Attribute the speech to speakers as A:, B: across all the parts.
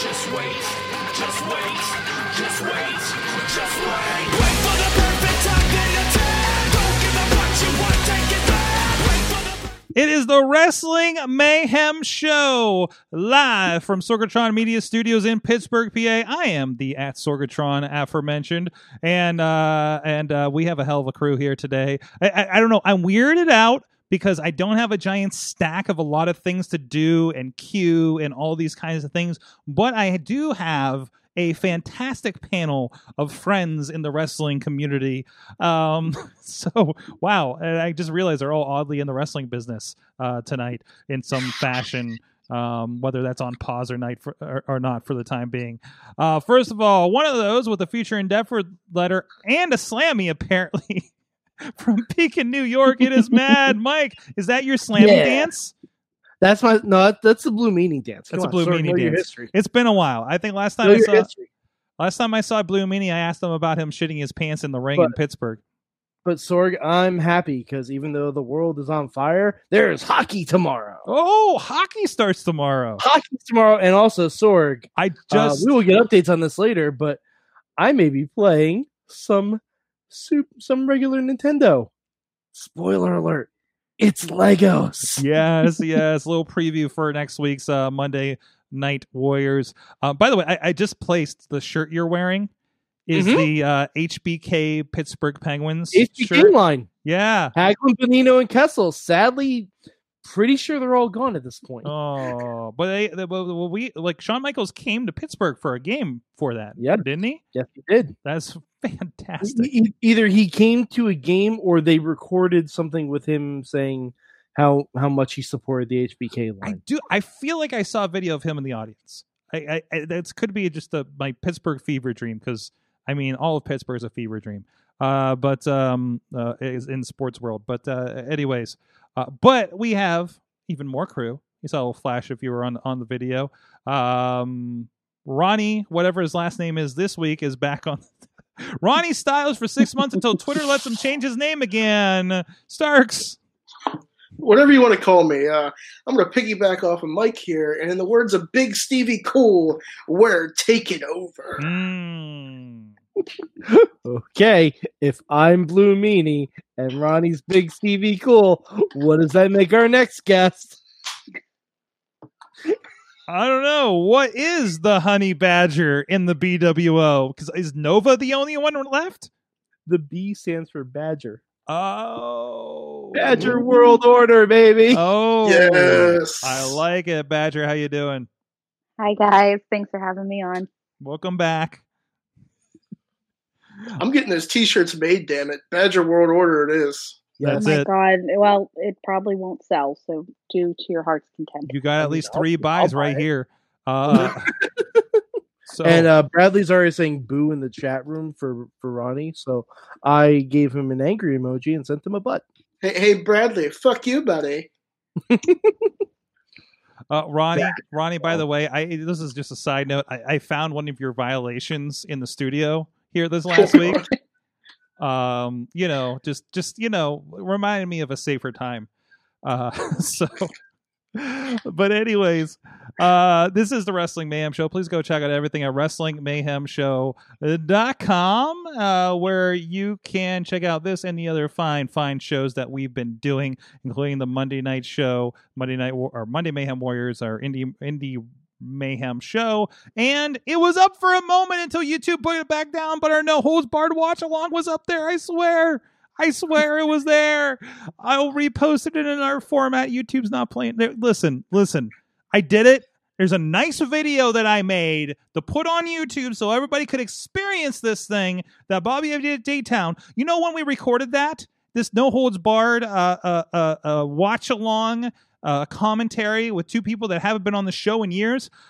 A: just wait, just wait, just wait, just wait. Wait for the perfect time then attack. Don't give up what you want, take it back. Wait for the
B: It is the Wrestling Mayhem Show live from Sorgatron Media Studios in Pittsburgh, PA. I am the at Sorgatron aforementioned, and uh, and uh, we have a hell of a crew here today. I, I, I don't know. I'm weirded out because I don't have a giant stack of a lot of things to do and queue and all these kinds of things, but I do have a fantastic panel of friends in the wrestling community. Um, so wow, and I just realized they're all oddly in the wrestling business uh, tonight in some fashion. Um, whether that's on pause or night for, or, or not for the time being. Uh, first of all, one of those with a feature in Deptford letter and a slammy apparently from Pekin, New York. It is Mad Mike. Is that your slammy
C: Yeah.
B: dance?
C: That's my no. that- That's the blue meaning dance.
B: That's
C: Come
B: a Blue
C: on, sir,
B: Meanie
C: know Your
B: dance.
C: history.
B: It's been a while. I think last time
C: Know
B: I
C: your
B: saw
C: history.
B: last time I saw Blue Meanie, I asked him about him shitting his pants in the ring in
C: But-
B: Pittsburgh.
C: But Sorg, I'm happy because even though the world is on fire, there is hockey tomorrow.
B: Oh, hockey starts tomorrow.
C: Hockey tomorrow, and also Sorg.
B: I
C: uh,
B: just
C: we will get updates on this later, but I may be playing some soup, some regular Nintendo. Spoiler alert! It's Legos.
B: yes, yes. Little preview for next week's uh, Monday Night Warriors. Uh, by the way, I, I just placed the shirt you're wearing is
C: Mhm.
B: the uh, HBK Pittsburgh Penguins
C: It's
B: shirt.
C: the game line.
B: Yeah.
C: Haglund, Benino, and Kessel. Sadly, pretty sure they're all gone at this point.
B: Oh, but they, they well, well, we like Shawn Michaels came to Pittsburgh for a game for that.
C: Yeah.
B: didn't he?
C: Yes, they did.
B: That's fantastic.
C: E- e- either he came to a game or they recorded something with him saying how how much he supported the HBK
B: I
C: line.
B: do. I feel like I saw a video of him in the audience. I, I, I that could be just a, my Pittsburgh fever dream because I mean all of Pittsburgh is a fever dream. Uh, but um, uh, is in sports world. But uh, anyways, uh, but we have even more crew. You saw a little flash if you were on on the video. Um, Ronnie, whatever his last name is, this week is back on. Ronnie Styles for six months until Twitter lets him change his name again. Starks.
D: whatever you want to call me. Uh, I'm going to piggyback off of Mike here, and in the words of Big Stevie Cool, we're taking over.
B: Mm.
C: okay, if I'm Blue Meanie and Ronnie's Big Stevie Cool, what does that make our next guest?
B: I don't know. What is the honey badger in the BWO? Because is Nova the only one left?
C: The B stands for Badger.
B: Oh,
C: Badger World Order, baby.
B: Oh,
D: Yes.
B: I like it, Badger. How you doing?
E: Hi guys, thanks for having me on.
B: Welcome back. Hmm.
D: I'm getting those T-shirts made. Damn it, Badger World Order it is.
B: That's
E: oh my
B: it.
E: god. Well, it probably won't sell, so do to your heart's content.
B: You got at least three
C: I'll
B: buys
C: buy
B: right here. Uh, so
C: And uh, Bradley's already saying boo in the chat room for, for Ronnie, so I gave him an angry emoji and sent him a butt.
D: Hey, hey Bradley, fuck you, buddy.
B: Uh, Ronnie, Ronnie. By the way, I this is just a side note. I, I found one of your violations in the studio here this last week. Um, you know, just just you know, reminded me of a safer time. Uh, so, but anyways, uh, this is the Wrestling Mayhem Show. Please go check out everything at WrestlingMayhemShow.com, uh, where you can check out this and the other fine fine shows that we've been doing including the Monday night show, Monday night War- or Monday Mayhem Warriors, our indie indie mayhem show, and it was up for a moment until YouTube put it back down. But our no holds barred watch along was up there. I swear. I swear it was there. I'll repost it in another format. YouTube's not playing. There, listen, listen. I did it. There's a nice video that I made to put on YouTube so everybody could experience this thing that Bobby did at Daytown. You know when we recorded that? this no holds barred uh, uh, uh, uh, watch along uh, commentary with two people that haven't been on the show in years.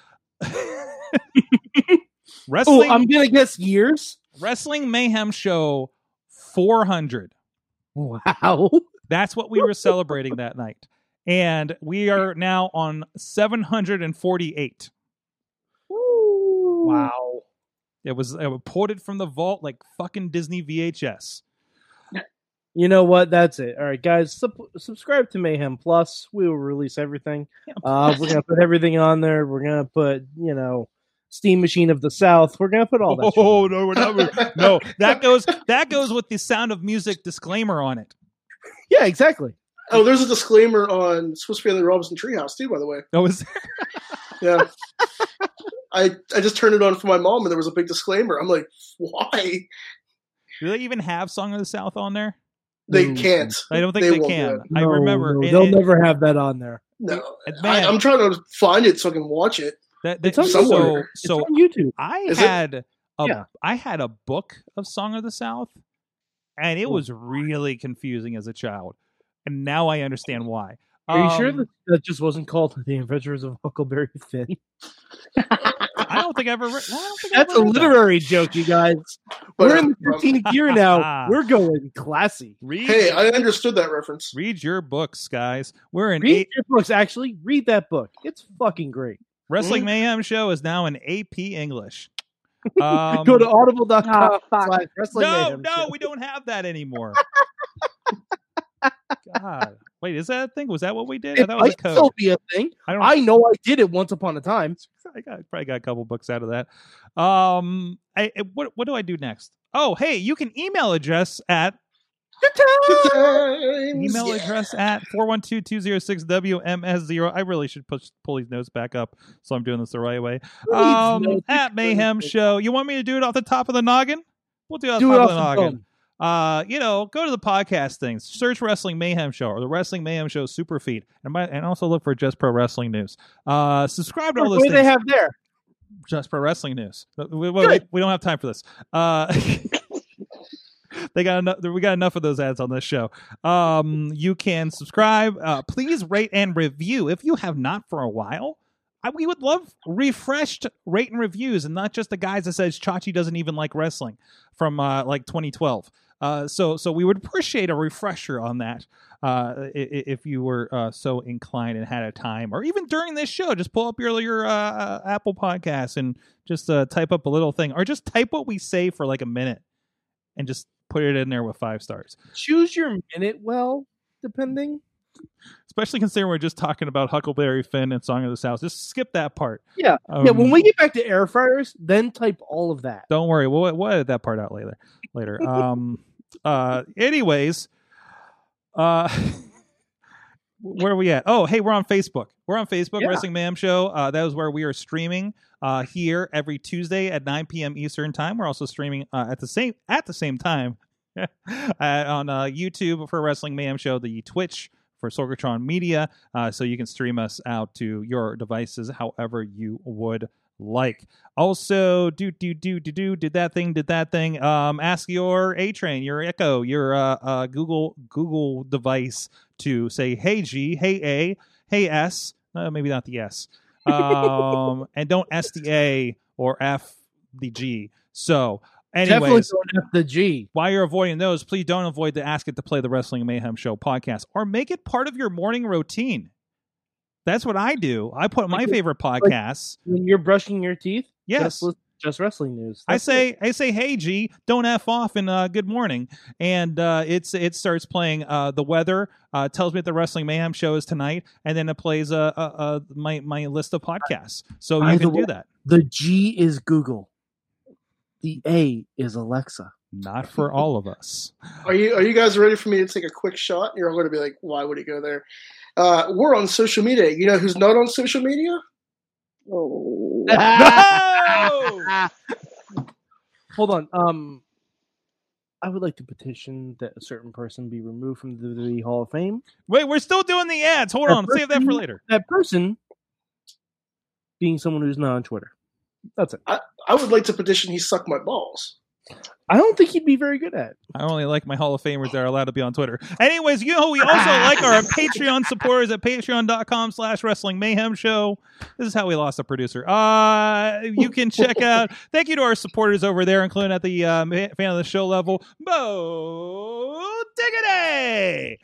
C: Oh,
B: Wrestling.
C: I'm gonna guess years.
B: Wrestling Mayhem Show 400.
C: Wow.
B: That's what we were celebrating that night. And we are now on 748.
E: Woo.
C: Wow.
B: It was uh, reported from the vault like fucking Disney VHS.
C: You know what? That's it. All right, guys, sub- subscribe to Mayhem Plus. We will release everything. Uh, we're gonna put everything on there. We're gonna put, you know, Steam Machine of the South. We're gonna put all that. shit
B: oh
C: on.
B: no, we're not. no, that goes that goes with the Sound of Music disclaimer on it.
C: Yeah, exactly.
D: Oh, there's a disclaimer on Swiss Family Robinson Treehouse too, by the way.
B: Oh, is
D: Yeah. I I just turned it on for my mom and there was a big disclaimer. I'm like, why?
B: do they even have Song of the South on there?
D: They
C: No.
D: can't.
B: Hmm. I don't think
D: They
B: they,
D: won't
B: can.
D: do
B: I
C: No,
B: remember.
C: no,
B: it-
C: they'll
B: it-
C: never have that on there.
D: No. I,
B: man,
D: I'm trying to find it so I can watch it.
B: that,
C: It's
B: that-
C: on
B: so
D: somewhere.
C: So
B: so
C: it's on YouTube.
B: I
D: Is it?
B: had a
C: Yeah.
B: I had a book of Song of the South, and
C: Oh
B: it was really confusing as a child, and now I understand why.
C: Are you sure
B: Um,
C: that, that just wasn't called The Adventures of Huckleberry Finn?
B: I don't think I ever. Re- well, I don't think I
C: That's a
B: ever read that.
C: literary joke, you guys.
D: But
C: We're in the
D: um,
C: 15th year now. We're going classy.
B: Read,
D: hey, I understood that reference.
B: read your books, guys. We're an
C: Read
B: eight,
C: your books. Actually, read that book. It's fucking great. Mm-hmm.
B: wrestling mayhem show is now an AP English. Um,
C: Go to audible.com.
E: Oh, fuck.
C: slash wrestling
B: no,
C: mayhem
B: no,
C: show.
B: we don't have that anymore. God, wait, is that a thing? Was that what we did? I
C: It
B: thought it was a
C: might
B: code.
C: still be a thing.
B: I don't.
C: I know I did it once upon a time.
B: I got probably got a couple books out of that. Um, I, I- what what do I do next? Oh, hey, you can email address at
D: Good times.
B: email
D: Yeah.
B: address at 412-206-WMS0. I really should push pull these notes back up so I'm doing this the right way. Um, at Mayhem Show. You want me to do it off the top of the noggin? We'll do it off
C: Do
B: the
C: it off
B: top
C: the
B: of the noggin.
C: phone.
B: uh, you know, go to the podcast things, search Wrestling Mayhem Show or the Wrestling Mayhem Show Super Feed, and, my, and also look for Just Pro Wrestling News. Uh, subscribe to all
C: What
B: those
C: do they
B: things.
C: have there?
B: Just Pro Wrestling News. Uh, We, we,
C: Good.
B: we don't have time for this. Uh, they got enough. We got enough of those ads on this show. Um, you can subscribe. Uh, please rate and review if you have not for a while. I, we would love refreshed rate and reviews, and not just the guys that says Chachi doesn't even like wrestling from uh, like 2012. Uh, so so we would appreciate a refresher on that uh, i- i- if you were uh, so inclined and had a time, or even during this show, just pull up your your uh, uh, Apple Podcast and just uh, type up a little thing, or just type what we say for like a minute, and just put it in there with five stars.
C: Choose your minute well, depending.
B: Especially considering we're just talking about Huckleberry Finn and Song of the South. Just skip that part.
C: Yeah.
B: Um,
C: yeah, when we get back to air fryers, then type all of that.
B: Don't worry, we'll we'll edit that part out later. Later. um. Uh. Anyways. Uh. Where are we at? Oh, hey, we're on Facebook. We're on Facebook,
C: Yeah.
B: Wrestling Mayhem Show. Uh, that is where we are streaming uh, here every Tuesday at 9 p.m. Eastern Time. We're also streaming uh, at the same at the same time uh, on uh, YouTube for Wrestling Mayhem Show, the Twitch for Sorgatron Media, uh, so you can stream us out to your devices however you would like. Also, do do do do do did that thing, did that thing. Um, ask your A Train, your Echo, your uh, uh, Google Google device to say, "Hey G, hey A, hey S." Uh, maybe not the S. Um, and don't S the A or F the G. So,
C: Definitely
B: anyways,
C: don't have the G.
B: while you're avoiding those, please don't avoid the Ask It to Play the Wrestling Mayhem Show podcast or make it part of your morning routine. That's what I do. I put my
C: Like-
B: favorite podcasts.
C: When you're brushing your teeth,
B: Yes.
C: just, lis- just wrestling news.
B: I
C: That's
B: say,
C: it.
B: I say, hey G, don't f off and uh, good morning, and uh, it's it starts playing uh, the weather, uh, tells me that the Wrestling Mayhem show is tonight, and then it plays uh, uh, uh, my my list of podcasts, so you
C: Either
B: can
C: way.
B: do that.
C: the G is Google. The A is Alexa.
B: Not for all of us.
D: Are you are you guys ready for me to take a quick shot? You're all going to be like, why would he go there? Uh, we're on social media. You know who's not on social media?
E: Oh.
B: No!
C: Hold on. Um, I would like to petition that a certain person be removed from the WWE Hall of Fame.
B: Wait, we're still doing the ads. Hold
C: Our
B: on, save that for
C: person-
B: later.
C: That person being someone who's not on Twitter. That's it.
D: I would like to petition he suck my balls.
F: I don't think he'd be very good at. it.
B: I only like my Hall of Famers that are allowed to be on Twitter. Anyways, you know, we also like our Patreon supporters at patreon.com slash wrestling mayhem show. This is how we lost a producer. Uh, you can check out, thank you to our supporters over there, including at the um, fan of the show level, Bo Diggity!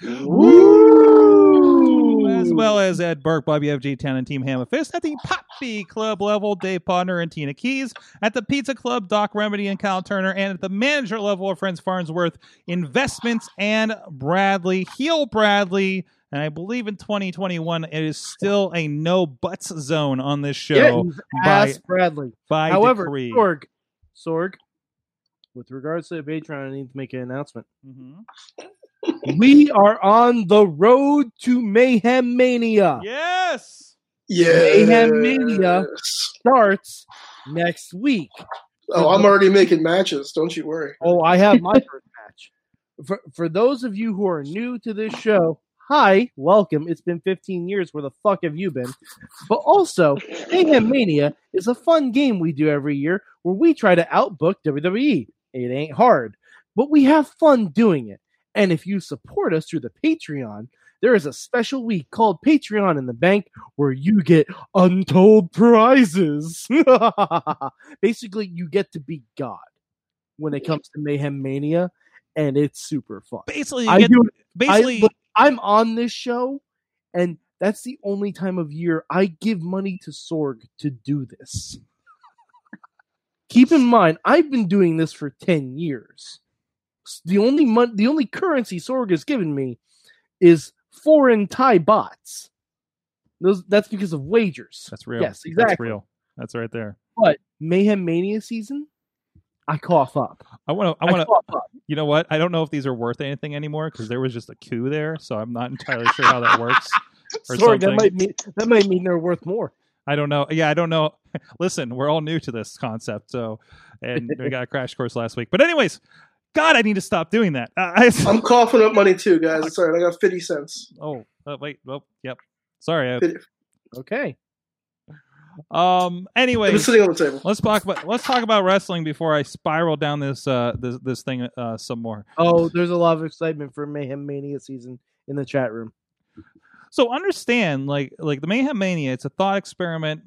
B: As well as Ed Burke, Bobby FG Town, and Team Hammer Fist at the Poppy Club level, Dave Podner and Tina Keys at the Pizza Club, Doc Remedy and Kyle Turner, and at the manager level of Friends Farnsworth Investments and Bradley Heel Bradley. And I believe in 2021, it is still a no buts zone on this
F: Yeah,
B: show
F: he's
B: by-
F: ass Bradley.
B: by
F: However,
B: decree.
F: Sorg, Sorg, with regards to the Patreon, I need to make an announcement.
B: Mhm.
F: we are on the road to Mayhem Mania.
B: Yes.
F: Mayhem Mania. Starts next week.
D: Oh, I'm already making matches. Don't you worry.
F: Oh, I have my first match. For, for those of you who are new to this show, hi, welcome. It's been 15 years. Where the fuck have you been? But also, Mayhem Mania is a fun game we do every year where we try to outbook WWE. It ain't hard, but we have fun doing it. And if you support us through the Patreon, there is a special week called Patreon in the Bank where you get untold prizes. Basically, you get to be God when it comes to Mayhem Mania, and it's super fun.
B: Basically,
F: I
B: you get,
F: do
B: basically,
F: I, look, I'm on this show, and that's the only time of year I give money to Sorg to do this. Keep in mind, I've been doing this for ten years. S- The only mon- the only currency Sorg has given me is foreign Thai bots. Those that's because of wagers.
B: that's real.
F: Yes,
B: That's
F: exactly.
B: real. That's right there.
F: But Mayhem Mania season, I cough up.
B: I want to. I want to.
F: cough up.
B: You know what? I don't know if these are worth anything anymore because there was just a coup there, so I'm not entirely sure how that works. or
F: Sorg, that
B: something.
F: might mean that might mean they're worth more.
B: I don't know. Yeah, I don't know. Listen, we're all new to this concept, so and we got a crash course last week. But anyways, God, I need to stop doing that. Uh, I,
D: I'm coughing up money too, guys. It's all right. I got 50 cents.
B: oh, uh, wait. Well, yep. Sorry.
F: Okay.
B: I, um.
D: It was
B: Anyways,
D: sitting on the table.
B: let's talk about let's talk about wrestling before I spiral down this uh this this thing uh some more.
F: Oh, there's a lot of excitement for Mayhem Mania season in the chat room.
B: so understand like like the mayhem mania it's a thought experiment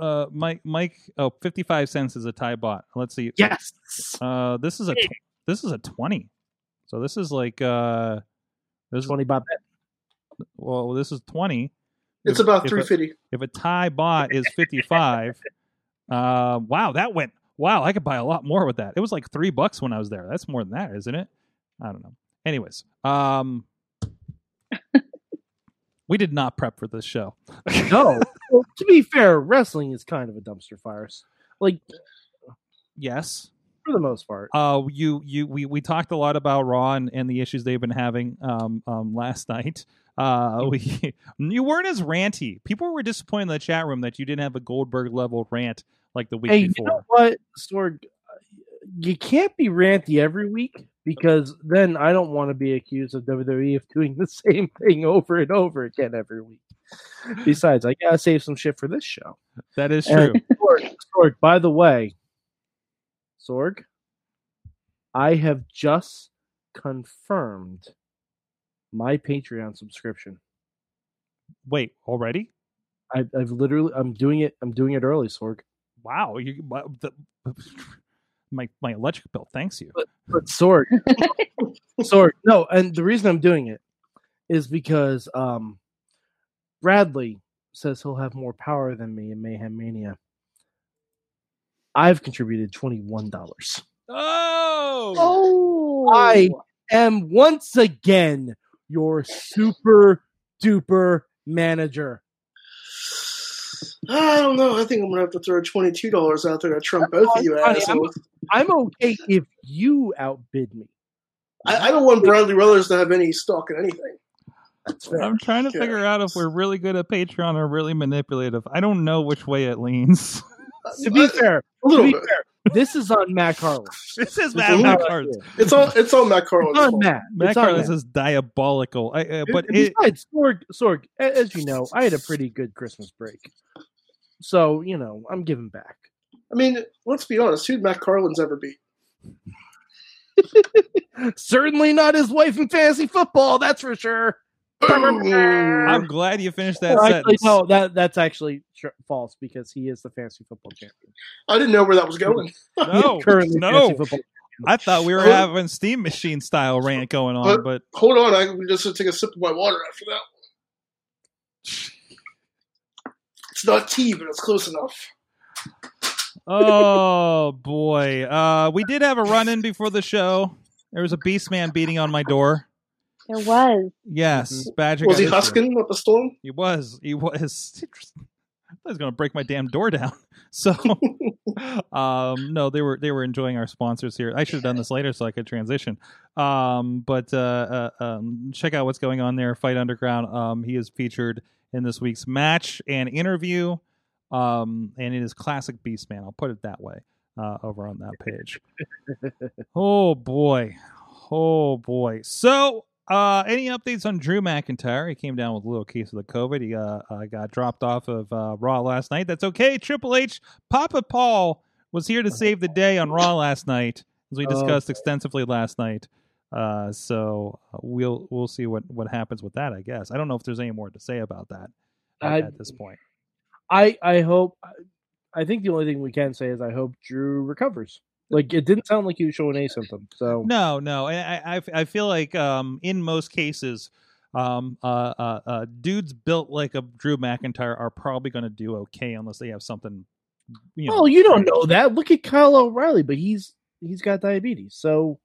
B: uh mike mike oh 55 cents is a tie bot let's see
F: Yes.
B: uh this is a tw- this is a 20 so this is like uh this is
F: Twenty Bob.
B: well this is 20
D: It's
B: If-
D: about
B: if a-
D: 350.
B: if a tie bot is 55 uh wow that went wow i could buy a lot more with that it was like three bucks when i was there that's more than that isn't it i don't know anyways um we did not prep for this show
F: No. Well, to be fair, wrestling is kind of a dumpster fire, like
B: yes
F: for the most part.
B: Uh, you you we we talked a lot about Raw and, and the issues they've been having um um last night. Uh, we you weren't as ranty. People were disappointed in the chat room that you didn't have a Goldberg level rant like the week
F: Hey, you
B: before.
F: know what, Sorg? uh, You can't be ranty every week because then I don't want to be accused of WWE of doing the same thing over and over again every week. Besides, I gotta save some shit for this show.
B: that is true.
F: And Sorg, Sorg, by the way, Sorg, I have just confirmed my Patreon subscription.
B: Wait, already?
F: I, I've literally, I'm doing it. I'm doing it early, Sorg.
B: Wow, you my- the, my my electric bill. Thanks you.
F: But Sorg, Sorg, no. And the reason I'm doing it is because um, Bradley says he'll have more power than me in Mayhem Mania. I've contributed twenty one dollars.
B: Oh,
E: Oh,
F: I- am once again your super duper manager.
D: I don't know. I think I'm gonna have to throw twenty-two dollars out there to trump both of you
F: Honey, I'm-
D: assholes.
F: I'm okay if you outbid me.
D: I, I don't want Bradley Ruthers to have any stock in anything.
F: That's fair.
B: I'm trying to
D: Yeah.
B: figure out if we're really good at Patreon or really manipulative. I don't know which way it leans.
F: To be
D: Uh,
F: fair,
D: a
F: to
D: little
F: be
D: bit.
F: fair, this is on Matt Harlan.
B: this is
F: This is
B: bad
F: not
B: cards.
F: on you.
D: It's all it's all Matt
F: It's
D: Carlin's
F: on
D: fault.
F: Matt.
B: Matt
F: It's on
B: Carlos
F: Matt.
B: is diabolical. I, uh, but it,
F: besides, Sorg, Sorg, a- as you know, I had a pretty good Christmas break, so you know I'm giving back.
D: I mean, let's be honest. Who'd Matt Carlin's ever beat?
F: Certainly not his wife in fantasy football, that's for sure.
B: I'm glad you finished that
F: Well, actually,
B: sentence.
F: no, that that's actually tr- false because he is the fantasy football champion.
D: I didn't know where that was going.
B: No,
F: He's currently
B: no.
F: fantasy football.
B: I thought we were
D: Oh.
B: having steam machine style rant going on, but
D: Hold on, I can just take a sip of my water after that. It's not tea, but it's close enough.
B: oh boy, uh, we did have a run in before the show. There was a beast man beating on my door.
E: There was.
B: Yes, Badger.
D: Was
B: got
D: he
B: his-
D: husking with the storm?
B: He was. He was. I thought he was going to break my damn door down. So, um, no, they were they were enjoying our sponsors here. I should have done this later so I could transition. Um, but uh, uh, um, check out what's going on there. Fight Underground. Um, he is featured in this week's match and interview. Um, and it is classic Beastman. I'll put it that way. Uh, over on that page. oh boy, oh boy. So uh, any updates on Drew McIntyre? He came down with a little case of the COVID. He uh, uh, got dropped off of uh, Raw last night. That's okay. Triple H, Papa Paul was here to save the day on Raw last night, as we
F: Oh.
B: discussed extensively last night. Uh, so uh, we'll we'll see what what happens with that. I guess I don't know if there's any more to say about that at,
F: I-
B: at this point.
F: I I hope. I think the only thing we can say is I hope Drew recovers. Like it didn't sound like he was showing any symptom. So
B: No, no. I I, I feel like um, in most cases, um, uh, uh, uh, dudes built like a Drew McIntyre are probably going to do okay unless they have something. You know,
F: well, you don't
B: crazy.
F: know that. Look at Kyle O'Reilly, but he's he's got diabetes. So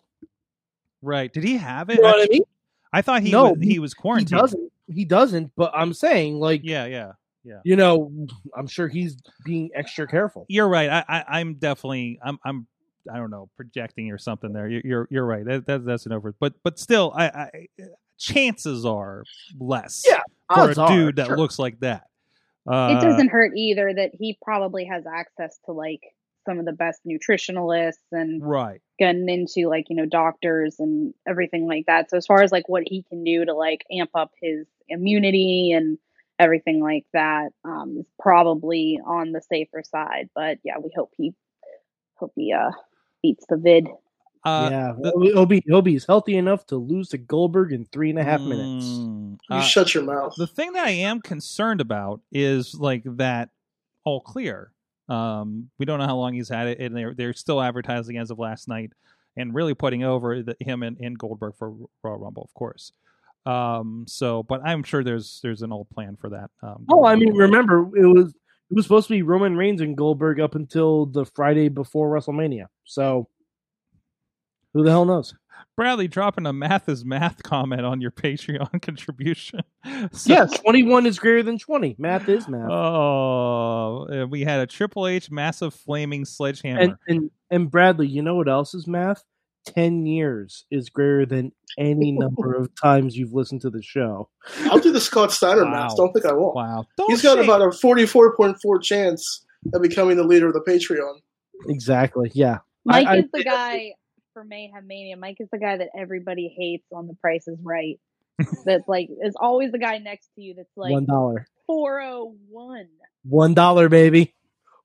B: right? Did he have it?
F: you know what I mean.
B: I thought he
F: No,
B: was, he was
F: He
B: quarantined.
F: doesn't. He doesn't. But I'm saying, like,
B: Yeah, yeah.
F: you know, I'm sure he's being extra careful.
B: You're right. I, I I'm definitely I'm I'm I don't know projecting or something there. You're you're, you're right. That, that that's an over. But but still, I, I chances are less
F: Yeah,
B: for
F: Odds
B: a
F: are,
B: dude that
F: sure.
B: looks like that. Uh,
E: it doesn't hurt either that he probably has access to like some of the best nutritionalists and
B: right.
E: gotten into like you know doctors and everything like that so as far as like what he can do to like amp up his immunity and everything like that um is probably on the safer side but yeah we hope he hope he uh beats the vid
B: Uh,
F: yeah,
B: the-
F: he'll be he'll be healthy enough to lose to Goldberg in three and a half minutes.
B: Mm,
D: You
B: uh,
D: shut your mouth.
B: the thing that I am concerned about is like that all clear. Um, we don't know how long he's had it, and they're they're still advertising as of last night, and really putting over the, him and, and Goldberg for Raw Rumble, of course. Um, so, but I'm sure there's there's an old plan for that. Um,
F: Oh, I
B: going
F: mean,
B: forward.
F: remember it was it was supposed to be Roman Reigns and Goldberg up until the Friday before WrestleMania. So who the hell knows?
B: Bradley dropping a math is math comment on your Patreon contribution. So-
F: Yes, twenty one is greater than twenty. Math is math.
B: Oh, and we had a Triple H massive flaming sledgehammer.
F: and and and Bradley, you know what else is math? Ten years is greater than any number of times you've listened to the show.
D: I'll do the Scott Steiner
B: Wow.
D: math. Don't think I won't.
B: wow, Don't
D: He's got
B: shake-
D: about a 44.4 chance of becoming the leader of the Patreon.
F: Exactly. Yeah.
E: mike
F: I-
E: is the guy for mayhem mania mike is the guy that everybody hates on the price is right that's like is always the guy next to you that's like
F: One dollar.
E: 401
F: One dollar, baby.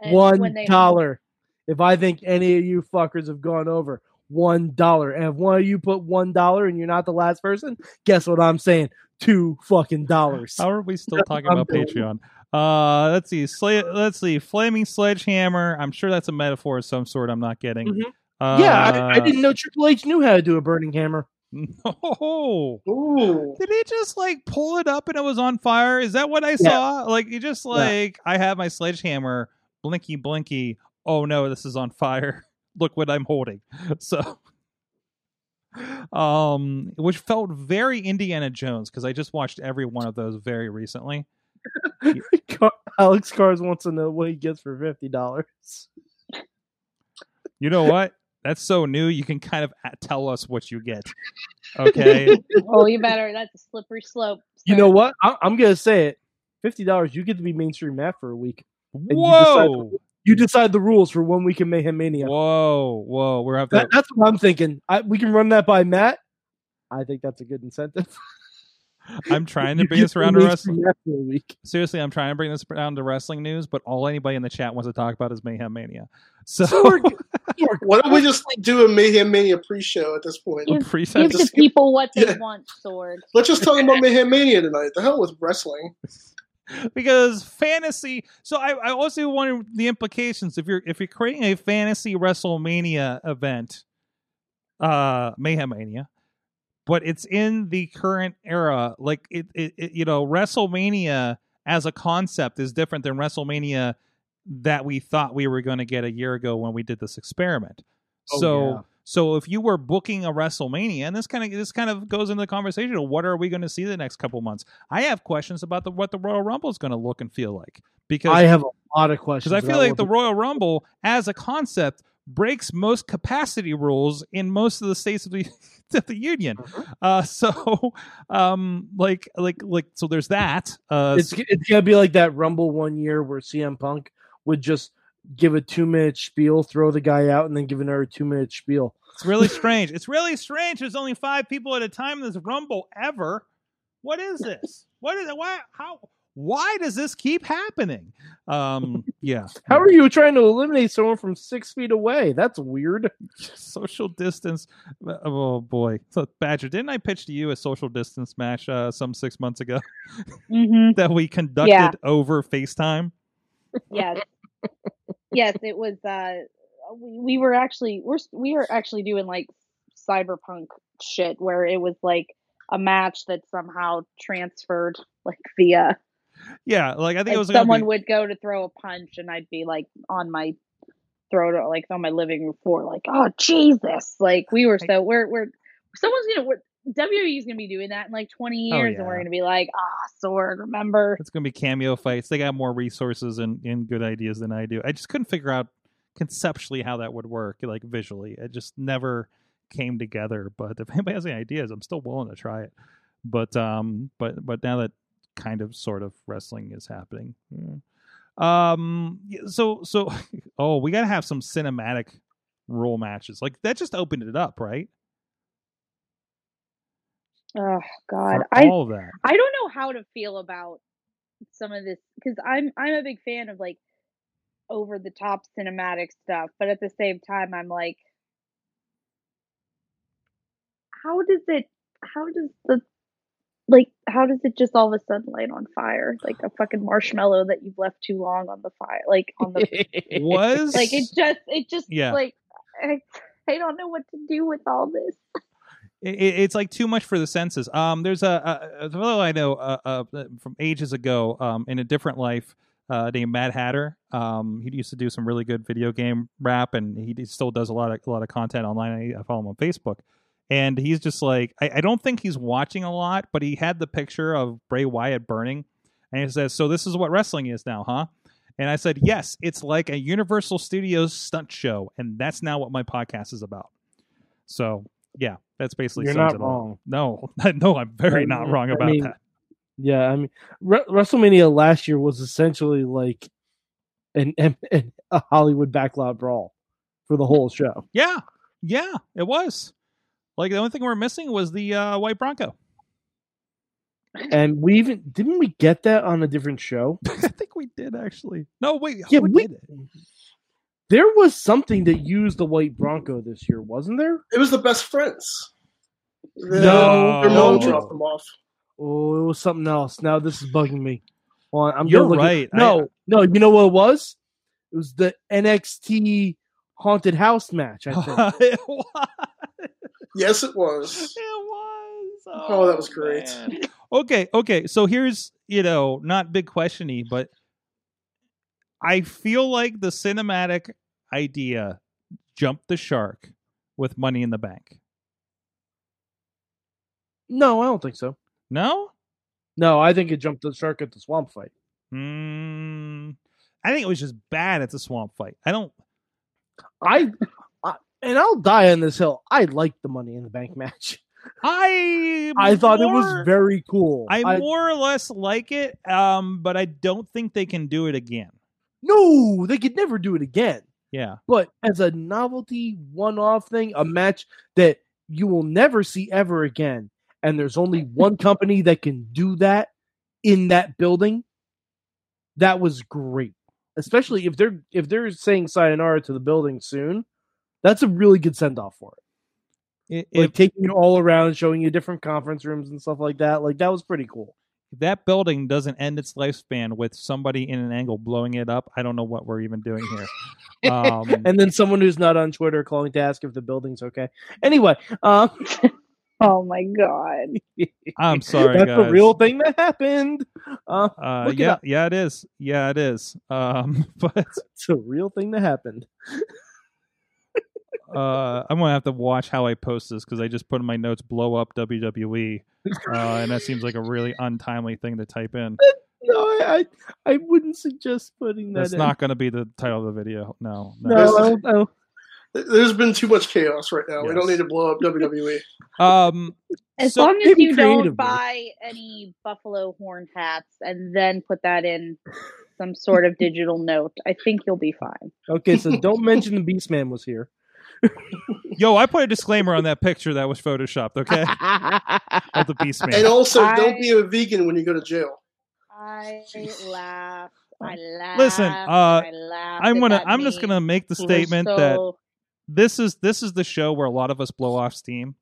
E: And
F: one
E: when they-
F: dollar. If I think any of you fuckers have gone over one dollar, and if one of you put one dollar and you're not the last person, guess what I'm saying? Two fucking dollars.
B: How are we still
F: That's
B: talking
F: what I'm
B: about Patreon? Uh, let's see. Sla- let's see. Flaming sledgehammer. I'm sure that's a metaphor of some sort. I'm not getting.
F: Mhm.
B: Uh,
F: yeah, I, I didn't know Triple H knew how to do a burning hammer.
B: No.
D: Ooh.
B: Did he just like pull it up and it was on fire? Is that what I saw? Like he just like I have my sledgehammer. Blinky, blinky. Oh no, this is on fire. Look what I'm holding. So. Um, which felt very Indiana Jones because I just watched every one of those very recently.
F: Car- Alex Cars wants to know what he gets for fifty dollars.
B: You know what? That's so new. You can kind of a- tell us what you get. Okay.
E: oh you better that's a slippery slope
F: You
E: sir.
F: know what? I, I'm gonna say it. Fifty dollars, you get to be mainstream Matt for a week.
B: whoa.
F: You decide the rules for one week in Mayhem Mania.
B: Whoa. Whoa. We're have to.
F: That- that's what I'm thinking. I, we can run that by Matt. I think that's a good incentive.
B: I'm trying to
F: You
B: bring this
F: get
B: around to
F: two weeks
B: wrestling.
F: from that for a week.
B: Seriously, I'm trying to bring this around to wrestling news, but all anybody in the chat wants to talk about is Mayhem Mania. So,
F: Sorg,
D: Why don't we just do a Mayhem Mania pre-show at this point?
E: Give-
B: Pre-
E: Give the
D: Just-
E: people what they
D: Yeah.
E: want, Sorg.
D: Let's just talk about Mayhem Mania tonight. The hell with wrestling.
B: because fantasy so I, I also wonder the implications if you're if you're creating a fantasy wrestlemania event uh mayhem mania but it's in the current era like it, it, it you know wrestlemania as a concept is different than wrestlemania that we thought we were going to get a year ago when we did this experiment
F: Oh,
B: so
F: yeah.
B: so if you were booking a wrestlemania and this kind of this kind of goes into the conversation of what are we going to see the next couple months I have questions about the what the Royal Rumble is going to look and feel like
F: I
B: because
F: have a lot of questions.
B: because I, feel
F: about
B: like
F: what
B: the Royal Rumble as a concept breaks most capacity rules in most of the states of the of the union.
F: Mm-hmm.
B: Uh, so um, like like like so there's that. Uh,
F: it's it's gonna be like that Rumble one year where CM Punk would just give a two minute spiel, throw the guy out, and then give another two minute spiel.
B: it's really strange. It's really strange. There's only five people at a time in this Rumble ever. What is this? What is it? Why how? Why does this keep happening? Um, yeah.
F: How are you trying to eliminate someone from six feet away? That's weird.
B: social distance. Oh boy, so Badger, didn't I pitch to you a social distance match uh, some six months ago
E: Mm-hmm.
B: that we conducted
E: Yeah.
B: over FaceTime?
E: Yes, yes, it was. Uh, we, we were actually we're we were actually doing like cyberpunk shit where it was like a match that somehow transferred like via
B: Yeah, like I think it
E: like
B: was gonna
E: someone
B: be-
E: would go to throw a punch and I'd be like on my throat or like on my living room floor, like, oh Jesus. Like we were so we're we're someone's gonna we're WWE's gonna be doing that in like twenty
B: Oh,
E: years and we're
B: yeah.
E: gonna be like, ah, sword, remember?
B: it's gonna be cameo fights. They got more resources and, and good ideas than I do. I just couldn't figure out conceptually how that would work, like visually. It just never came together. But if anybody has any ideas, I'm still willing to try it. But um, but but now that kind of sort of wrestling is happening. yeah. Um, yeah, so so oh, we gotta have some cinematic rule matches like that. Just opened it up, right?
E: Oh God.
B: For
E: I
B: all of that.
E: I don't know how to feel about some of this because I'm I'm a big fan of like over the top cinematic stuff, but at the same time I'm like how does it how does the like how does it just all of a sudden light on fire like a fucking marshmallow that you've left too long on the fire like on the
B: Was
E: like it just it just
B: Yeah.
E: like I, I don't know what to do with all this
B: it, it- it's like too much for the senses. Um, there's a, a, a fellow I know uh, uh, from ages ago um, in a different life uh, named Mad Hatter. Um, he used to do some really good video game rap, and he d- still does a lot of a lot of content online. I, I follow him on Facebook, and he's just like I, I don't think he's watching a lot, but he had the picture of Bray Wyatt burning, and he says, "So this is what wrestling is now, huh?" And I said, "Yes, it's like a Universal Studios stunt show, and that's now what my podcast is about." So yeah, that's basically
F: You're
B: sums
F: not
B: it all up.
F: wrong.
B: No, no, I'm very not wrong
F: I
B: about
F: mean,
B: that.
F: Yeah, I mean, Re- WrestleMania last year was essentially like an, an, an- a Hollywood backlot brawl for the whole show.
B: Yeah, yeah, it was. Like the only thing we are missing was the uh, white Bronco.
F: And we even didn't we get that on a different show?
B: I think we did actually. No, wait,
F: Yeah,
B: who
F: we-
B: did it?
F: There was something that used the white Bronco this year, wasn't there?
D: It was the best friends. The-
B: No.
D: Their mom
F: No.
D: dropped them off.
F: Oh, it was something else. Now this is bugging me. Hold on, I'm
B: You're
F: gonna look at-
B: right. I-
F: no, no, you know what it was? It was the NXT haunted house match. I think.
B: it was.
D: Yes, it
B: It
D: was.
B: was. Oh,
D: Oh, that was great.
B: man. Okay, okay. So here's you know not big questiony, but I feel like the cinematic idea jumped the shark with Money in the Bank.
F: no, I don't think so.
B: No.
F: No, I think it jumped the shark at the swamp fight.
B: Mm, I think it was just bad at the swamp fight. I don't.
F: I, I and I'll die on this hill. I liked the Money in the Bank match.
B: I
F: I thought it
B: more-
F: was very cool.
B: I,
F: I-
B: more or less like it, um, but I don't think they can do it again.
F: no, they could never do it again.
B: Yeah,
F: But as a novelty one-off thing, a match that you will never see ever again, and there's only one company that can do that in that building, that was great. Especially if they're if they're saying sayonara to the building soon, that's a really good send off for it.
B: It,
F: Like
B: it,
F: taking you all around, showing you different conference rooms and stuff like that. Like that was pretty cool.
B: that building doesn't end its lifespan with somebody in an angle blowing it up. I don't know what we're even doing here. Um,
F: And then someone who's not on Twitter calling to ask if the building's okay. Anyway, um,
E: Oh my god.
B: I'm sorry,
F: that's
B: guys.
F: a real thing that happened. Uh,
B: Uh,
F: Look it
B: yeah,
F: up.
B: yeah, it is. Yeah, it is. Um, but
F: it's a real thing that happened.
B: uh, I'm gonna have to watch how I post this because I just put in my notes "blow up WWE," uh, and that seems like a really untimely thing to type in.
F: No, I, I, I wouldn't suggest putting that.
B: That's
F: in.
B: not gonna be the title of the video. No,
F: No,
D: This-
F: I don't know.
D: There's been too much chaos right now. We
B: Yes.
D: don't need to blow up E. WWE.
B: Um,
E: As
B: so-
E: long as
F: maybe
E: you
F: creatively.
E: don't buy any buffalo horn hats and then put that in some sort of digital note, I think you'll be fine.
F: Okay, so don't mention the Beast Man was here.
B: yo, I put a disclaimer on that picture that was photoshopped. Okay, of the Beast Man.
D: And also, don't
E: I-
D: be a vegan when you go to jail.
E: I laughed. I laughed.
B: Listen, uh,
E: I laughed
B: I'm
E: at
B: gonna.
E: that
B: I'm just
E: meme.
B: gonna make the
E: It was
B: statement that
E: so-
B: this is this is the show where a lot of us blow off steam.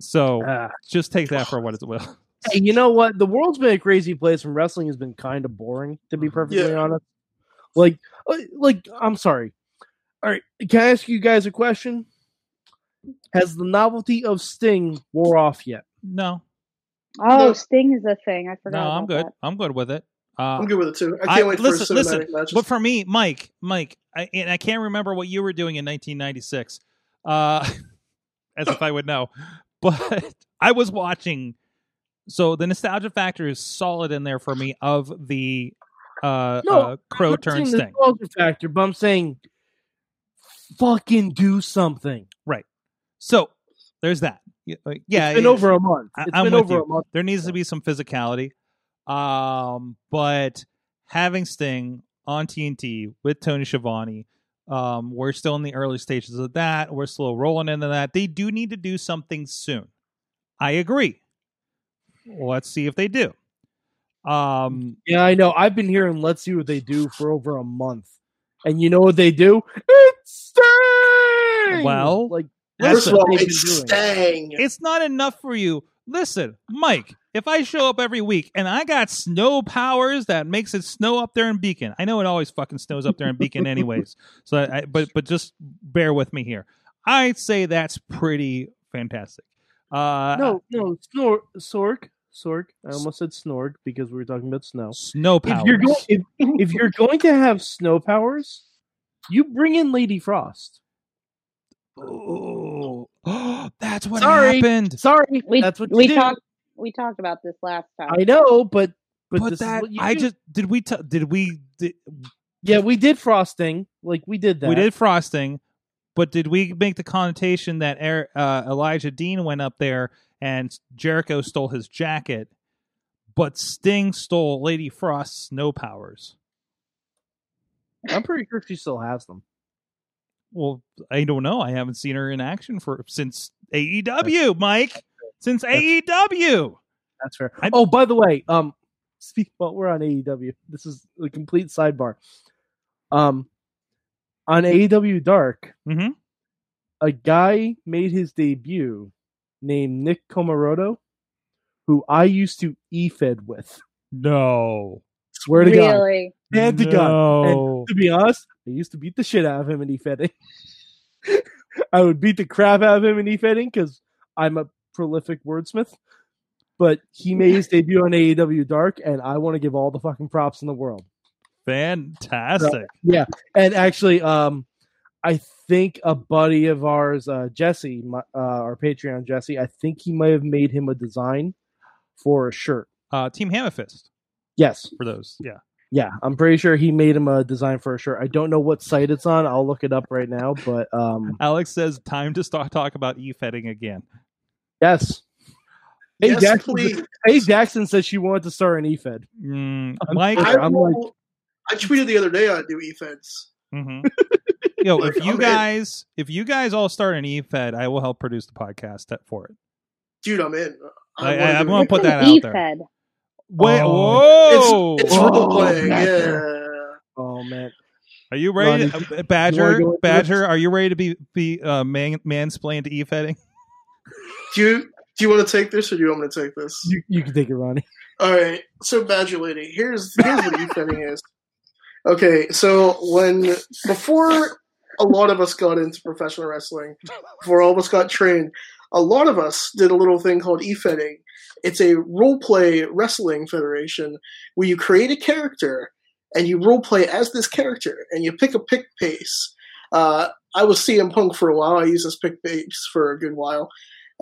B: So
E: Uh,
F: Ah.
B: just take that for what it will.
F: Hey, you know what? The world's been a crazy place, and wrestling has been kind of boring, to be perfectly
D: Yeah.
F: honest. Like, uh, like I'm sorry. All right, can I ask you guys a question? Has the novelty of Sting wore off yet?
B: No,
E: Oh,
D: No.
E: Sting is a thing. I forgot.
B: no, I'm
E: about
B: good.
E: that.
B: I'm good with it.
D: I'm
B: Uh,
D: good with it too. I
B: I-
D: can't wait
B: listen-
D: for cinematic
B: listen,
D: matches.
B: but for me, Mike, Mike, I, and I can't remember what you were doing in 1996, uh, as if I would know. But I was watching. So the nostalgia factor is solid in there for me of the uh,
F: No,
B: uh, crow
F: I'm not
B: turn
F: saying
B: sting.
F: The nostalgia factor, but I'm saying, fucking do something.
B: So there's that. Yeah, like, yeah,
F: it's been
B: it-
F: over a month.
B: I-
F: It's
B: I'm
F: been
B: with
F: over
B: you.
F: a month.
B: there needs to be some physicality. Um, but having Sting on TNT with Tony Schiavone, um, we're still in the early stages of that. We're slow rolling into that. They do need to do something soon. I agree. Let's see if they do. Um,
F: Yeah, I know. I've been hearing let's see what they do for over a month. And you know what they do? It's Sting!
B: Well,
F: like
D: First
B: listen,
D: of all,
F: they've been
D: it's
F: doing it.
D: Stang.
B: it's not enough for you. Listen, Mike, if I show up every week and I got snow powers that makes it snow up there in Beacon, I know it always fucking snows up there in Beacon, anyways. So, I, but but just bear with me here. I say that's pretty fantastic. Uh,
F: no, no, snor Sork. Sork. I almost said Snorg because we were talking about snow.
B: snow powers.
F: If you're going if, if you're going to have snow powers, you bring in Lady Frost.
B: oh, that's what
F: Sorry.
B: happened.
F: Sorry,
E: We,
F: that's what you
E: we
F: do.
E: talked. We talked about this last time.
F: I know, but but,
B: But,
F: this is
B: that
F: what you
B: I
F: do.
B: just did we t- did we did,
F: yeah we did frosting like we did that
B: We did frosting, but did we make the connotation that Er- uh, Elijah Dean went up there and Jericho stole his jacket, but Sting stole Lady Frost's snow powers?
F: I'm pretty sure she still has them.
B: Well, I don't know. I haven't seen her in action for since AEW, Mike. Since E AEW.
F: That's fair.
B: I-
F: oh, by the way, um, speak. Well, we're on AEW. This is a complete sidebar. Um, on AEW Dark,
B: Mhm.
F: a guy made his debut named Nick Komoroto, who I used to E e-fed with.
B: No.
F: Swear to God,
E: really?
F: hand to God.
B: no.
F: To be honest, I used to beat the shit out of him in e-fetting. I would beat the crap out of him in e-fetting because I'm a prolific wordsmith. But he made his debut on AEW Dark, and I want to give all the fucking props in the world.
B: Fantastic.
F: And actually, um, I think a buddy of ours, uh, Jesse, my, uh, our Patreon Jesse, I think he might have made him a design for a shirt.
B: Uh, Team Hammerfist
F: Yes,
B: for those. Yeah.
F: yeah, I'm pretty sure he made him a design for a shirt. I don't know what site it's on. I'll look it up right now, but um,
B: Alex says time to start talk about e-fetting again.
F: Yes. Hey,
D: yes,
F: Jackson,
D: please.
F: hey, Jackson says she wanted to E star in EFED.
B: Mm, Mike,
D: I,
F: I'm
D: will- I tweeted the other day I do e-feds.
B: Mm-hmm. Yo, if
D: I'm
B: you E
D: in.
B: guys, if you guys all start an e-fed, I will help produce the podcast te- for it.
D: dude, I'm in.
B: I- I-
D: wanna do
B: I'm
D: it.
B: gonna put
E: What's
B: that
E: an E
B: out
E: Eve
B: there.
E: head?
B: Wait, whoa!
D: Oh. It's
F: Whoa,
D: role playing. Yeah.
F: Badger. Oh man,
B: Are you ready,
F: Ronnie,
B: uh,
F: you wanna
B: Badger?
F: go into
B: Badger, are you ready to be be uh, man mansplained E to Eve heading?
D: Do you do you want to take this or do you want me to take this?
F: you, you can take it, Ronnie.
D: All right. So, Badger Lady, here's here's what youth ending is. Okay, so when before a lot of us got into professional wrestling, before all of us got trained, a lot of us did a little thing called e-fetting. It's a role play wrestling federation where you create a character and you role play as this character and you pick a pick pace. Uh, I was CM Punk for a while. I used this pick pace for a good while.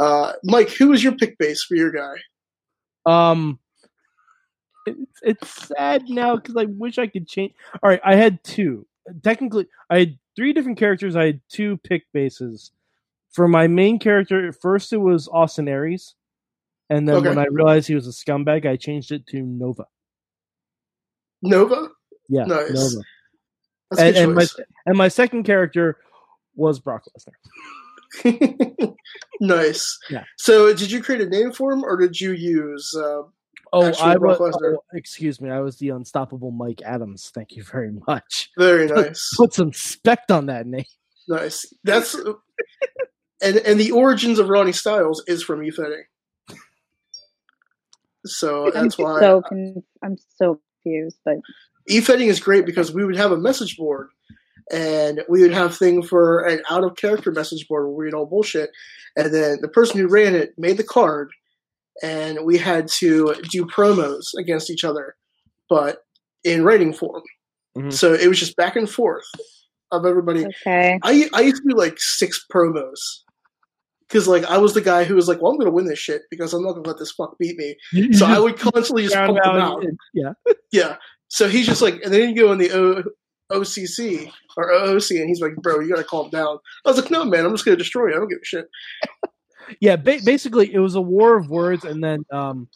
D: Uh, Mike, who was your pick base for your guy?
F: Um, it's, it's sad now because I wish I could change. All right, I had two. Technically, I had three different characters. I had two pick bases. For my main character, at first it was Austin Aries, and then
D: Okay.
F: when I realized he was a scumbag, I changed it to Nova.
D: Nova?
F: Yeah,
D: Nice.
F: Nova.
D: That's a
F: And,
D: good
F: and my
D: choice.
F: and my second character was Brock Lesnar.
D: nice.
F: Yeah.
D: So, did you create a name for him, or did you use? Uh,
F: Oh,
D: Actual
F: I was.
D: Brock Lesnar.
F: Oh, excuse me, I was the unstoppable Mike Adams. Thank you very much.
D: very nice,
F: Put some spect on that name.
D: nice. That's and and the origins of Ronnie Styles is from Efetti. So
E: I'm
D: that's why
E: so con- I'm so confused, but
D: e-fetting is great because we would have a message board and we would have thing for an out of character message board where we'd all bullshit and then the person who ran it made the card and we had to do promos against each other but in writing form
F: Mhm.
D: so it was just back and forth of everybody
E: okay.
D: I I used to do like six promos because like I was the guy who was like, "Well, I'm gonna win this shit because I'm not gonna let this fuck beat me." So I would constantly just pump them out.
F: Yeah.
D: Yeah. So he's just like, and then you go in the o- OCC or OOC, and he's like, "Bro, you gotta calm down." I was like, "No, man, I'm just gonna destroy you. I don't give a shit."
F: Yeah. Ba- basically, it was a war of words, and then um,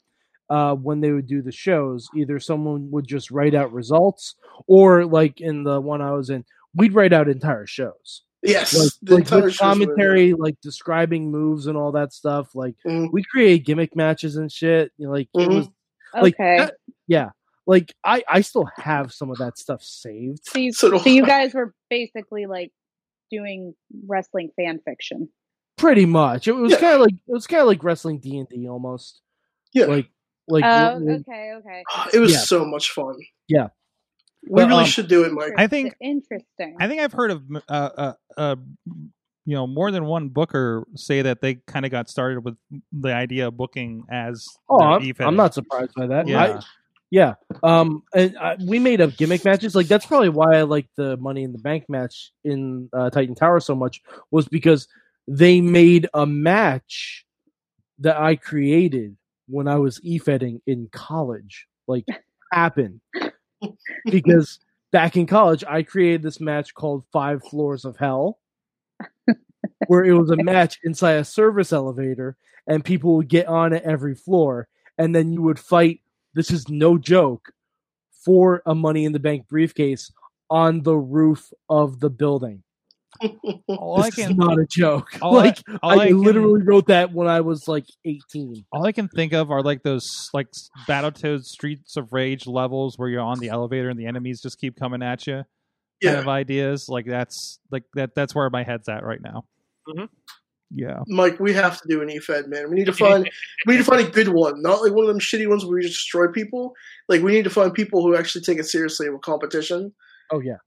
F: uh, when they would do the shows, either someone would just write out results, or like in the one I was in, we'd write out entire shows,
D: Yes,
F: like,
D: the
F: like
D: entire
F: with
D: show's gonna-
F: commentary, like describing moves and all that stuff. Like
D: Mhm.
F: we create gimmick matches and shit. You know, like it
D: Mhm.
F: was like
E: Okay.
F: that- yeah. Like I, I still have some of that stuff saved.
E: so, you,
D: So do
E: so you
D: I.
E: guys were basically like doing wrestling fan fiction.
F: Pretty much, it was
D: Yeah.
F: kind of like it was kind of like wrestling D and D almost.
D: Yeah.
F: Like, like
E: oh,
F: we- we-
E: okay, okay.
D: It was
F: Yeah.
D: so much fun.
F: Yeah.
D: we
F: But,
D: really
F: um,
D: should do it, Mike.
B: I think-
E: interesting.
B: I think I've heard of uh, uh, uh, you know more than one booker say that they kind of got started with the idea of booking as.
F: Oh,
B: their E
F: I'm,
B: Eve
F: I'm
B: heading.
F: not surprised by that.
B: Yeah.
F: I- yeah. Um, and I, we made up gimmick matches. Like that's probably why I like the Money in the Bank match in uh, Titan Tower so much was because they made a match that I created when I was e-fetting in college. Like happen because back in college I created this match called Five Floors of Hell. Where it was a match inside a service elevator, and people would get on at every floor, and then you would fight this is no joke for a money in the bank briefcase on the roof of the building.
B: all I
F: this
B: can
F: is not a joke.
B: all I-
F: like
B: all
F: I,
B: I can-
F: literally wrote that when I was like 18.
B: all I can think of are like those like Battletoads Streets of Rage levels where you're on the elevator and the enemies just keep coming at you.
D: yeah.
B: Kind of ideas like that's like that. That's where my head's at right now.
D: Mm-hmm.
F: Mhm.
B: Yeah.
D: Mike, we have to do an E EFED, man. We need to find we need to find a good one, not like one of them shitty ones where we just destroy people. Like we need to find people who actually take it seriously with competition.
F: Oh yeah.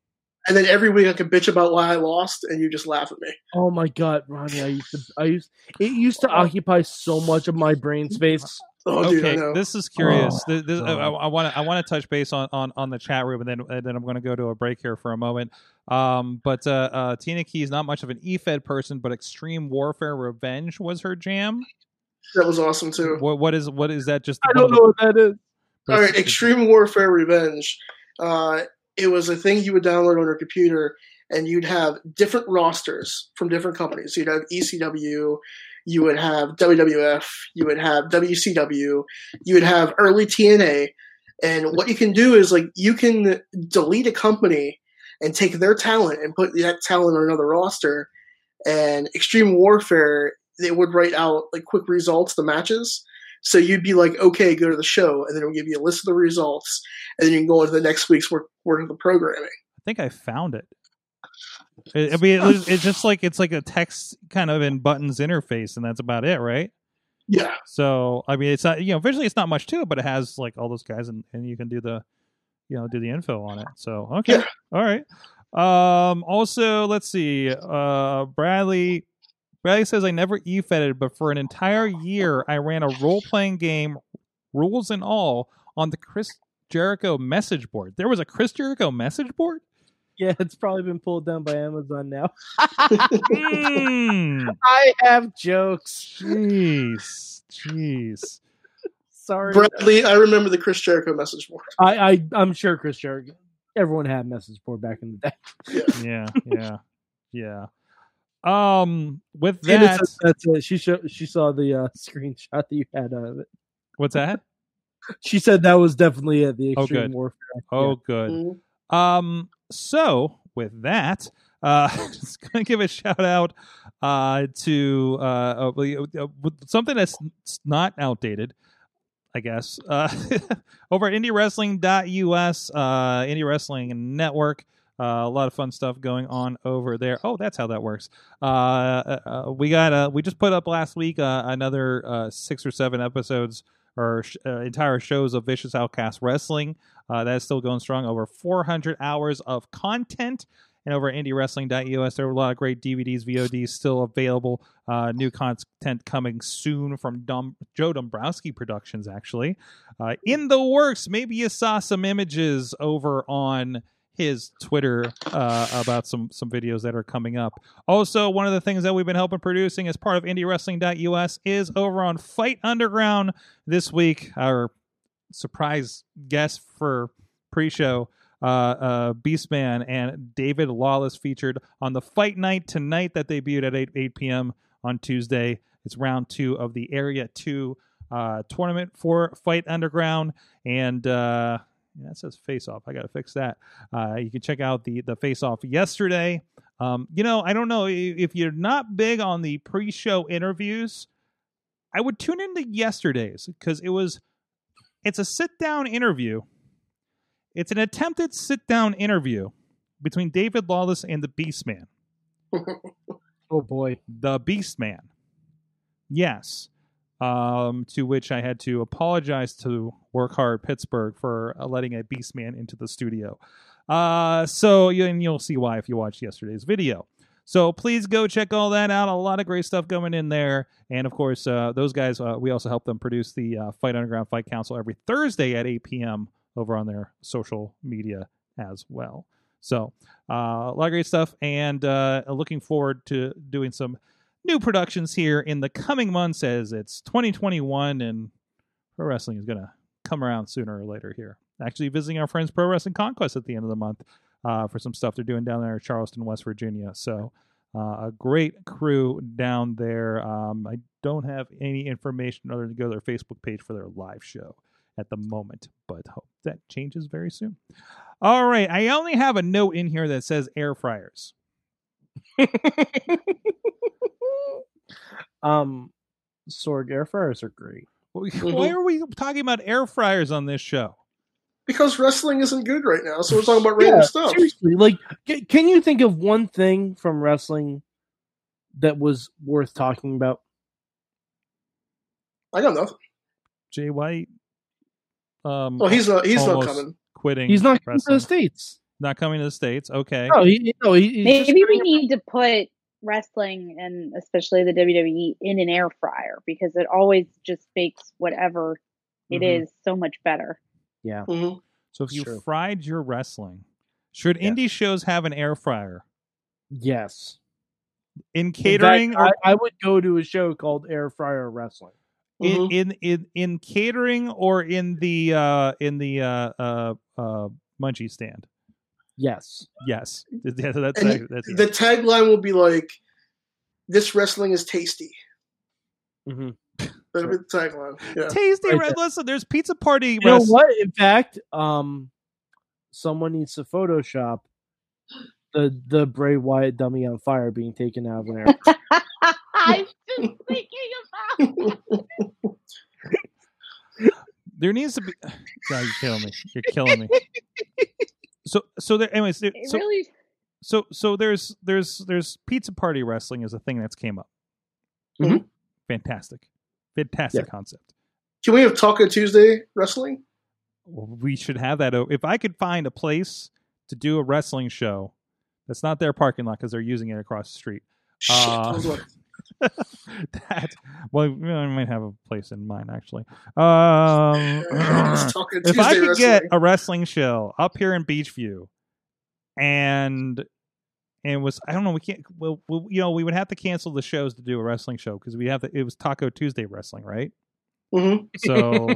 D: And then every week I can bitch about why I lost, and you just laugh at me.
F: Oh my god, Ronnie, I used to I used it used to occupy so much of my brain space.
D: Oh, dude, I
B: okay.
D: know.
B: This is curious.
F: Oh,
B: Th- this- I-
F: God.
B: I want to I want to touch base on, on on the chat room and then and then I'm going to go to a break here for a moment. Um, but uh, uh, Tina Key is not much of an EFED person, but Extreme Warfare Revenge was her jam.
D: that was awesome too.
B: What, what is what is that? Just
F: I
B: one
F: don't
B: of
F: know what that is.
B: the-
D: All right, Extreme Warfare Revenge. Uh, it was a thing you would download on your computer, and you'd have different rosters from different companies. So you'd have ECW, you would have WWF, you would have WCW, you would have early TNA. And what you can do is like you can delete a company and take their talent and put that talent on another roster. And Extreme Warfare it would write out like quick results, the matches. So you'd be like, okay, go to the show, and then it'll give you a list of the results, and then you can go into the next week's work, work of the programming.
B: I think I found it. It- I mean, it was- it's just like it's like a text kind of in buttons interface, and that's about it, right?
D: Yeah,
B: So I mean, it's not you know visually it's not much to it, but it has like all those guys, and, and you can do the you know do the info on it. So okay,
D: Yeah.
B: all right. Um, also, let's see. Uh, Bradley Bradley says I never e-fetted, but for an entire year I ran a role playing game, rules and all, on the Chris Jericho message board. There was a Chris Jericho message board.
F: Yeah, it's probably been pulled down by Amazon now.
B: Mm,
F: I have jokes.
B: Jeez, jeez.
F: Sorry,
D: Bradley, I remember the Chris Jericho message board.
F: I, I I'm sure Chris Jericho. Everyone had message board back in the day.
B: yeah, yeah, yeah. Um, with
F: And
B: that,
F: it's- that's it. uh, She show, she saw the uh, screenshot that you had of it.
B: what's that?
F: She said that was definitely at the
B: Oh,
F: extreme
B: good.
F: warfare.
B: Oh, good.
D: Mhm.
B: Um, so with that, uh, just gonna give a shout out, uh, to uh, uh, we- uh, with something that's s- not outdated. I guess uh, over at indiewrestling.us, uh, Indie Wrestling Network. Uh, a lot of fun stuff going on over there. Oh, that's how that works. Uh, uh, uh, we got uh, we just put up last week uh, another uh, six or seven episodes or sh- uh, entire shows of Vicious Outcast Wrestling. Uh, that is still going strong. Over 400 hours of content. And over at indiewrestling.us, E there are a lot of great DVDs, VODs still available. Uh, new content coming soon from Dom- Joe Dombrowski Productions, actually. Uh, in the works, maybe you saw some images over on his Twitter uh, about some, some videos that are coming up. Also, one of the things that we've been helping producing as part of indiewrestling.us E is over on Fight Underground this week. Our surprise guest for pre-show uh, uh, Beastman and David Lawless featured on the Fight Night tonight that debuted at 8, 8 p.m. on Tuesday. It's round two of the Area 2 uh, tournament for Fight Underground. And uh, yeah, that says face off. I got to fix that. Uh, you can check out the, the face off yesterday. Um, you know, I don't know i- if you're not big on the pre show interviews, I would tune into yesterday's because it was it's a sit down interview. It's an attempted sit down interview between David Lawless and the Beastman.
F: Oh boy,
B: The Beastman. Yes. Um, to which I had to apologize to Work Hard Pittsburgh for uh, letting a Beastman into the studio. Uh, so you, and you'll see why if you watch yesterday's video. So please go check all that out. A lot of great stuff coming in there, and of course, uh, those guys. Uh, we also help them produce the uh, Fight Underground Fight Council every Thursday at 8 p.m. over on their social media as well. So uh, a lot of great stuff, and uh, looking forward to doing some new productions here in the coming months as it's 2021 and pro wrestling is gonna come around sooner or later here. Actually, visiting our friends Pro Wrestling Conquest at the end of the month uh, for some stuff they're doing down there in Charleston, West Virginia. So uh, a great crew down there. Um, I don't have any information other than go to their Facebook page for their live show at the moment, but hope that changes very soon. All right, I only have a note in here that says air fryers.
F: um, Sorg air fryers are great.
B: Why
F: Mm-hmm.
B: are we talking about air fryers on this show?
D: Because wrestling isn't good right now, so we're talking about random stuff.
F: seriously. Like, c- can you think of one thing from wrestling that was worth talking about?
D: I got nothing.
B: Jay White. Um,
D: Well, he's not. He's
B: Almost.
D: not coming.
B: quitting.
F: He's not coming to
B: wrestling.
F: the Oh, states.
B: not coming to the states. Okay.
F: No, he, no, he, he's just
E: Maybe we
F: getting-
E: need to put wrestling and especially the WWE in an air fryer because it always just makes whatever it is
B: Mhm.
E: so much better.
F: yeah.
D: Mhm.
B: So if you
F: Sure.
B: fried your wrestling, should
F: Yes.
B: indie shows have an air fryer
F: Yes.
B: in
F: In fact,
B: catering or
F: I, I would go to a show called Air Fryer Wrestling.
B: in,
F: Mm-hmm.
D: Mhm.
B: in in in catering or in the uh in the uh uh, uh munchie stand?
F: Yes.
B: Yes, Yeah, that's
D: And
B: ac- that's
D: The tagline will be like, "This wrestling is tasty."
F: Mm-hmm.
D: That'll be the tagline. Yeah.
B: tasty.
F: right
B: red. Listen, there's pizza party.
F: You know
B: wrest-
F: what? In fact, um, someone needs to Photoshop the the Bray Wyatt dummy on fire being taken out of an air.
E: I I'm thinking about?
B: There needs to be. God, you're killing me. You're killing me. So so there. Anyways, there,
E: It
B: so
E: really
B: so so there's there's there's pizza party wrestling is a thing that's came up.
D: Mhm.
B: Fantastic, fantastic concept.
D: Can we have Taco Tuesday wrestling?
B: We should have that. o- If I could find a place to do a wrestling show, that's not their parking lot because they're using it across the street.
D: Shit.
B: Uh,
D: I was like,
B: that well, you know, I might have a place in mind actually. Um,
D: it's Taco Tuesday
B: if I could
D: wrestling.
B: get a wrestling show up here in Beachview, and and was I don't know we can't well, well you know we would have to cancel the shows to do a wrestling show because we have to, it was Taco Tuesday wrestling right
D: Mhm.
B: so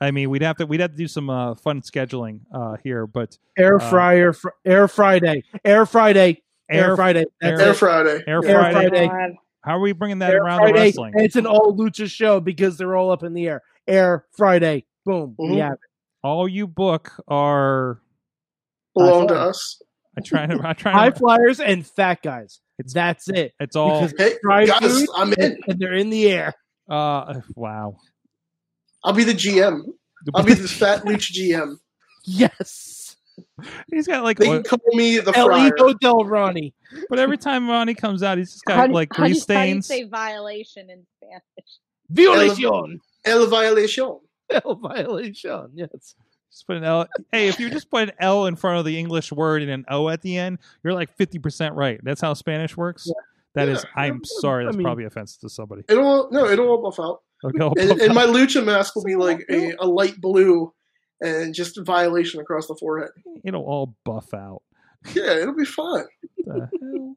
B: I mean we'd have to we'd have to do some uh, fun scheduling uh, here but
F: Air
B: Uh,
F: fryer, fr- air Friday, air Friday, air,
B: Air-
F: Friday. That's
D: Mm-hmm. Air
F: it.
D: Friday.
B: Air
D: Yeah.
B: Friday.
F: Friday.
E: God.
B: how are we bringing that
F: Air
B: around
F: Friday.
B: the wrestling
F: It's an all lucha show because they're all up in the air. Air Friday, boom.
D: Mhm.
F: Yeah,
B: all you book are
D: Belong to
F: High
D: us.
B: I try to I try
F: high
B: to
F: flyers and fat guys.
B: It's-
F: That's it.
B: it's all
F: because
D: Hey,
F: fried
D: guys,
F: food
D: I'm
F: and,
D: in.
F: and they're in the air.
B: uh wow
D: I'll be the GM. I'll be the fat lucha GM.
F: Yes,
B: he's got like
D: They
B: oil-
D: can call me the
F: El
D: fryer.
F: Hijo Del Ronnie.
B: But every time Ronnie comes out, he's just got
E: How do-
B: like
E: how do you-
B: grease stains.
E: How do you say violation in Spanish?
F: Violation.
D: El Violation.
F: El Violation. Yes.
B: Just put an L. Hey, if you just put an L in front of the English word and an O at the end, you're like fifty percent right. That's how Spanish works. That is,
D: Yeah.
B: I'm sorry,
F: I
B: that's
F: mean-
B: probably offensive to somebody.
D: It'll no, it'll all buff out.
B: Okay, I'll
D: And,
B: pop
D: and
B: out.
D: my lucha mask will be like a, a light blue and just violation across the forehead.
B: it'll all buff out.
D: Yeah, it'll be fun.
B: The hell?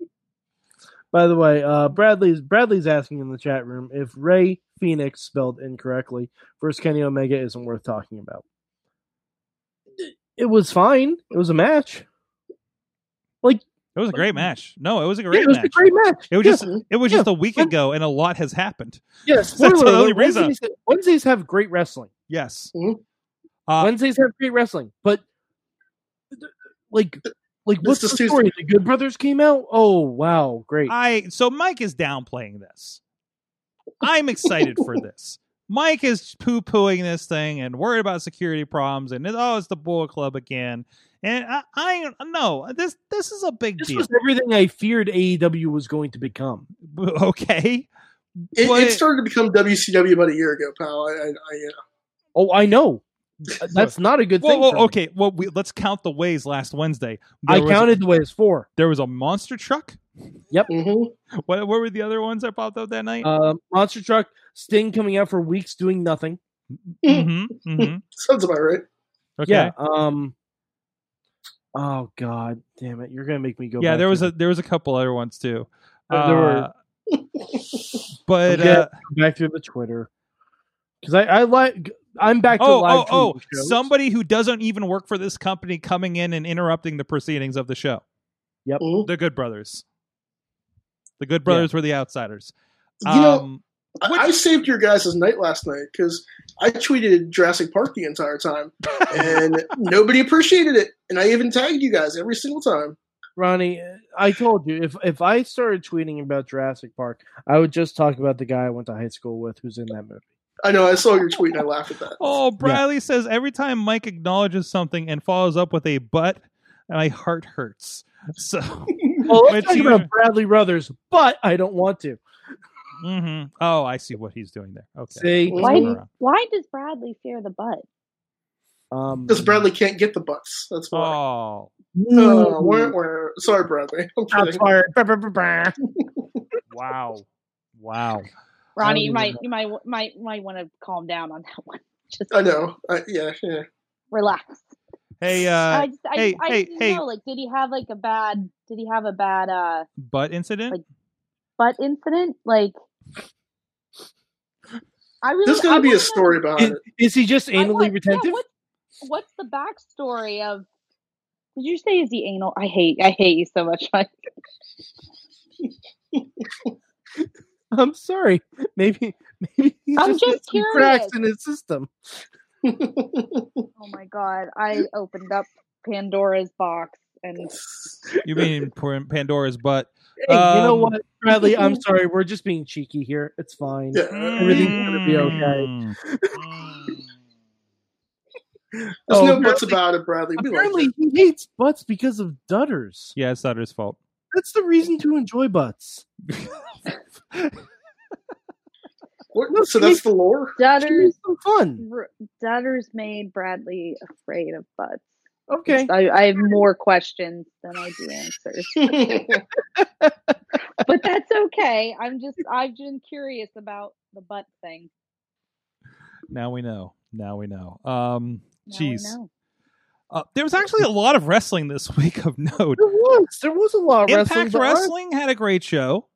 F: By the way, uh, Bradley's Bradley's asking in the chat room if Ray Phoenix spelled incorrectly versus Kenny Omega isn't worth talking about. It was fine. It was a match.
B: It was a great match. No, it was a great
F: It was
B: match.
F: a great match.
B: It was
F: Yeah.
B: just it was
F: Yeah.
B: just a week
F: Yeah.
B: ago, and a lot has happened.
F: yeah.
B: the
F: spoiler
B: only
F: alert,
B: reason.
F: Wednesdays, Wednesdays have great wrestling.
B: Yes,
D: Mhm.
B: Uh,
F: Wednesdays have great wrestling, but like, like what's the
D: This is
F: story? The Good Brothers came out. Oh wow, great!
B: I so Mike is downplaying this. I'm excited for this. Mike is poo pooing this thing and worried about security problems and oh, it's the Bullet Club again. And I, I no, this this is a big
F: This
B: deal.
F: was everything I feared AEW was going to become.
B: okay,
D: It,
B: But-
D: it started to become WCW about a year ago, pal. I, I, uh, I, yeah.
F: Oh, I know. That's not a good
B: Whoa,
F: thing.
B: whoa,
F: for me.
B: okay. Well, we, let's count the ways. Last Wednesday,
F: I
B: was-
F: counted the way as four.
B: There was a monster truck.
F: Mm-hmm.
D: hmm
B: What, what were the other ones that popped up that night?
F: Um, Monster Truck, Sting coming out for weeks doing nothing.
B: hmm hmm
D: Sounds about right.
B: Okay.
F: Yeah. Um. Oh God, damn it! You're gonna make me go.
B: yeah
F: back
B: there
F: to
B: was
F: the-
B: a there was a couple other ones too
F: There- there were-
B: Uh, but
F: Yeah,
B: uh,
F: back through the Twitter because I I like I'm back to
B: oh oh
F: live.
B: oh
F: tweeting shows.
B: somebody who doesn't even work for this company coming in and interrupting the proceedings of the show
F: Mm-hmm.
D: Mhm.
B: the good brothers the good brothers were the outsiders
D: You know,
B: um,
D: I-
B: which-
D: I saved your guys' night last night because I tweeted Jurassic Park the entire time, and nobody appreciated it. And I even tagged you guys every single time.
F: Ronnie, I told you if if I started tweeting about Jurassic Park, I would just talk about the guy I went to high school with who's in that movie.
D: I know I saw your tweet and I laughed at that.
B: oh bradley says every time mike acknowledges something and follows up with a but my heart hurts so
F: Well, let's
B: Which
F: talk
B: you-
F: about Bradley Brothers, but I don't want to.
B: mhm. oh i see what he's doing there okay
F: See,
D: Why
B: Let's go
D: did-
B: around.
E: Why does Bradley fear the butt?
F: um,
D: Because Bradley can't get the butts. That's why.
B: oh
D: Uh, wah, wah. Sorry, Bradley. I'm
F: shots
D: kidding.
F: fired. Brr, brr, brr, brr.
B: wow wow
E: Ronnie,
F: I
E: you
F: don't
E: might
F: even
E: you might might might want to calm down on that one. Just
D: I know. I, yeah, yeah.
E: relax.
B: hey uh
E: I just I,
B: hey,
E: I
B: hey,
E: didn't
B: hey.
E: know. Like, did he have like a bad? Did he have a bad uh
B: butt incident
E: Like- butt incident? Like, I really.
D: There's going
E: I
D: to be
E: wanna
D: a story
F: Is,
B: Mm-hmm.
D: behind it.
F: is he just
E: know- I
F: anally
E: want- yeah,
F: retentive?
E: what's, what's the backstory of? Did you say is he anal? I hate I hate you so much. Mike.
F: I'm sorry. Maybe maybe he's
E: I'm
F: just, got
E: just
F: some cracks
E: curious.
F: in his system.
E: Oh my god! I opened up Pandora's box and
B: You mean Pan- Pandora's butt?
F: Hey, you know
B: Um,
F: what, Bradley? I'm sorry. We're just being cheeky here. It's fine.
D: Yeah.
F: Everything's gonna be okay.
B: Mm.
D: There's
F: Oh,
D: no buts
F: apparently-
D: about it, Bradley. We like
F: Apparently,
D: it.
F: he hates butts because of dutters.
B: Yeah, it's Sutter's fault.
F: That's the reason to enjoy butts.
D: What- So that's the lore.
F: It's
E: Dutters
F: some fun.
E: r- Dutters made Bradley afraid of butts.
F: Okay.
E: I, I have more questions than I do answers, but that's okay. I'm just I've been curious about the butt thing.
B: Now we know. Now we know. Um,
E: Now I
B: jeez.
E: know.
B: Uh, there was actually a lot of wrestling this week of note.
F: There was. There was a lot of wrestling.
B: Impact
F: but
B: Wrestling had a great show.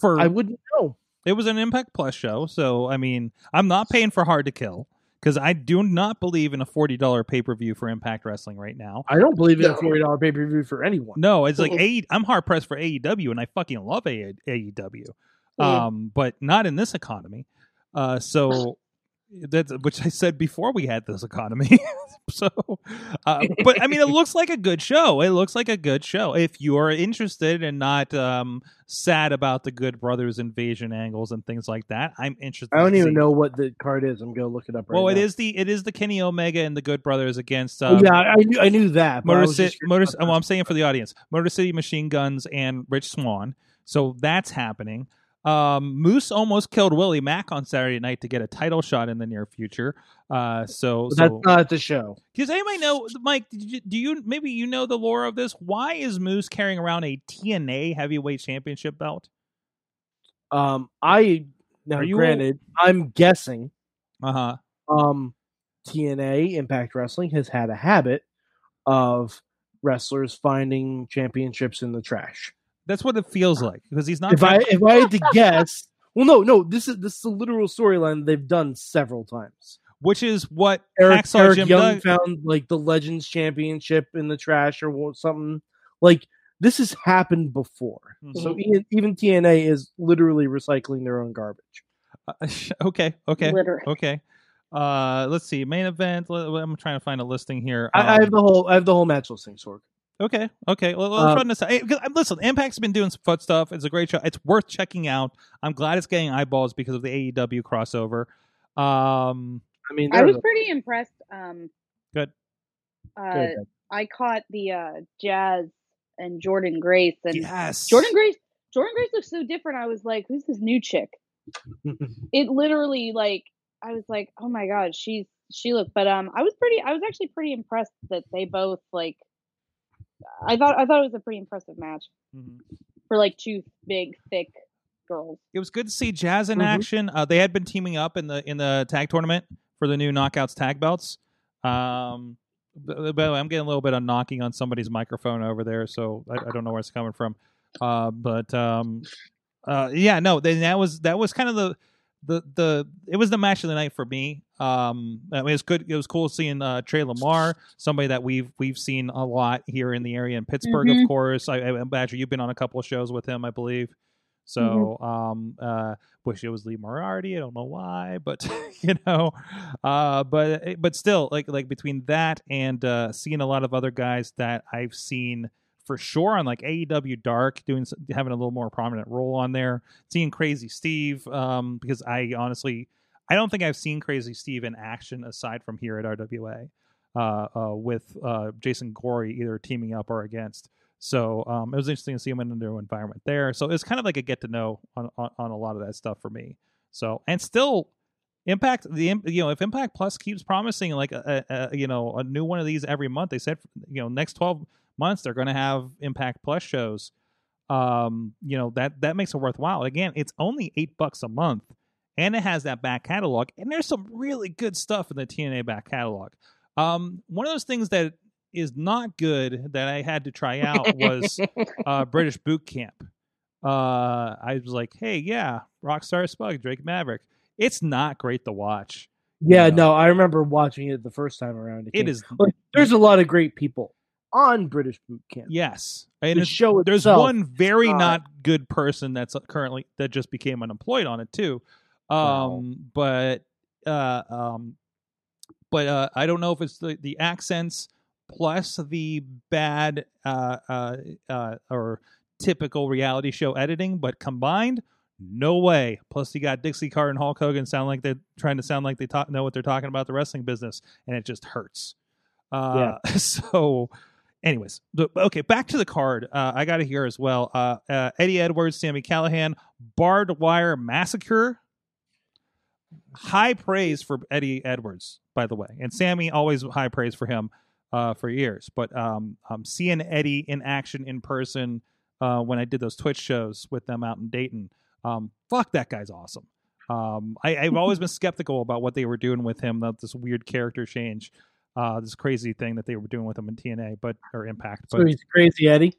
B: For
F: I wouldn't know.
B: it was an Impact Plus show, so I mean, I'm not paying for Hard to Kill because I do not believe in a forty dollar pay per view for Impact Wrestling right now.
F: I don't believe in a
D: No.
F: forty dollar pay per view for anyone.
B: No, it's like
D: Mhm.
B: AE, I'm hard pressed for AEW, and I fucking love E, AE, AEW,
D: Mhm.
B: um, but not in this economy. Uh, so that's which I said before we had this economy. so, uh, but I mean, it looks like a good show. It looks like a good show if you are interested and not um, sad about the Good Brothers invasion angles and things like that. I'm interested.
F: I don't
B: to
F: even
B: see.
F: know what the card is. I'm gonna look it up right
B: Well,
F: now.
B: it is the it is the Kenny Omega and the Good Brothers against
F: Oh,
B: um,
F: yeah, I knew, I knew that. but I
B: Motor
F: was
B: City,
F: just
B: Motor,
F: curious about
B: well, I'm saying for the audience, Motor City Machine Guns and Rich Swan. So that's happening. Um, Moose almost killed Willie Mack on Saturday night to get a title shot in the near future. Uh, so, so
F: that. That's not at the show.
B: does anybody know, Mike? Did you, do you maybe you know the lore of this? Why is Moose carrying around a TNA Heavyweight Championship belt?
F: Um, I now
B: Are you-
F: granted, I'm guessing.
B: Uh huh.
F: Um, TNA Impact Wrestling has had a habit of wrestlers finding championships in the trash.
B: That's what it feels like because he's not.
F: If I if I had to guess, well, no, no, this is this is a literal storyline they've done several times.
B: which is what
F: Eric,
B: Hacksaw
F: Eric
B: Jim
F: Young
B: Duggan-
F: found like the Legends Championship in the trash or wa- something. Like this has happened before. So
B: Mm-hmm.
F: even, even TNA is literally recycling their own garbage.
B: okay, okay,
E: Literally.
B: Okay. Uh, let's see. Main event. Let- I'm trying to find a listing here.
F: I, I
B: Um,
F: have the whole I have the whole match listing, Sorg.
B: okay. Okay. Well, let's
F: Uh,
B: run this. Out. Hey, 'cause, um, listen, Impact's been doing some fun stuff. It's a great show. It's worth checking out. I'm glad it's getting eyeballs because of the AEW crossover. Um,
F: I mean,
E: I
F: there
E: was
F: was-
E: pretty impressed. Um,
B: Good.
E: Uh,
F: Good.
E: I caught the uh, Jazz and Jordan Grace, and
B: yes.
E: Jordan Grace. Jordan Grace looks so different. I was like, "Who's this new chick?" It literally, like, I was like, "Oh my god, she's she looked." But um, I was pretty. I was actually pretty impressed that they both like. I thought I thought it was a pretty impressive match
B: Mhm.
E: for like two big thick girls.
B: It was good to see Jazz in
F: Mhm.
B: action. Uh, they had been teaming up in the in the tag tournament for the new knockouts tag belts. Um, b- by, the way, I'm getting a little bit of knocking on somebody's microphone over there, so I, I don't know where it's coming from. Uh, but um, uh, yeah, no, then that was that was kind of the the the it was the match of the night for me. Um, I mean, it was good. It was cool seeing uh, Trey Lamar, somebody that we've we've seen a lot here in the area in Pittsburgh, of
E: Mhm.
B: course. I, I Badger, you've been on a couple of shows with him, I believe. So, um, uh, wish it was Lee Moriarty. I don't know why, but you know, uh, but but still, like like between that and uh, seeing a lot of other guys that I've seen for sure on like AEW Dark doing s- having a little more prominent role on there. Seeing Crazy Steve um, because I honestly I don't think I've seen Crazy Steve in action aside from here at RWA uh, uh, with uh, Jason Gorey either teaming up or against. So um, it was interesting to see him in a new environment there. So it's kind of like a get to know on, on, on a lot of that stuff for me. So and still impact the im- you know if impact plus keeps promising like a, a, a you know a new one of these every month they said you know next 12 months they're going to have impact plus shows um you know that that makes it worthwhile again it's only eight bucks a month and it has that back catalog and there's some really good stuff in the tna back catalog um one of those things that is not good that i had to try out was uh british boot camp uh i was like hey yeah rockstar spug drake maverick it's not great to watch
F: yeah,
B: Yeah.
F: no, I remember watching it the first time around.
B: it
F: came-
B: is
F: like, there's a lot of great people on British boot camp.
B: yes
F: the
B: and it's
F: show
B: there's
F: itself,
B: one very
F: not-
B: not good person that's currently that just became unemployed on it too um but uh um but uh i don't know if it's the the accents plus the bad uh, uh, uh, or typical reality show editing, but combined, no way. Plus, you got Dixie Carter and Hulk Hogan sound like they're trying to sound like they talk, know what they're talking about the wrestling business, and it just hurts. Uh, So, anyways, the- okay, back to the card. Uh, I got it here as well. Uh, uh, Eddie Edwards, Sammy Callahan, barbed wire massacre. High praise for Eddie Edwards, by the way, and Sammy always high praise for him uh, for years. But um, um, seeing Eddie in action in person uh, when I did those Twitch shows with them out in Dayton, um, fuck that guy's awesome. Um, I, I've always been skeptical about what they were doing with him, that this weird character change, uh, this crazy thing that they were doing with him in TNA, but or Impact. But
F: So he's crazy Eddie.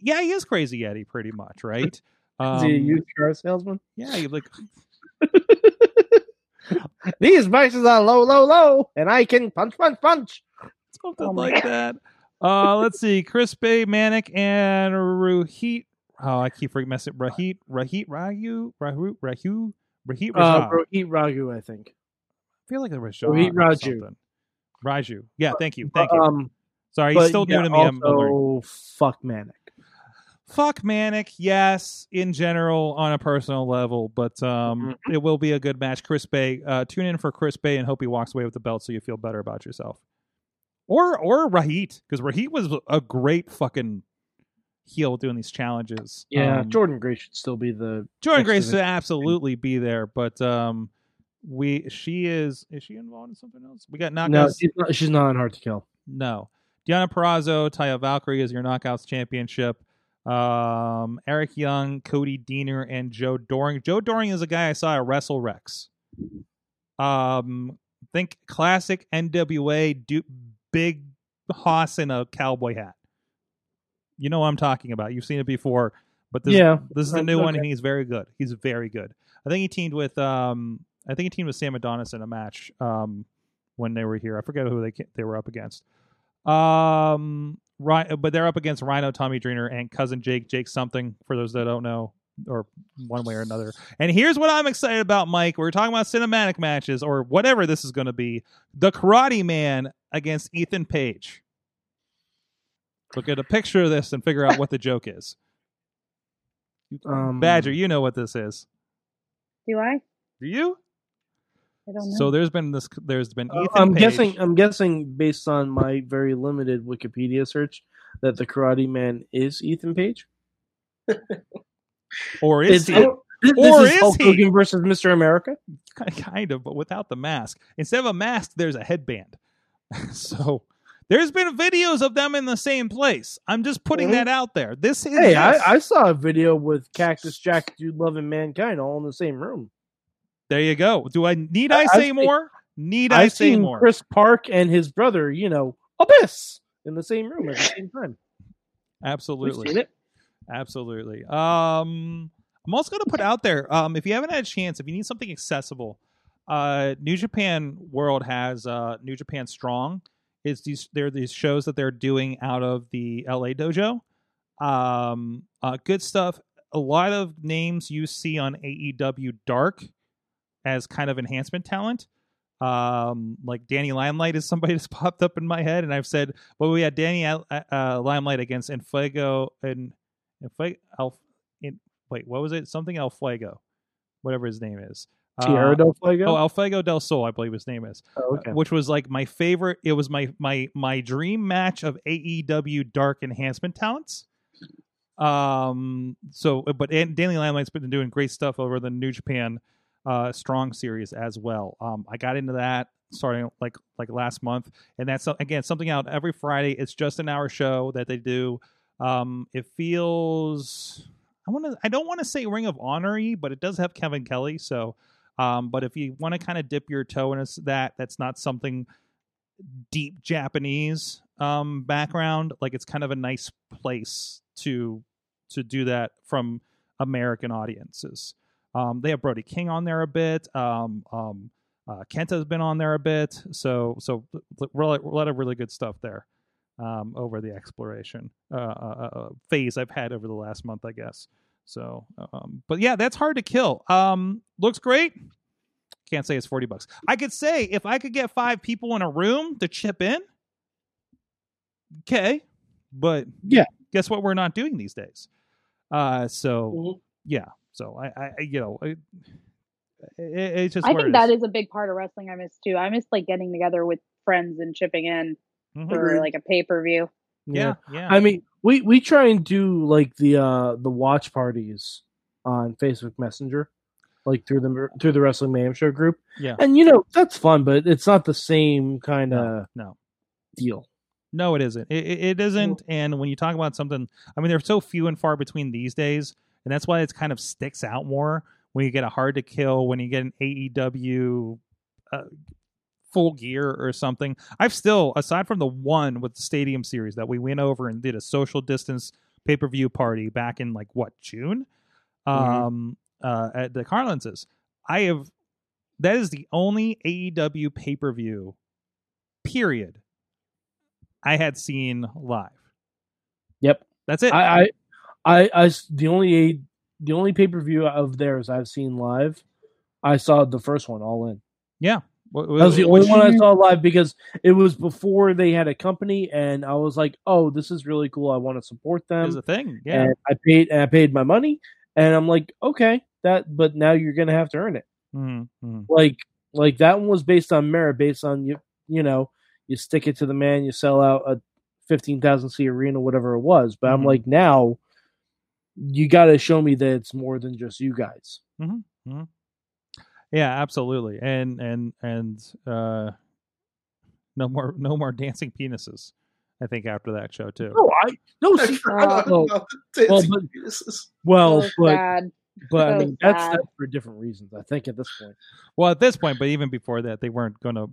B: yeah, he is crazy Eddie, pretty much, right?
F: Is he a
B: Um,
F: used car salesman?
B: yeah, you like
F: These prices are low, low, low, and I can punch, punch, punch.
B: something
E: Oh my
B: like that. Uh, let's see, Chris Bay, Manic, and Ruhit. Oh, I keep forgetting messing. Rahit, Rahit, Rayu, Rahu, Rahu, Rahit, Rajah.
F: Uh, bro, eat ragu, I think.
B: I feel like it was
F: Rohit
B: Raju.
F: Raju.
B: Something. Raju. Yeah, thank you, thank you.
F: Um,
B: Sorry, he's
F: but
B: still
F: yeah,
B: new to me. I'm- I'm learning.
F: Also, fuck manic.
B: fuck manic yes in general on a personal level but um
F: Mm-hmm.
B: it will be a good match chris bay uh tune in for chris bay and hope he walks away with the belt so you feel better about yourself or or rahit because rahit was a great fucking heel doing these challenges Um,
F: Jordan Gray should still be the.
B: jordan
F: next
B: grace
F: division.
B: should absolutely be there but um we she is is she involved in something else we got knockouts
F: No, she's not, she's not on Hard to Kill.
B: no. Diana Perrazzo, Taya Valkyrie is your knockouts championship. Um, Eric Young, Cody Diener, and Joe Doring. Joe Doring is a guy I saw at Wrestle Rex. Um, think classic NWA du- big hoss in a cowboy hat. You know what I'm talking about. You've seen it before, but this
F: yeah,
B: this is the
F: Uh,
B: new one, and
F: okay.
B: he's very good. He's very good. I think he teamed with um, I think he teamed with Sam Adonis in a match um, when they were here. I forget who they ca- they were up against. Um, right, but they're up against Rhino, Tommy Dreamer, and cousin Jake, Jake something. For those that don't know, or one way or another. And here's what I'm excited about, Mike. We're talking about cinematic matches or whatever this is going to be. The Karate Man against Ethan Page. Look at a picture of this and figure out what the joke is.
F: um,
B: Badger, you know what this is.
E: Do I?
B: Do you?
E: I don't know.
B: So there's been this. There's been
F: Uh,
B: Ethan.
F: I'm
B: Page.
F: guessing. I'm guessing based on my very limited Wikipedia search that the Karate Man is Ethan Page.
B: or is
F: it's-
B: he?
F: oh. This, this
B: Or
F: is
B: is
F: Hulk
B: he?
F: Hogan versus Mr. America.
B: Kind of, but without the mask. Instead of a mask, there's a headband. so there's been videos of them in the same place. I'm just putting
D: Mhm.
B: that out there. This is.
F: Hey, I, I saw a video with Cactus Jack, Dude Love, and Mankind all in the same room.
B: there you go. Do I need I,
F: I- I've
B: say
F: seen-
B: more? Need I
F: I've
B: say
F: seen
B: more?
F: Chris Park and his brother, you know, Abyss in the same room at the same time. We've
B: Absolutely.
F: seen it.
B: Absolutely. Um, I'm also going to put out there um, if you haven't had a chance, if you need something accessible, uh, New Japan World has uh, New Japan Strong. It's these there are these shows that they're doing out of the LA dojo. Um, uh, good stuff. A lot of names you see on AEW Dark as kind of enhancement talent. Um, like Danny Limelight is somebody that's popped up in my head, and I've said, well, we had Danny uh, uh, Limelight against Infuego and in Fue- El, in, wait, what was it? Something El Fuego, whatever his name is. Uh,
F: Tierra del
B: oh,
F: Fuego.
B: El Fuego uh, del Sol, I believe his name is,
F: Oh, okay.
B: which was like my favorite. It was my my my dream match of AEW Dark Enhancement talents. Um. So, but and Danny Lamlight's been doing great stuff over the New Japan uh Strong series as well. Um, I got into that starting like like last month, and that's uh, again something out every Friday. It's just an hour show that they do. Um, it feels I want to I don't want to say Ring of Honor, but it does have Kevin Kelly. So, um, but if you want to kind of dip your toe in us- that, that's not something deep Japanese um background. Like it's kind of a nice place to to do that from American audiences. Um, they have Brody King on there a bit. Um, um, uh, Kenta's been on there a bit. So so a lot of really good stuff there um, over the exploration uh, uh, uh, phase I've had over the last month, I guess. So, um, but yeah, that's hard to kill. Um, looks great. Can't say it's forty bucks. I could say if I could get five people in a room to chip in, okay, but
F: Yeah.
B: guess what? We're not doing these days. Uh, so
D: Mhm.
B: yeah, so I, I, I- you know, it, it, it's just
E: I
B: where
E: think
B: it
E: that is a big part of wrestling I miss too. I miss like getting together with friends and chipping in
B: Mhm.
E: for
D: Agreed.
E: like a pay per view.
B: Yeah, yeah.
F: I mean, we we try and do like the uh the watch parties on Facebook Messenger, like through the through the Wrestling Mayhem Show group.
B: Yeah.
F: and you know that's fun, but it's not the same kind of
B: no.
F: deal.
B: No, it isn't. It, it, it isn't. And when you talk about something, I mean, they're so few and far between these days, and that's why it's kind of sticks out more when you get a hard to kill, when you get an AEW uh, full gear or something. I've still, aside from the one with the Stadium Series that we went over and did a social distance pay per view party back in like what June,
F: Mm-hmm.
B: um, uh, at the Carlinses, I have. That is the only AEW pay per view, period, I had seen live.
F: Yep.
B: That's it.
F: I, I, I, I s- the only a the only pay per view of theirs I've seen live. I saw the first one all in.
B: Wh- wh-
F: That was the
B: which-
F: only one I saw live because it was before they had a company, and I was like, "Oh, this is really cool. I want to support them."
B: is a thing. Yeah.
F: and I paid and I paid my money, and I'm like, okay, that. But now you're gonna have to earn it.
B: Mhm, mhm.
F: Like, like that one was based on merit, based on you, you know, you stick it to the man, you sell out a fifteen thousand seat arena, whatever it was. But
B: Mhm.
F: I'm like, now you got to show me that it's more than just you guys.
B: Yeah, absolutely. And and and uh no more no more dancing penises. I think after that show too.
F: No, I no.
D: I
F: See, uh,
D: forgot
F: well,
D: about the
F: well,
D: dancing
F: but-
D: penises.
F: well,
E: So
F: but
E: sad.
F: but I
E: so
F: mean that's
E: sad.
F: that's for different reasons. I think at this point,
B: Well, at this point, but even before that, they weren't going to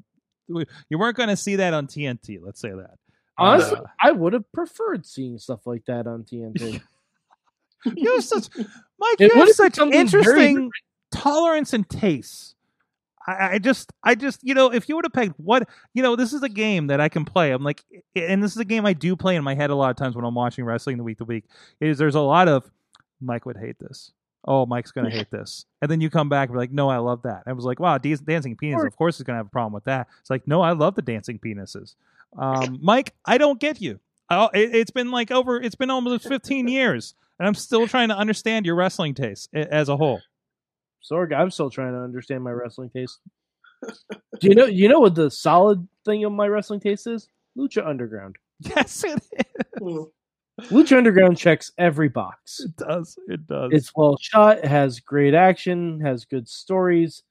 B: you weren't going to see that on TNT, let's say that.
F: honestly,
B: Uh,
F: I would have preferred seeing stuff like that on TNT.
B: you have such Mike,
F: It
B: you have
F: would've
B: such
F: been something very
B: interesting
F: different.
B: tolerance and tastes. I, I just, I just, you know, if you would have pegged what, you know, this is a game that I can play. I'm like, and this is a game I do play in my head a lot of times when I'm watching wrestling the week to week. Is there's a lot of Mike would hate this. Oh, Mike's gonna hate this, and then you come back and be like, "No, I love that." I was like, "Wow, these dancing penis. Of course, he's gonna have a problem with that." It's like, "No, I love the dancing penises." Um, Mike, I don't get you. I, it, it's been like over. It's been almost 15 years, and I'm still trying to understand your wrestling taste a- as a whole.
F: Sorg, I'm still trying to understand my wrestling taste. Do you know you know what the solid thing of my wrestling taste is? Lucha Underground.
B: Yes, it
D: Mm.
F: Lucha Underground checks every box.
B: It does. It does.
F: It's well shot, has great action, has good stories.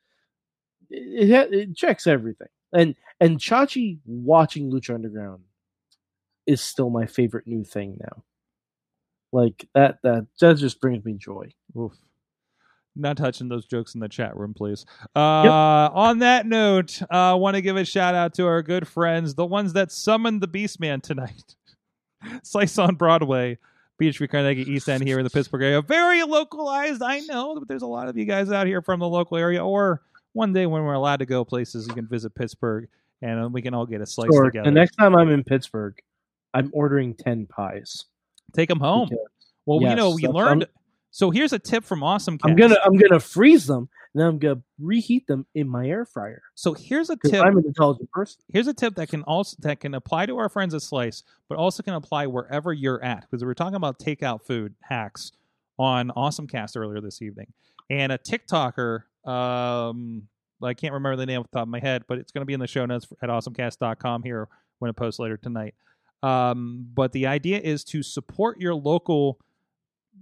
F: It, it, ha- it checks everything. And and Chachi watching Lucha Underground is still my favorite new thing now. Like that that that just brings me joy.
B: Oof. Not touching those jokes in the chat room, please. Uh, On that note, I uh, want to give a shout out to our good friends, the ones that summoned the Beastman tonight. Slice on Broadway, Beachview, Carnegie East End here in the Pittsburgh area. Very localized, I know, but there's a lot of you guys out here from the local area. Or one day when we're allowed to go places, you can visit Pittsburgh and uh, we can all get a slice
F: Sorg,
B: together.
F: the next time I'm in Pittsburgh, I'm ordering ten pies.
B: Take them home.
F: because-
B: Well, you
F: Yes,
B: know, we
F: that's-
B: learned.
F: I'm-
B: so here's a tip from Awesome Cast.
F: I'm gonna I'm gonna freeze them, and then I'm gonna reheat them in my air fryer
B: So here's a
F: because
B: tip.
F: I'm an intelligent person.
B: here's a tip that can also that can apply to our friends at Slice, but also can apply wherever you're at because we were talking about takeout food hacks on AwesomeCast earlier this evening, and a TikToker, um, I can't remember the name off the top of my head, but it's going to be in the show notes at AwesomeCast.com here when it posts later tonight. Um, but the idea is to support your local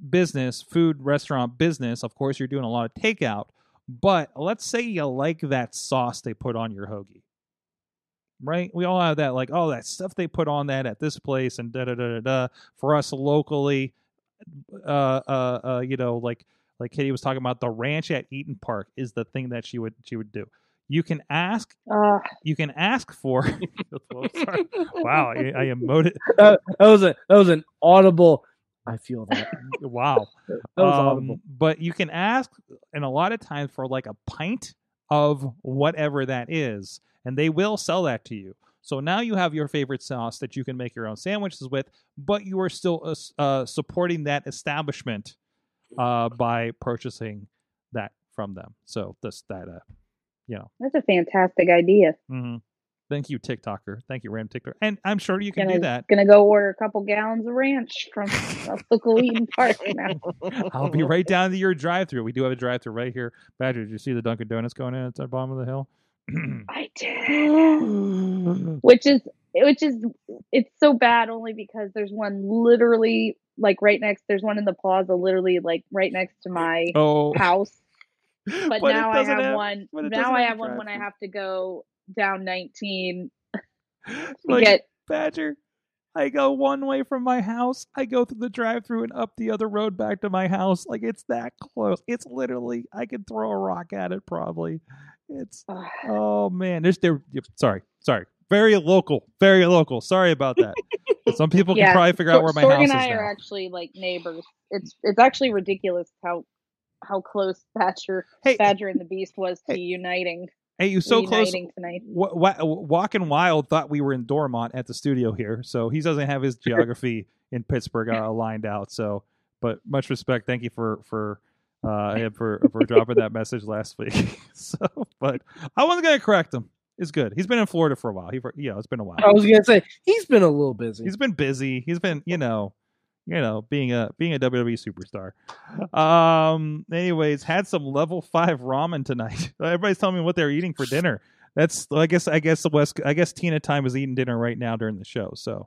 B: business, food restaurant business. Of course, you're doing a lot of takeout, but let's say you like that sauce they put on your hoagie right? We all have that, like, oh, that stuff they put on that at this place and da da da da da. For us locally, uh, uh, uh, you know, like like Katie was talking about, the ranch at Eaton Park is the thing that she would she would do. You can ask,
E: Uh,
B: you can ask for. Whoa, sorry. wow, I, I emoted.
F: That, that was a that was an audible. I feel that
B: Wow,
F: that was
B: Um,
F: audible.
B: But you can ask, and a lot of times for like a pint of whatever that is, and they will sell that to you. So now you have your favorite sauce that you can make your own sandwiches with, but you are still uh, s- uh, supporting that establishment uh, by purchasing that from them. So this that uh,
E: that's a fantastic idea.
B: mhm. Thank you, TikToker. Thank you, Ram TikToker. And I'm sure you can
E: Gonna-
B: do that.
E: Gonna go order a couple gallons of ranch from a local eating park now.
B: I'll be right down to your drive-through. We do have a drive-through right here. Badger, did you see the Dunkin' Donuts going in at the bottom of the hill?
E: I did. Which is which is it's so bad only because there's one literally like right next there's one in the plaza literally like right next to my
B: oh,
E: house. But,
B: it
E: now I
B: doesn't
E: have,
B: have-
E: one
B: but it
E: now
B: doesn't
E: I
B: have
E: have one when I
B: drive-thru.
E: have to go down 19 to
B: like,
E: get
B: Badger, I go one way from my house. I go through the drive-through and up the other road back to my house. Like it's that close. It's literally I could throw a rock at it probably. It's
E: ugh,
B: Oh man, there's there. yep, Sorry, sorry. Very local, very local. Sorry about that. Some people can
E: Yeah,
B: probably figure out where my house
E: and
B: is
E: I are
B: now.
E: actually like neighbors. It's it's actually ridiculous how how close Thatcher
B: Hey,
E: Badger and the Beast was to
B: Hey.
E: uniting
B: hey, you so close.
E: reuniting tonight.
B: Wa- Wa- Walking Wild thought we were in Dormont at the studio here, so he doesn't have his geography in Pittsburgh uh, lined out. So, but much respect. Thank you for for uh him for for dropping that message last week. so, but I wasn't gonna correct him. It's good. He's been in Florida for a while. He, for- you know, it's been a while.
F: I was gonna say he's been a little busy.
B: He's been busy. He's been, you know, you know, being a being a WWE superstar. Um. Anyways, had some level five ramen tonight. Everybody's telling me what they're eating for dinner. That's I guess I guess the West I guess Tina time is eating dinner right now during the show. So,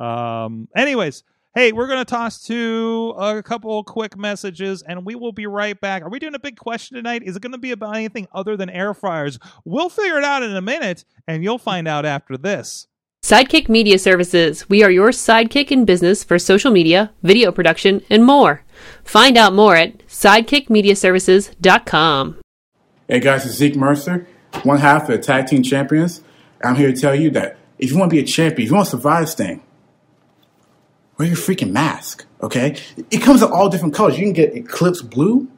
B: um. Anyways, hey, we're gonna toss to a couple quick messages, and we will be right back. Are we doing a big question tonight? Is it gonna be about anything other than air fryers? We'll figure it out in a minute, and you'll find out after this.
G: Sidekick Media Services. We are your sidekick in business for social media, video production, and more. Find out more at sidekickmediaservices.com.
H: Hey guys, it's Zeke Mercer, one half of the Tag Team Champions. I'm here to tell you that if you want to be a champion, if you want to survive this thing, wear your freaking mask, okay? It comes in all different colors. You can get Eclipse Blue,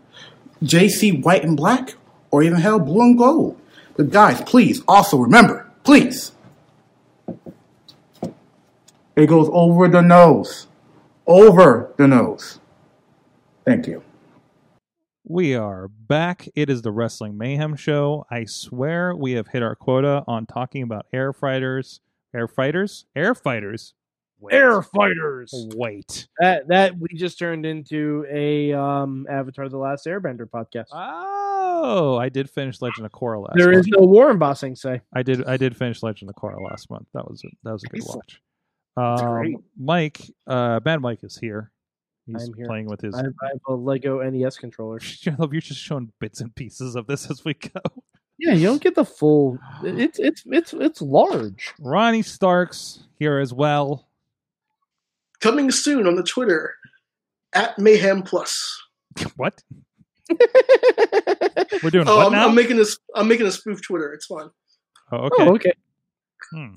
H: JC White and Black, or even hell, Blue and Gold. But guys, please also remember, please, it goes over the nose. Over the nose. Thank you.
B: We are back. It is the Wrestling Mayhem Show. I swear we have hit our quota on talking about air fighters. Air fighters? Air fighters?
F: air fighters.
B: Wait.
F: That that we just turned into a um Avatar: The Last Airbender podcast.
B: Oh, I did finish Legend of Korra last
F: there
B: month.
F: is no war in Bossing say.
B: I did I did finish Legend of Korra last month. That was a, that was a good watch. Um, Mike, uh, Bad Mike is here. He's
F: I'm here.
B: playing with his
F: I have, I have a Lego NES controller.
B: I love you're just showing bits and pieces of this as we go.
F: Yeah, you don't get the full. It's it's it's it's large.
B: Ronnie Starks here as well.
D: Coming soon on the Twitter at Mayhem Plus.
B: What? We're doing
D: Oh,
B: what
D: I'm,
B: now?
D: I'm making this. I'm making a spoof Twitter. It's fun.
B: Oh, okay.
F: Oh, okay.
B: Let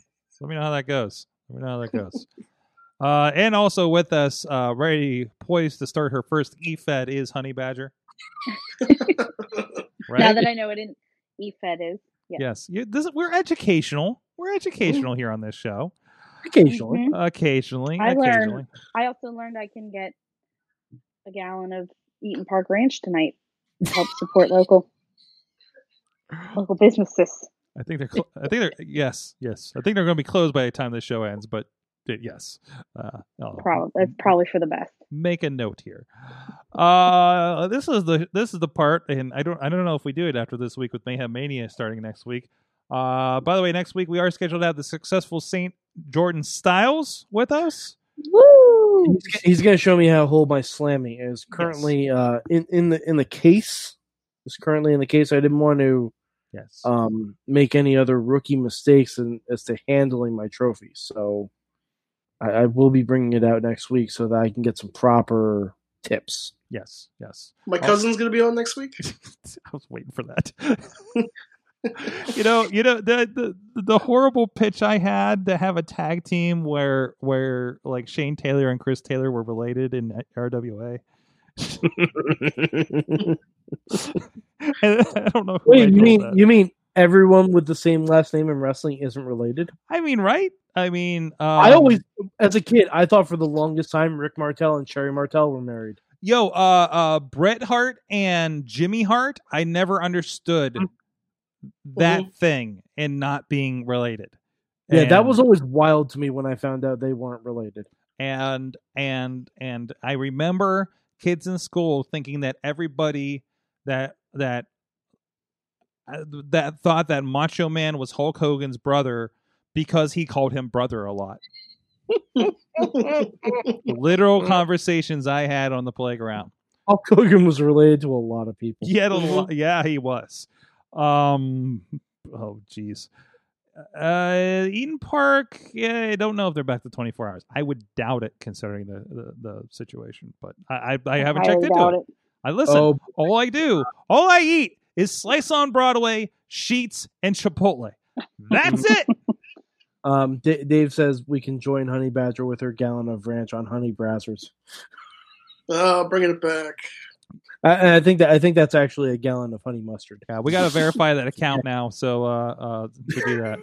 B: me know how that goes. Let me know how that goes. uh, and also with us, uh, ready, poised to start her first E EFED is Honey Badger. right?
E: Now that I know what an E EFED is. Yeah.
B: yes. You, this, we're educational. We're educational here on this show.
F: Occasionally,
E: Mhm.
B: Occasionally.
E: I learn.
B: occasionally.
E: Mm-hmm. I also learned I can get a gallon of Eaton Park Ranch tonight to help support local local businesses.
B: I think they're. Cl- I think they're. Yes, yes. I think they're going to be closed by the time this show ends. But it, yes, uh, I'll-
E: Probably that's probably for the best.
B: make a note here. Uh, this is the this is the part, and I don't I don't know if we do it after this week with Mayhem Mania starting next week. Uh, by the way, next week we are scheduled to have the successful Saint Jordan Styles with us.
E: Woo!
F: he's, he's gonna show me how to hold my slamming is currently uh in in the in the case. Is currently in the case. I didn't want to
B: Yes.
F: um make any other rookie mistakes in, as to handling my trophy. So I, I will be bringing it out next week so that I can get some proper tips.
B: yes. Yes.
D: My cousin's gonna be on next week.
B: I was waiting for that. you know, you know the, the the horrible pitch I had to have a tag team where where like Shane Taylor and Chris Taylor were related in RWA. I, I don't know. Who I
F: Wait, you
B: told
F: mean
B: that.
F: you mean everyone with the same last name in wrestling isn't related?
B: I mean, right? I mean, um,
F: I always, as a kid, I thought for the longest time Rick Martel and Sherry Martel were married.
B: yo, uh,
F: Mm.
B: uh, Bret Hart and Jimmy Hart. I never understood that thing and not being related.
F: Mm-hmm. Yeah, that
B: And-
F: was always wild to me when I found out they weren't related.
B: and and and I remember kids in school thinking that everybody that that uh, that thought that Macho Man was Hulk Hogan's brother because he called him brother a lot. Literal conversations I had on the playground.
F: Hulk Hogan was related to a lot of people.
B: Yet, a lo- yeah, he was. Um, oh, jeez. Uh, Eden Park. Yeah, I don't know if they're back to 24 hours. I would doubt it, considering the the, the situation. But I I, I haven't checked
E: highly
B: into
E: doubt
B: it. I listen.
F: Oh,
B: All I do, all I eat is slice on Broadway, sheets, and Chipotle. That's it.
F: um, D- Dave says we can join Honey Badger with her gallon of ranch on Honey Brassers.
D: Oh, bringing it back.
F: I, and I think that I think that's actually a gallon of honey mustard.
B: Yeah, we got to verify that account now. So uh, uh, to do that.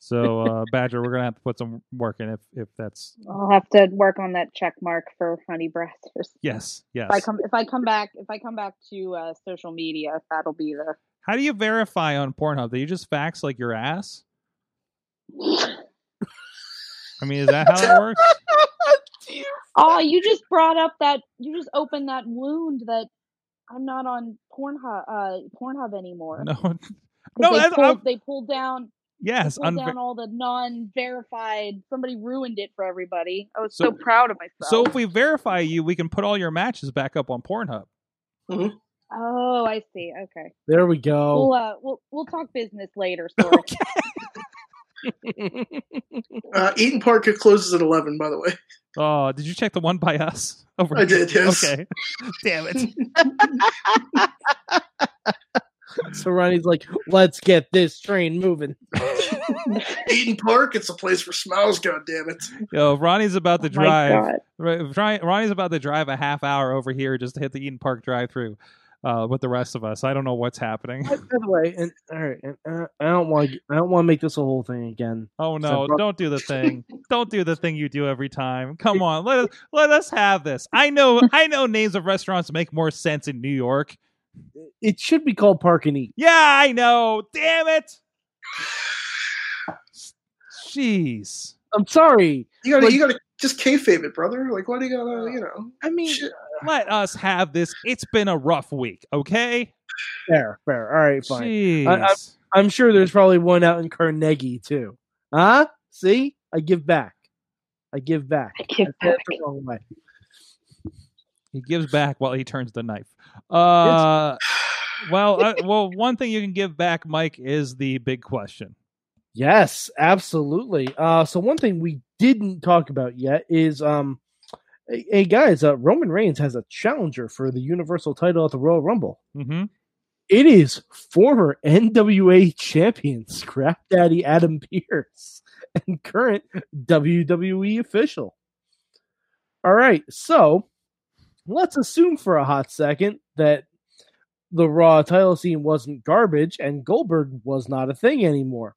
B: So uh, Badger, we're gonna have to put some work in if if that's
E: I'll have to work on that check mark for honey brassers.
B: yes yes.
E: If I come if I come back if I come back to uh, social media, that'll be the
B: How do you verify on Pornhub? Do you just fax like your ass? I mean, is that how it works?
E: Oh, you just brought up that you just opened that wound that I'm not on Pornhub uh Pornhub anymore.
B: No,
E: 'Cause
B: no.
E: they,
B: That's,
E: pulled,
B: I'm-
E: they pulled down
B: yes,
E: pulled
B: unver-
E: down all the non-verified. Somebody ruined it for everybody. I was so,
B: So-
E: proud of myself.
B: so if we verify you, we can put all your matches back up on Pornhub.
E: oh, I see. Okay,
F: There we go.
B: Oh.
E: we'll uh, we'll we'll talk business later. Sorry.
D: Uh, Eaton Park it closes at eleven. By the way,
B: Oh, did you check the one by us? Over
D: I did. Yes.
B: Okay. Damn it.
F: So Ronnie's like, "Let's get this train moving."
D: Eaton Park. It's a place for smiles. God damn it.
B: Yo, Ronnie's about to
E: Oh my
B: drive.
E: God.
B: Ri- Ri- Ronnie's about to drive a half hour over here just to hit the Eden Park drive-through uh, with the rest of us. I don't know what's happening.
F: By the way, and all right, and uh, I don't want I don't want to make this a whole thing again.
B: Oh
F: So
B: no!
F: Bro-
B: Don't do the thing. don't do the thing you do every time. Come on, let us let us have this. I know I know names of restaurants make more sense in New York.
F: It should be called Park and Eat.
B: Yeah, I know. Damn it. Jeez.
F: I'm sorry.
D: You gotta,
F: Like-
D: you gotta just kayfabe it, brother. Like, why do you gotta, you know?
F: I mean,
D: Shit.
B: Let us have this. It's been a rough week, okay?
F: fair, fair. All right, fine.
B: Jeez.
F: I- I- I'm sure there's probably one out in Carnegie too. Huh? See, I give back. I give back.
E: I give
F: I said
E: back.
F: it the wrong way.
B: He gives back while he turns the knife. Uh, well, uh, well, one thing you can give back, Mike, is the big question.
F: Yes, absolutely. Uh, so one thing we didn't talk about yet is um, hey hey, guys, uh, Roman Reigns has a challenger for the Universal title at the Royal Rumble.
B: Mm-hmm.
F: It is former NWA champion Scrap Daddy Adam Pierce and current WWE official. All right, so let's assume for a hot second that the Raw title scene wasn't garbage and Goldberg was not a thing anymore.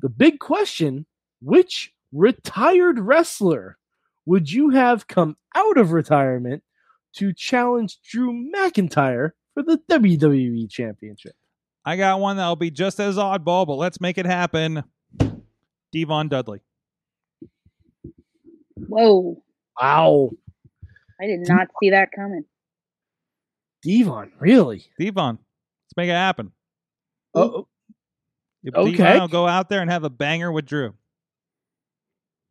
F: The big question which retired wrestler would you have come out of retirement to challenge Drew McIntyre for the WWE Championship?
B: I got one that'll be just as oddball, but let's make it happen. Devon Dudley.
E: Whoa!
F: Wow.
E: I did not see that coming.
F: Devon, really?
B: Devon, let's make it happen.
F: Oh,
B: If
F: Okay.
B: Devon will go out there and have a banger with Drew.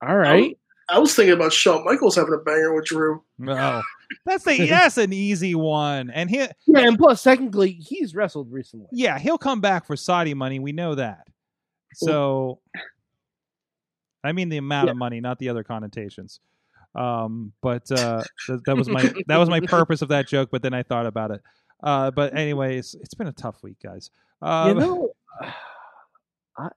F: all right.
D: I was thinking about Shawn Michaels having a banger with Drew.
B: No, that's the that's an easy one, and he
F: Yeah, and plus, technically, he's wrestled recently.
B: yeah he'll come back for Saudi money. We know that. So, I mean the amount of money, not the other connotations. Um, but uh, th- that was my that was my purpose of that joke. But then I thought about it. Uh, but anyways, it's been a tough week, guys. Um,
F: you know, I,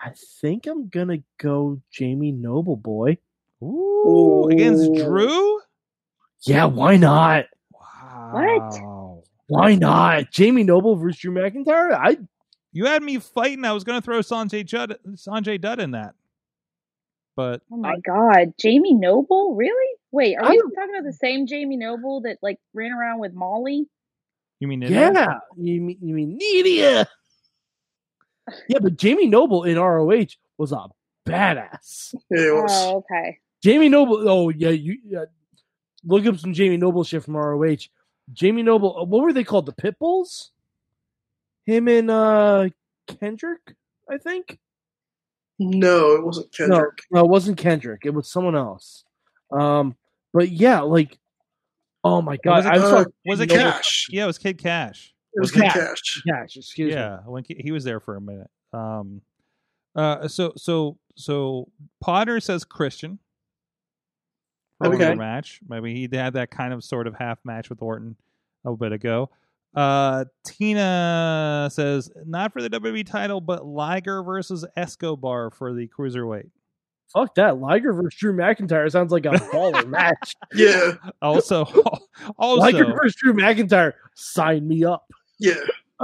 F: I think I'm gonna go Jamie Noble boy.
B: Ooh, against
D: Ooh.
B: Drew?
F: Yeah, why not?
B: Wow.
F: Why not? Jamie Noble versus Drew McIntyre. I
B: You had me fighting. I was going to throw Sanjay Judd, Sanjay Dutt in that, but
E: Oh my god, Jamie Noble? Really? Wait, are
F: I
E: we
F: don't-
E: talking about the same Jamie Noble that like ran around with Molly?
B: you mean Nidia?
F: yeah. You mean you mean Nidia? Yeah, but Jamie Noble in ROH was a badass.
D: It was.
E: Oh, okay.
F: Jamie Noble. Oh yeah, you yeah. look up some Jamie Noble shit from ROH. Jamie Noble. uh, What were they called? The Pit Bulls. Him and uh Kendrick, I think.
D: No, it wasn't Kendrick.
F: No, no, it wasn't Kendrick. It was someone else. Um, but yeah, like, oh my god,
B: Was it-
F: I was
D: uh,
F: talking
B: Was it
F: Jamie Noble-
D: Cash.
B: Yeah, it was Kid Cash.
D: It was
F: was
D: Kid
F: Cash.
D: Cash.
F: Cash, excuse me.
B: yeah, when he, he was there for a minute. Um, uh, so so so Potter says Christian. for
D: Okay.
B: the match. Maybe he had that kind of sort of half match with Orton a bit ago. Uh, Tina says not for the WWE title, but Liger versus Escobar for the cruiserweight.
F: Fuck that. Liger versus Drew McIntyre sounds like a baller match.
D: Yeah,
B: Also, also
F: Liger versus Drew McIntyre, sign me up.
D: yeah.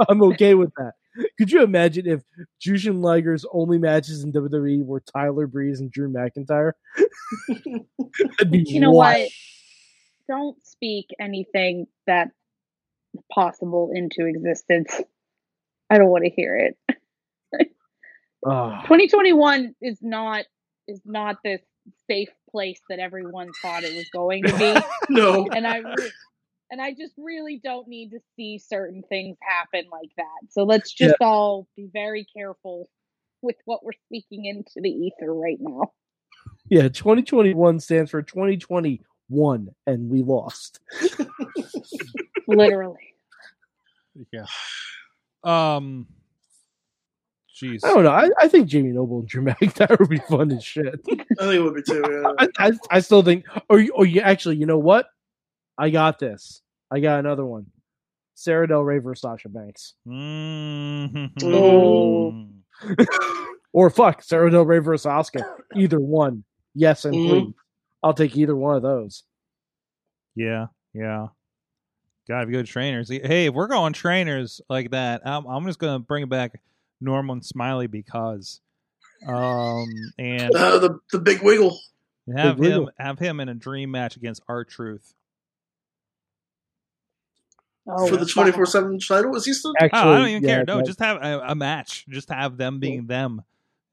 F: I'm okay with that. Could you imagine if Jushin Liger's only matches in WWE were Tyler Breeze and Drew McIntyre? That'd be
E: You know
F: wild.
E: what? Don't speak anything that's possible into existence. I don't want to hear it.
F: Ah.
E: 2021 is not is not this safe place that everyone thought it was going to be.
D: No,
E: and I re- and I just really don't need to see certain things happen like that. So let's just all be very careful with what we're speaking into the ether right now.
F: Yeah, 2021 stands for 2021, and we lost.
E: Literally.
B: yeah. Um, jeez.
F: I don't know. I, I think Jamie Noble and Drew McIntyre would be fun as shit.
D: I think it would be too. Yeah.
F: I, I, I still think, or you, or you actually, you know what? I got this. I got another one. Sarah Del Rey versus Sasha Banks,
B: Mm-hmm. Mhm.
F: or fuck Sarah Del Rey versus Oscar. Either one. Yes, and
D: Mhm.
F: please. I'll take either one of those.
B: Yeah, yeah. Gotta go to trainers. Hey, if we're going trainers like that, I'm, I'm just gonna bring back Norman Smiley because, um, and
D: Uh, the the big wiggle.
B: have him
F: wiggle.
B: have him in a dream match against our truth.
E: Oh,
D: for the twenty four seven title. Is he still?
F: Actually,
B: oh, I don't even
F: yeah,
B: care. No,
F: that-
B: just have a, a match. Just have them being them.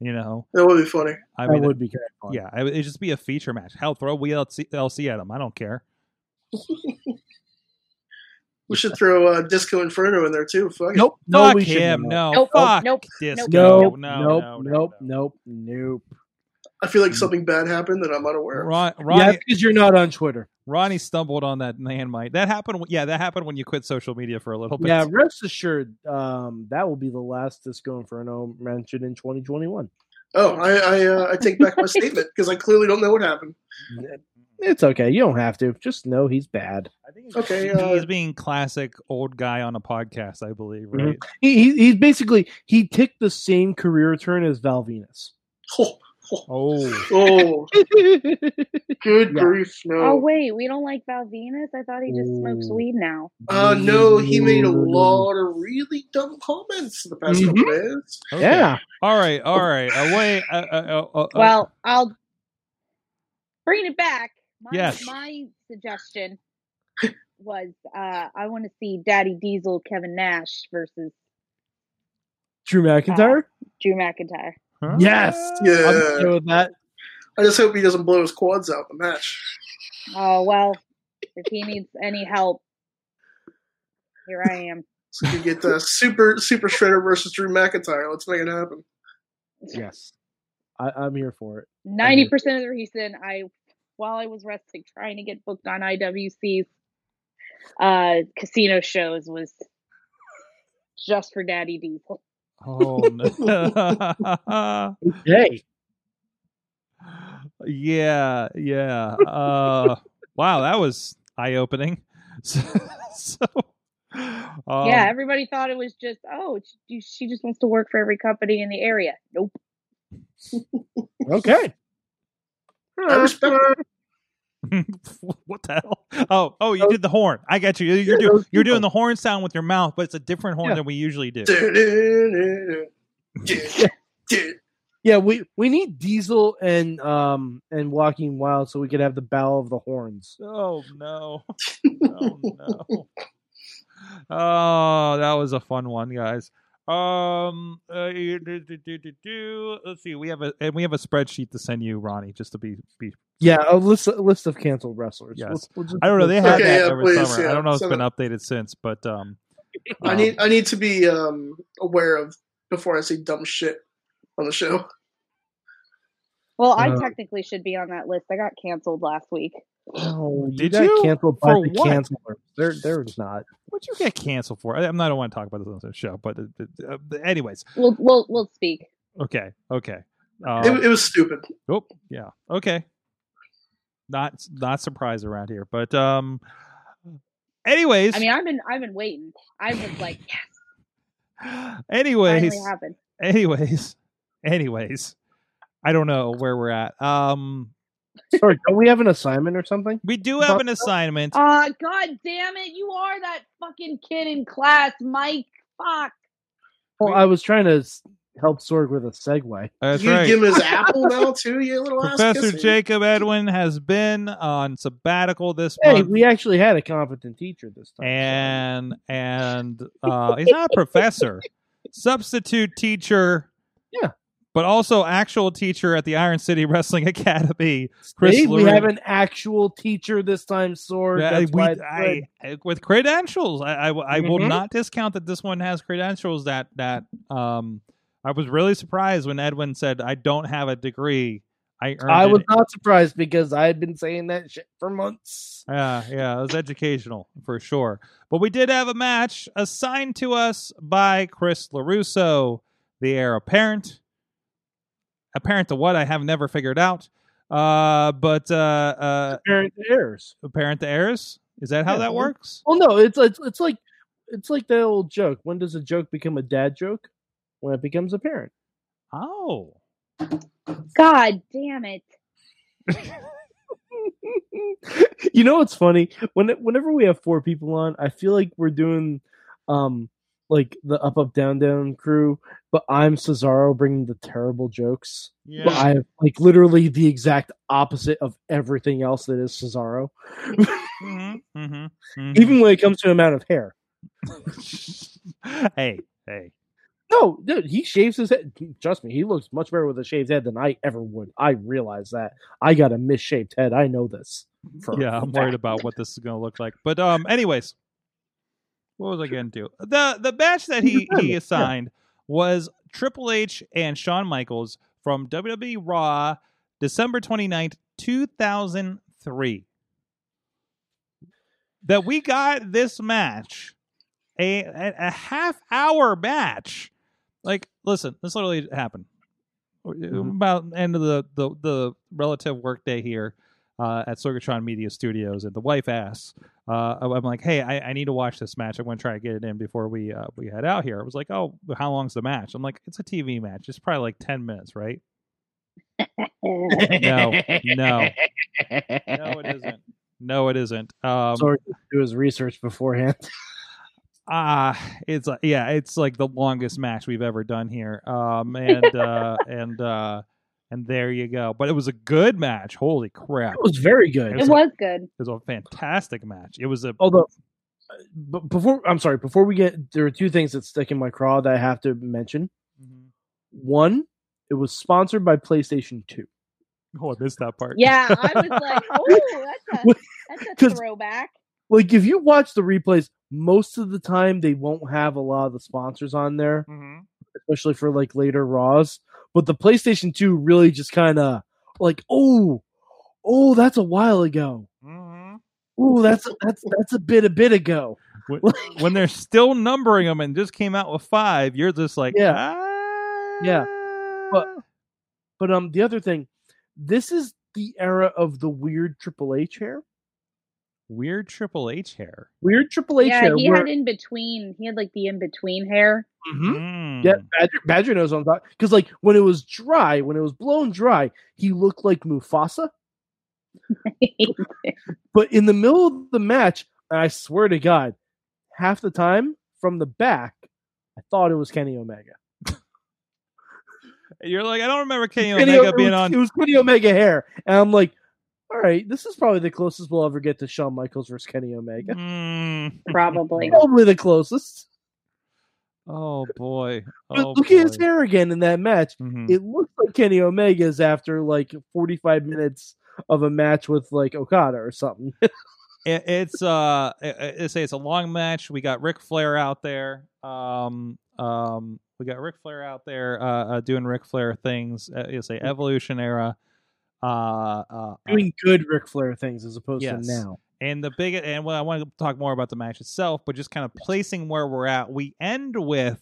B: You know,
D: That would be funny.
B: I
F: that
B: mean,
F: would be kind of fun.
B: yeah, it would it'd just be a feature match. Hell, throw WLC LC at them. I don't care.
D: We should throw uh, Disco Inferno in there too. Fuck. it.
F: Nope. No,
B: Fuck
F: we should
B: him.
F: not.
B: No.
E: Nope, oh,
B: Fuck
E: nope,
B: disco.
F: Nope.
B: No. No.
F: nope.
B: no,
F: nope.
B: no.
F: Nope. Nope.
D: I feel like something bad happened that I'm unaware. Of.
B: Ron, Ronnie,
F: Yeah, because you're not on Twitter.
B: Ronnie stumbled on that man mic. That happened. w- Yeah, that happened when you quit social media for a little bit.
F: Yeah, rest assured, um, that will be the last Disco Inferno mentioned in 2021.
D: Oh, I I, uh, I take back my statement because I clearly don't know what happened.
F: It's okay. You don't have to. Just know he's bad.
B: I think he's,
D: Okay,
B: he's
D: uh,
B: being classic old guy on a podcast, I believe.
F: Mhm.
B: Right?
F: He, he he's basically he took the same career turn as Val Venus.
D: Oh,
B: Oh,
D: oh, good
F: Yeah.
D: grief!
E: Oh
D: No.
E: wait, we don't like Val Venus. I thought he just smokes
F: Ooh.
E: weed now.
D: Uh, no, he made a lot of really dumb comments the past couple days.
B: okay.
F: Yeah.
B: All right. All right. Away. Uh, uh, uh, uh,
E: Well, I'll bring it back. My,
B: Yes.
E: my suggestion was uh, I want to see Daddy Diesel Kevin Nash versus
F: Drew McIntyre.
E: Drew McIntyre.
B: huh?
F: yes.
D: Yeah.
F: I'm okay with that.
D: I just hope he doesn't blow his quads out in the match.
E: Oh well, if he needs any help, here I am.
D: So you get the super super shredder versus Drew McIntyre. Let's make it happen.
F: Yes. I, I'm here for it.
E: Ninety percent of the reason I, while I was resting, trying to get booked on IWC's uh, casino shows was just for Daddy Diesel.
B: Oh no.
F: Hey.
B: yeah. Yeah. Uh, wow, that was eye opening. So. so um,
E: yeah, everybody thought it was just oh, she, she just wants to work for every company in the area. Nope.
F: Okay.
D: I respect it.
B: what the hell? Oh, oh, you did the horn. I got you. You're doing
F: those
B: you're
F: people.
B: doing the horn sound with your mouth, but it's a different horn
F: Yeah.
B: than we usually do.
F: Yeah, we, we need Diesel and um and Walking Wild so we could have the Battle of the Horns.
B: Oh no. Oh no. Oh, that was a fun one, guys. Um, uh, do, do, do, do, do. let's see. We have a and we have a spreadsheet to send you, Ronnie, just to be be.
F: Yeah, a list a list of canceled wrestlers.
B: Yes.
F: Let's- we'll just-
B: I don't know. They
F: let's-
B: had
D: Okay,
B: that
D: yeah,
B: over
D: please,
B: summer. I
D: yeah,
B: don't know. if It's
D: send
B: been updated since, but um,
D: I
B: Um,
D: need I need to be um, aware of before I say dumb shit on the show.
E: Well, I
F: Uh,
E: technically should be on that list. I got canceled last week.
F: No, Oh, you
B: Did
F: got
B: you?
F: canceled by
B: For
F: the
B: what?
F: canceler. They're they're not.
B: what'd you get canceled for? I, I'm not. I don't want to talk about this on the show, but uh, uh, uh, anyways,
E: We'll we'll we'll speak.
B: okay, okay. Um,
D: It, it was stupid.
B: Oh, yeah. Okay. Not not surprised around here, but um. Anyways,
E: I mean, I've been I've been waiting. I was like, yes,
B: anyways,
E: finally happened.
B: anyways, anyways. I don't know where we're at. Um,
F: Sorry, don't we have an assignment or something?
B: we do have an assignment.
E: Ah, god damn it! You are that fucking kid in class, Mike. Fuck.
F: Well, I was trying to s- help Sorg with a segue.
B: That's
D: you
B: right.
D: give him his apple now too, you little ass.
B: Professor
D: kissy.
B: Jacob Edwin has been on sabbatical this
F: Hey,
B: month.
F: we actually had a competent teacher this time. so-
B: and and uh, he's not a professor, substitute teacher.
F: Yeah.
B: but also actual teacher at the Iron City Wrestling Academy. Chris
F: See, we
B: Lurie.
F: have an actual teacher this time, Sorg.
B: Yeah,
F: That's
B: we-
F: why it's
B: I- with credentials, I, I, I will
F: Mhm.
B: not discount that this one has credentials. That that um, I was really surprised when Edwin said, "I don't have a degree. I
F: good.
B: earned."
F: I
B: it."
F: was not surprised because I had been saying that shit for months.
B: Yeah, yeah, it was educational for sure. But we did have a match assigned to us by Chris LaRusso, the heir apparent. Apparent to what I have never figured out. Uh, but uh, uh,
F: Apparent errors.
B: apparent to heirs. Is that how
F: Yeah.
B: that works?
F: Well, no, it's, it's it's like it's like that old joke. When does a joke become a dad joke? When it becomes apparent.
B: Oh,
E: God damn it!
F: you know what's funny? When whenever we have four people on, I feel like we're doing um like the up up down down crew, but I'm Cesaro bringing the terrible jokes.
B: yeah.
F: But I have like literally the exact opposite of everything else that is Cesaro.
B: Mm-hmm, mm-hmm,
F: Even when it comes to amount of hair.
B: hey, hey.
F: No, dude, he shaves his head. Trust me, he looks much better with a shaved head than I ever would. I realize that. I got a misshaped head. I know this. for a
B: yeah, I'm worried about what this is going to look like. But um, anyways, what was I going to do? the The match that he he assigned was Triple H and Shawn Michaels from WWE Raw, December 29th, 2003. That we got this match, a a, a half hour match. Like, listen, this literally happened about end of the the, the relative workday here uh, at Sorgatron Media Studios, and the wife asks, uh, "I'm like, hey, I, I need to watch this match. I want to try to get it in before we uh, we head out here." I was like, "Oh, how long's the match?" I'm like, "It's a TV match. It's probably like ten minutes, right?"
E: Eh,
B: No, no, no, it isn't. No, it isn't. Um,
F: Sorry to do his research beforehand.
B: Ah, it's like yeah, it's like the longest match we've ever done here. Um, and uh, and uh, and there you go. But it was a good match. Holy crap!
F: It was very good.
E: It was good.
B: It was a fantastic match. It was a
F: Although, uh, b- before I'm sorry, before we get there are two things that stick in my craw that I have to mention.
B: Mm-hmm.
F: One, it was sponsored by PlayStation Two.
B: oh, I missed that part.
E: Yeah, I was like, oh, that's a that's a
F: 'Cause-
E: throwback.
F: Like if you watch the replays, most of the time they won't have a lot of the sponsors on there,
B: Mm-hmm.
F: especially for like later Raws. But the PlayStation Two really just kind of like, oh, oh, that's a while ago.
B: Mm-hmm.
F: Oh, that's that's that's a bit a bit ago.
B: when, when they're still numbering them and just came out with five, you're just like,
F: Yeah.
B: "Ah."
F: Yeah. But- But um, the other thing, this is the era of the weird Triple H hair.
B: weird Triple H hair.
F: Weird Triple H
E: Yeah,
F: hair.
E: he
F: where-
E: had in between. He had like the in between hair.
F: Mhm.
B: Mm.
F: Yeah, Badger, Badger knows what I'm talking. Because like when it was dry, when it was blown dry, he looked like Mufasa. But in the middle of the match, I swear to God, half the time from the back, I thought it was Kenny Omega.
B: You're like, I don't remember Kenny
F: Kenny
B: Omega
F: O-
B: being
F: it was,
B: on.
F: It was Kenny Omega hair, and I'm like, all right, this is probably the closest we'll ever get to Shawn Michaels versus Kenny Omega.
B: Mm.
E: Mm-hmm. Probably.
F: Probably the closest.
B: Oh boy.
F: But
B: Oh,
F: look
B: boy.
F: at his hair again in that match.
B: Mhm.
F: It looks like Kenny Omega's after like 45 minutes of a match with like Okada or something.
B: it, it's uh it, it say it's a long match. We got Ric Flair out there. Um um we got Ric Flair out there uh, uh doing Ric Flair things. Uh, it's a Evolution era. Uh, uh, uh
F: Hmm. Doing good Ric Flair things as opposed
B: Yes.
F: to now.
B: and the big and well, I want to talk more about the match itself, but just kind of placing where we're at. We end with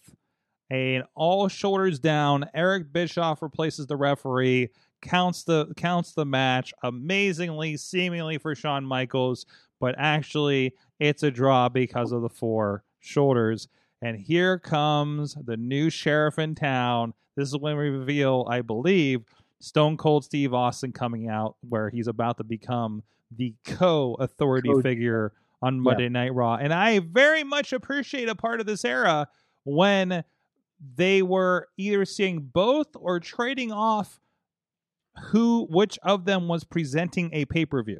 B: an all shoulders down. Eric Bischoff replaces the referee, counts the counts the match amazingly, seemingly for Shawn Michaels, but actually it's a draw because of the four shoulders. And here comes the new sheriff in town. This is when we reveal, I believe, Stone Cold Steve Austin coming out, where he's about to become the co-authority
F: Co-
B: figure on Monday Night Raw. And I very much appreciate a part of this era when they were either seeing both or trading off who which of them was presenting a pay-per-view.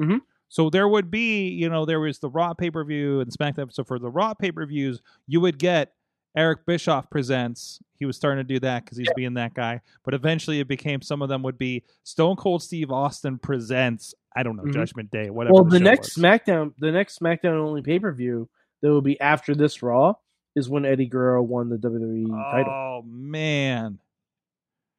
F: Mhm.
B: So there would be, you know, there was the Raw pay-per-view and SmackDown. So for the Raw pay-per-views, you would get Eric Bischoff presents. He was starting to do that because he's being that guy. But eventually, it became some of them would be Stone Cold Steve Austin presents. I don't know
F: Mhm.
B: Judgment Day, whatever.
F: Well,
B: the,
F: the
B: show
F: next
B: was.
F: SmackDown, the next SmackDown only pay per view that will be after this Raw is when Eddie Guerrero won the WWE title.
B: Oh man,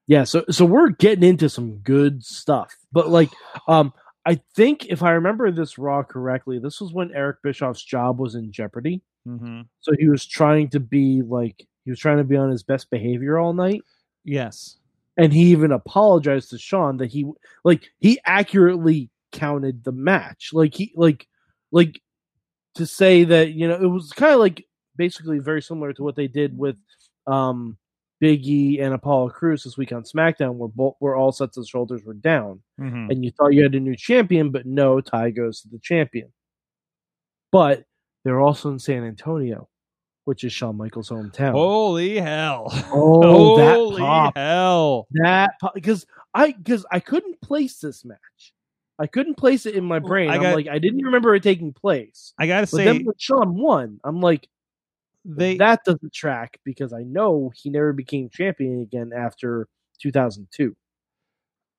F: Yeah, so so we're getting into some good stuff. But like um I think if I remember this Raw correctly, this was when Eric Bischoff's job was in jeopardy.
B: hmm
F: So he was trying to be like he was trying to be on his best behavior all night
B: yes,
F: and he even apologized to Sean that he like he accurately counted the match. Like he like like to say that, you know, it was kind of like basically very similar to what they did with um Biggie and Apollo Cruz this week on SmackDown where both where all sets of shoulders were down
B: hmm
F: and you thought you had a new champion, but no, tie goes to the champion. But they're also in San Antonio, which is Shawn Michaels' hometown.
B: Oh, holy hell,
F: Oh, that
B: holy
F: pop.
B: hell.
F: that because I because I couldn't place this match. I couldn't place it in my
B: Well,
F: brain.
B: I
F: I am
B: got-
F: like I didn't remember it taking place.
B: I gotta
F: But
B: say,
F: then when Sean won, I'm like
B: they
F: that doesn't track because I know he never became champion again after 2002.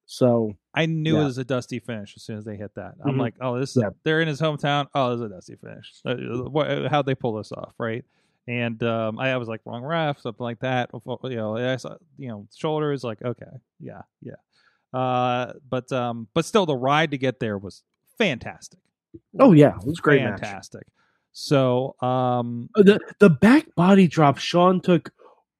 F: So
B: I knew it
F: Yeah.
B: was a dusty finish as soon as they hit that. I'm
F: Mhm.
B: like, oh, this is
F: Yeah.
B: they're in his hometown. Oh, this is a dusty finish. Uh, wh- How'd they pull this off, right? And um, I, I was like, wrong ref, something like that. uh, You know, I saw, you know, shoulders, like, okay, yeah, yeah. Uh, but um, but still, the ride to get there was fantastic.
F: oh yeah, it was a great match.
B: fantastic. So um,
F: the the back body drop Sean took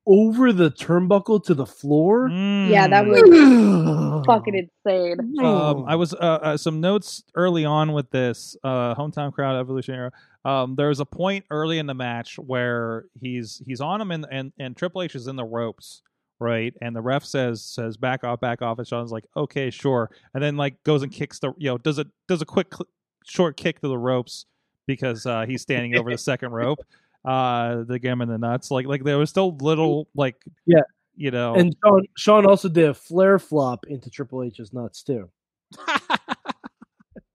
F: over the turnbuckle to the floor.
E: Yeah, that
B: mm.
E: was fucking
B: Oh.
E: insane.
B: Um, I was uh, uh, some notes early on with this uh, hometown crowd evolution era. Um, there was a point early in the match where he's he's on him and and, and Triple H is in the ropes, right? And the ref says says back off, back off, and Sean's like, okay, sure, and then like goes and kicks the you know does a does a quick cl- short kick to the ropes because uh, he's standing over the second rope. Uh, the gum and the nuts, like like there was still little like
F: Yeah.
B: you know
F: and Sean Sean also did a flare flop into Triple H's nuts too.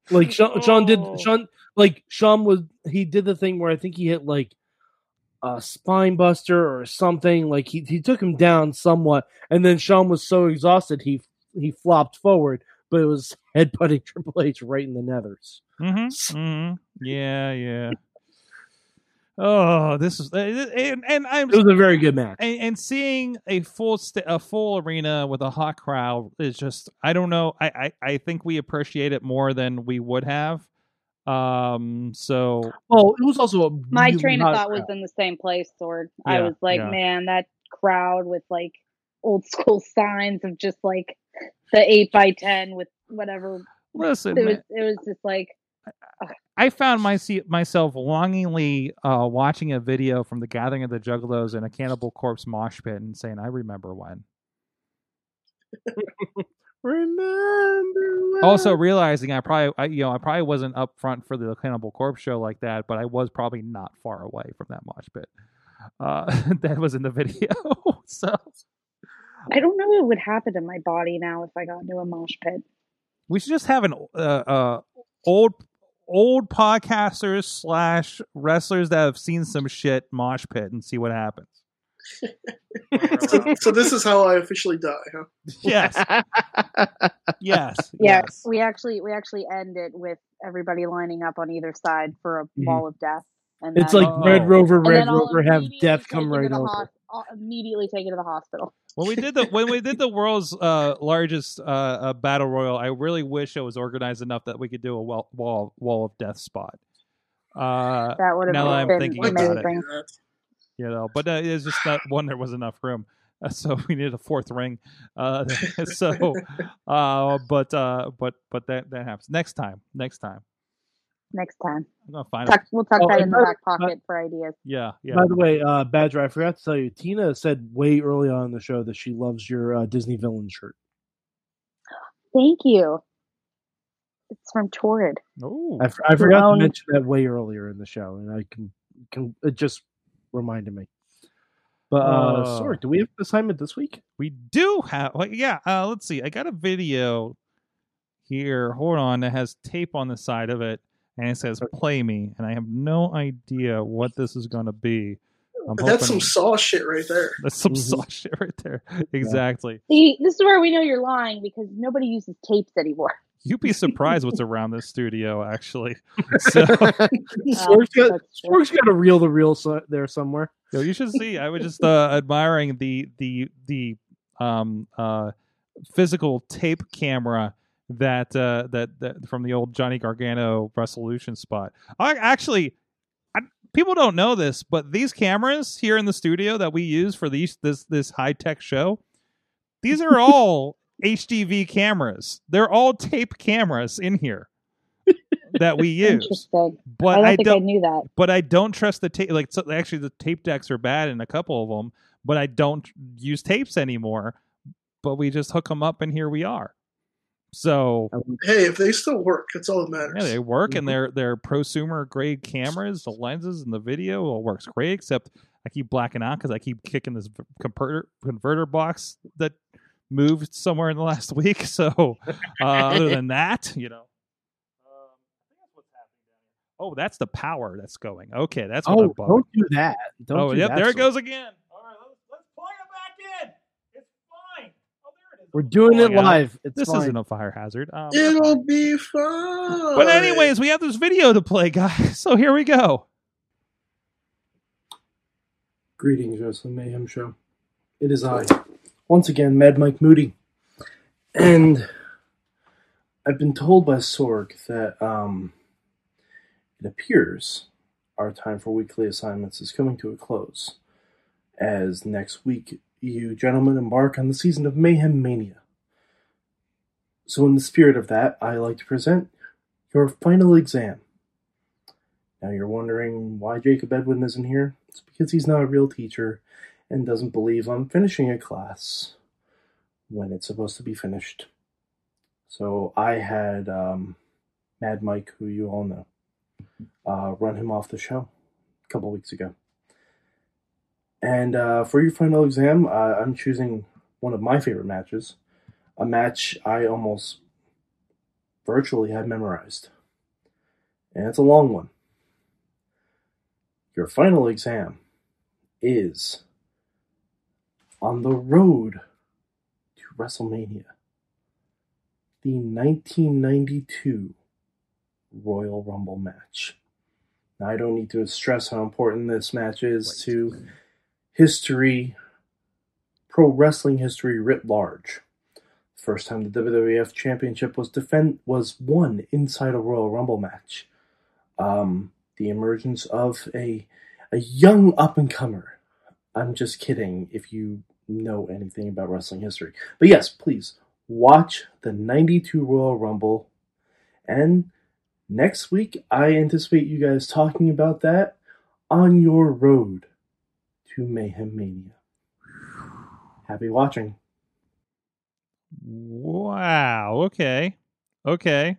F: Like Sean, Sean did
B: Oh.
F: Sean like Sean was he did the thing where I think he hit like a spine buster or something. Like he he took him down somewhat, and then Sean was so exhausted he he flopped forward, but it was headbutting Triple H right in the nethers.
B: Mm-hmm. mm-hmm. Yeah, yeah. Oh, this is and and I'm
F: It was a very good match.
B: and, and seeing a full st- a full arena with a hot crowd is just I don't know I, I I think we appreciate it more than we would have. Um. So
F: Oh, it was also a
E: My
F: really
E: train of
F: hot
E: thought was
F: crowd.
E: in the same place, Sword. I
B: Yeah,
E: was like,
B: yeah.
E: man, that crowd with like old school signs of just like the eight by ten with whatever.
B: listen,
E: It was
B: man,
E: it was just like
B: I found my se- myself longingly uh, watching a video from the Gathering of the Juggalos and a Cannibal Corpse mosh pit and saying, "I remember when."
F: Remember when-
B: also realizing I probably I, you know I probably wasn't up front for the Cannibal Corpse show like that, but I was probably not far away from that mosh pit uh, that was in the video. so
E: I don't know what would happen to my body now if I got into a mosh pit.
B: we should just have an uh, uh, old old podcasters slash wrestlers that have seen some shit mosh pit and see what happens.
D: So, so this is how I officially die, huh?
B: Yes, yes,
E: Yeah,
B: yes.
E: we actually we actually end it with everybody lining up on either side for a ball of death. And
C: Mm-hmm. It's
E: then-
C: like
F: Oh.
C: Red Rover,
E: and then
C: Red
E: I'll
C: Rover, have
E: immediately
C: death
E: take
C: come
E: you to
C: right
E: the
C: over.
E: hos- I'll immediately take you to the hospital.
B: When we did the when we did the world's uh, largest uh, uh, battle royal, I really wish it was organized enough that we could do a wall wall, wall of death spot. Uh,
E: That would have
B: Now that I'm
E: been
B: thinking
D: Why can't
B: about
D: I
B: it.
E: amazing.
D: do that?
B: you know, but uh, it's just that one there was enough room, uh, so we needed a fourth ring. Uh, so, uh, but uh, but but that that happens next time. Next time,
E: Next time,
B: I'm gonna find it.
E: tuck, we'll tuck
C: Oh,
E: that
C: and
E: in the
C: by the-
E: back pocket for ideas.
B: Yeah, yeah.
C: By the way, uh, Badger, I forgot to tell you, Tina said way early on in the show that she loves your uh, Disney villain shirt.
E: Thank you. It's from Torrid.
B: Oh,
C: I, f- I forgot
E: own-
C: to mention that way earlier in the show, and I can can it just reminded me. But uh,
B: Oh.
C: Sorg, do we have an assignment this week?
B: we do have. Well, yeah, uh, let's see. I got a video here. Hold on, that has tape on the side of it, and it says "Play Me," and I have no idea what this is gonna be. I'm
D: That's some
B: hoping-
D: mm-hmm. saw shit right there.
B: that's some
C: Mhm.
B: soft shit right there. Exactly.
E: See, this is where we know you're lying because nobody uses tapes anymore.
B: You'd be surprised what's around this studio, actually. So,
C: Sorg's got,
E: Oh, that's true.
C: Sorg's got a reel the reel so- there somewhere.
B: yo, you should see. I was just uh, admiring the the the um uh physical tape camera that uh that, that from the old Johnny Gargano resolution spot. I actually I, people don't know this, but these cameras here in the studio that we use for these this this high tech show, these are all HDV cameras. They're all tape cameras in here that we use.
E: Interesting. I
B: But
E: don't
B: I
E: think
B: don't
E: I knew that.
B: but I don't trust the tape. Like so, actually, the tape decks are bad in a couple of them, but I don't use tapes anymore. But we just hook them up, and here we are. So
D: Hey, if they still work, that's all that
B: yeah,
D: matters.
B: they work, and they're they're prosumer grade cameras. The lenses and the video all works great, except I keep blacking out because I keep kicking this v- converter converter box that moved somewhere in the last week. So uh, other than that, you know. Um, I think that's what's happening down here. Oh, that's the power that's going. Okay, that's what I'm
C: Oh,
B: bugging
C: don't do that! Don't
B: oh,
C: do
B: yep,
C: that,
B: there it
C: Sorg.
B: goes again. All right, let's, let's plug it back in. It's fine. Oh, there it is.
C: We're doing it
B: Falling out.
C: live. It's
B: This
C: fine.
B: isn't a fire hazard. Um,
D: It'll be fun.
B: but anyways, we have this video to play, guys. So here we go.
F: Greetings, Wrestling Mayhem Show. It is I, once again, Mad Mike Moody. And I've been told by Sorg that um, it appears our time for weekly assignments is coming to a close, as next week you gentlemen embark on the season of Mayhem Mania. So, in the spirit of that, I like to present your final exam. Now you're wondering why Jacob Edwin isn't here? It's because he's not a real teacher and doesn't believe I'm finishing a class when it's supposed to be finished. So I had um, Mad Mike, who you all know, uh, run him off the show a couple weeks ago. And uh, for your final exam, uh, I'm choosing one of my favorite matches, a match I almost virtually had memorized. And it's a long one your final exam is on the road to WrestleMania, the 1992 Royal Rumble match. Now, I don't need to stress how important this match is to history, pro wrestling history writ large. First time the WWF Championship was defend was won inside a Royal Rumble match um, the emergence of a a young up and comer. I'm just kidding if you know anything about wrestling history. But yes, please watch the 92 Royal Rumble. And next week, I anticipate you guys talking about that on your road to Mayhem Mania. Happy watching.
B: Wow. Okay. Okay.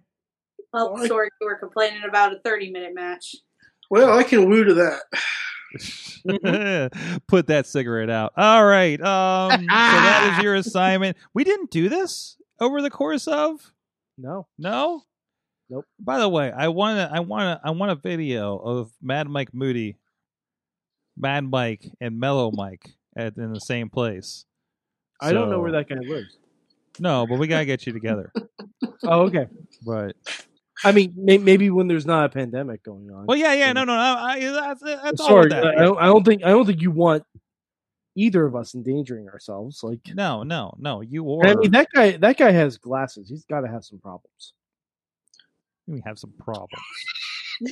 I: Well,
D: Why?
I: Oh, sorry, you were complaining about a 30 minute match.
D: well, I can woo to that.
B: Put that cigarette out. All right. Um, so that is your assignment. We didn't do this over the course of
C: no,
B: no.
C: Nope.
B: By the way, I want to I want to I want a video of Mad Mike Moody, Mad Mike, and Mellow Mike at in the same place.
C: I don't know where
B: So-
C: that guy lives.
B: No, but we gotta get you together.
C: Oh, okay.
B: But
C: I mean, may- maybe when there's not a pandemic going on.
B: well, yeah, yeah, no, no, no I, I- that's, that's all
C: Sorry,
B: with that.
C: I, don't, I don't think I don't think you want either of us endangering ourselves. Like,
B: No, no, no. You or
C: and I mean, that guy that guy has glasses. He's got to have some problems.
B: we have some problems.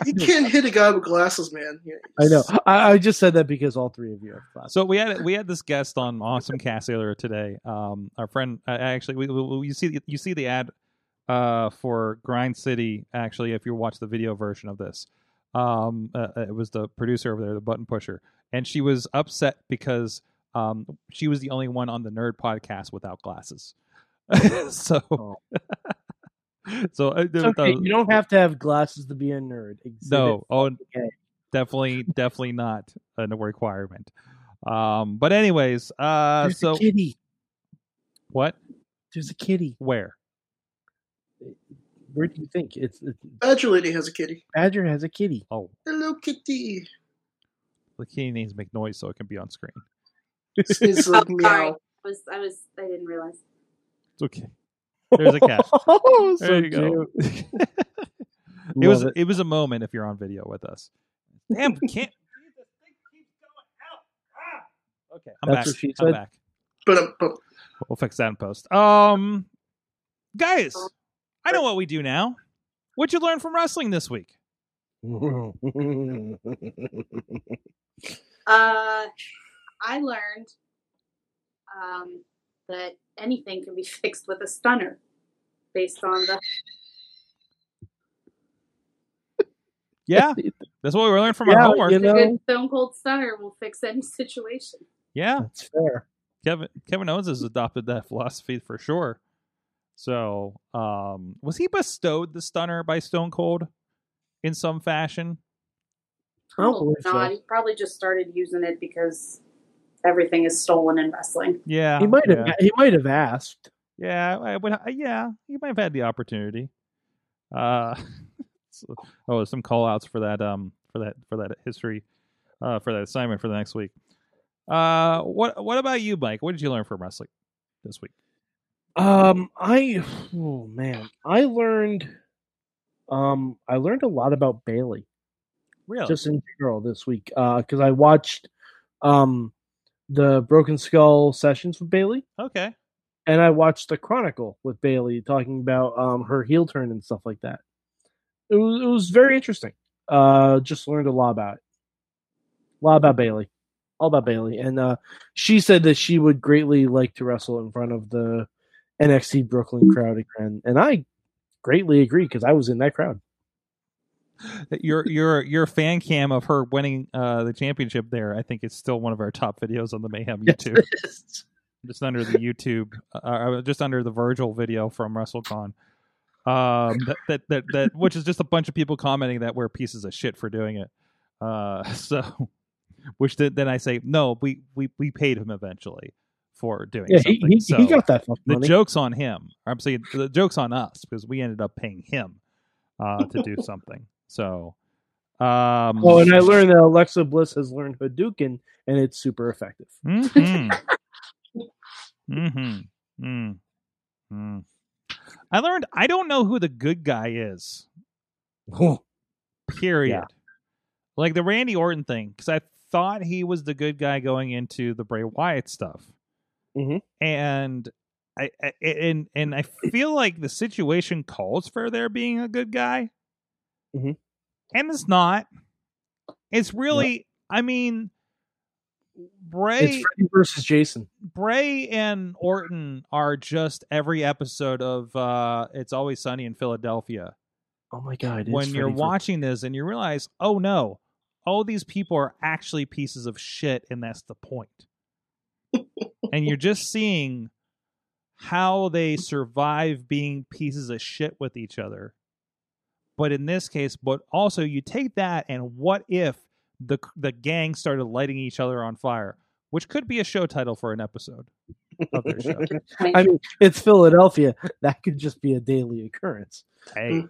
D: You can't hit a guy with glasses, man. Yeah.
C: I know. I, I just said that because all three of you have glasses.
B: Uh, So we had we had this guest on Awesome Cast earlier today. Um, our friend uh, actually, we, we, we- you see you see the ad uh, for Grind City. Actually, if you watch the video version of this, um, uh, it was the producer over there, the button pusher, and she was upset because um, she was the only one on the Nerd podcast without glasses. so, uh,
C: Oh.
B: so uh,
C: It's okay. You don't have to have glasses to be a nerd. Exhibit.
B: no, oh,
C: Okay.
B: definitely, definitely not a requirement. Um, but anyways, uh,
C: There's
B: so
C: a kitty.
B: what?
C: There's a kitty.
B: Where?
C: Where do you think it's, it's
D: Badger lady has a kitty.
C: Badger has a kitty?
B: Oh,
D: Hello, kitty.
B: the kitty needs to make noise so it can be on screen.
D: Sneezes like meow.
J: Oh, I was, I was, I didn't realize.
B: It's okay. There's a cat.
C: oh, so
B: There you go.
C: cute.
B: it was
C: Love
B: it. was a moment if you're on video with us. Damn, can't. Okay, I'm
C: That's
B: back.
C: what she
B: I'm
C: said.
B: back.
D: But, um, but
B: We'll fix that in post. Um, guys,
D: Oh.
B: I know what we do now. What'd you learn from wrestling this week?
J: Uh, I learned um, that anything can be fixed with a stunner, based on the.
B: Yeah, that's what we learned from our
C: Yeah,
B: homework.
C: you
J: A
C: know,
J: good Stone Cold stunner will fix any situation.
B: Yeah,
C: that's fair.
B: Kevin Kevin Owens has adopted that philosophy for sure. So, um, was he bestowed the stunner by Stone Cold in some fashion?
C: I don't believe so.
J: not. He probably just started using it because everything is stolen in wrestling.
B: Yeah,
C: He might
B: yeah.
C: have. He might have asked.
B: Yeah, I would. Yeah, he might have had the opportunity. Uh, so- oh, there's some call outs for that. Um, for that for that history, uh, for that assignment for the next week. Uh, what what about you, Mike? What did you learn from wrestling this week?
C: Um, I oh man, I learned. Um, I learned a lot about Bailey
B: Really?
C: just in general this week. Uh, because I watched, um, the Broken Skull sessions with Bailey,
B: okay.
C: and I watched the Chronicle with Bailey talking about um her heel turn and stuff like that. It was it was very interesting. Uh, just learned a lot about it. A lot about Bailey, all about Bailey, and uh, she said that she would greatly like to wrestle in front of the NXT Brooklyn crowd again, and I greatly agree because I was in that crowd.
B: That Your your your fan cam of her winning uh the championship there, I think, is still one of our top videos on the Mayhem YouTube. just under the YouTube, uh, uh, just under the Virgil video from WrestleCon. Um, that, that that that which is just a bunch of people commenting that we're pieces of shit for doing it. Uh, so, which then then I say no, we we we paid him eventually for doing
C: Yeah, he,
B: something.
C: he,
B: so
C: he got that fucking
B: the
C: money.
B: joke's on him. I'm saying the joke's on us because we ended up paying him uh, to do something. So, um,
C: oh, and I learned that Alexa Bliss has learned Hadouken, and it's super effective.
B: Mm-hmm. mm-hmm. Mm. Mm. I learned I don't know who the good guy is. Period.
C: Yeah.
B: Like the Randy Orton thing, because I thought he was the good guy going into the Bray Wyatt stuff,
C: Mhm.
B: and I, I and and I feel like the situation calls for there being a good guy,
C: Mhm.
B: and it's not. It's really, I mean, Bray.
C: It's Freddy versus Jason.
B: Bray and Orton are just every episode of uh It's Always Sunny in Philadelphia.
C: Oh my god! it's
B: when you're
C: Freddy versus-
B: watching this and you realize, oh no, all these people are actually pieces of shit, and that's the point. and you're just seeing how they survive being pieces of shit with each other. But in this case, but also you take that and what if the the gang started lighting each other on fire, which could be a show title for an episode of their show.
C: I mean, it's Philadelphia. That could just be a daily occurrence.
B: Hey,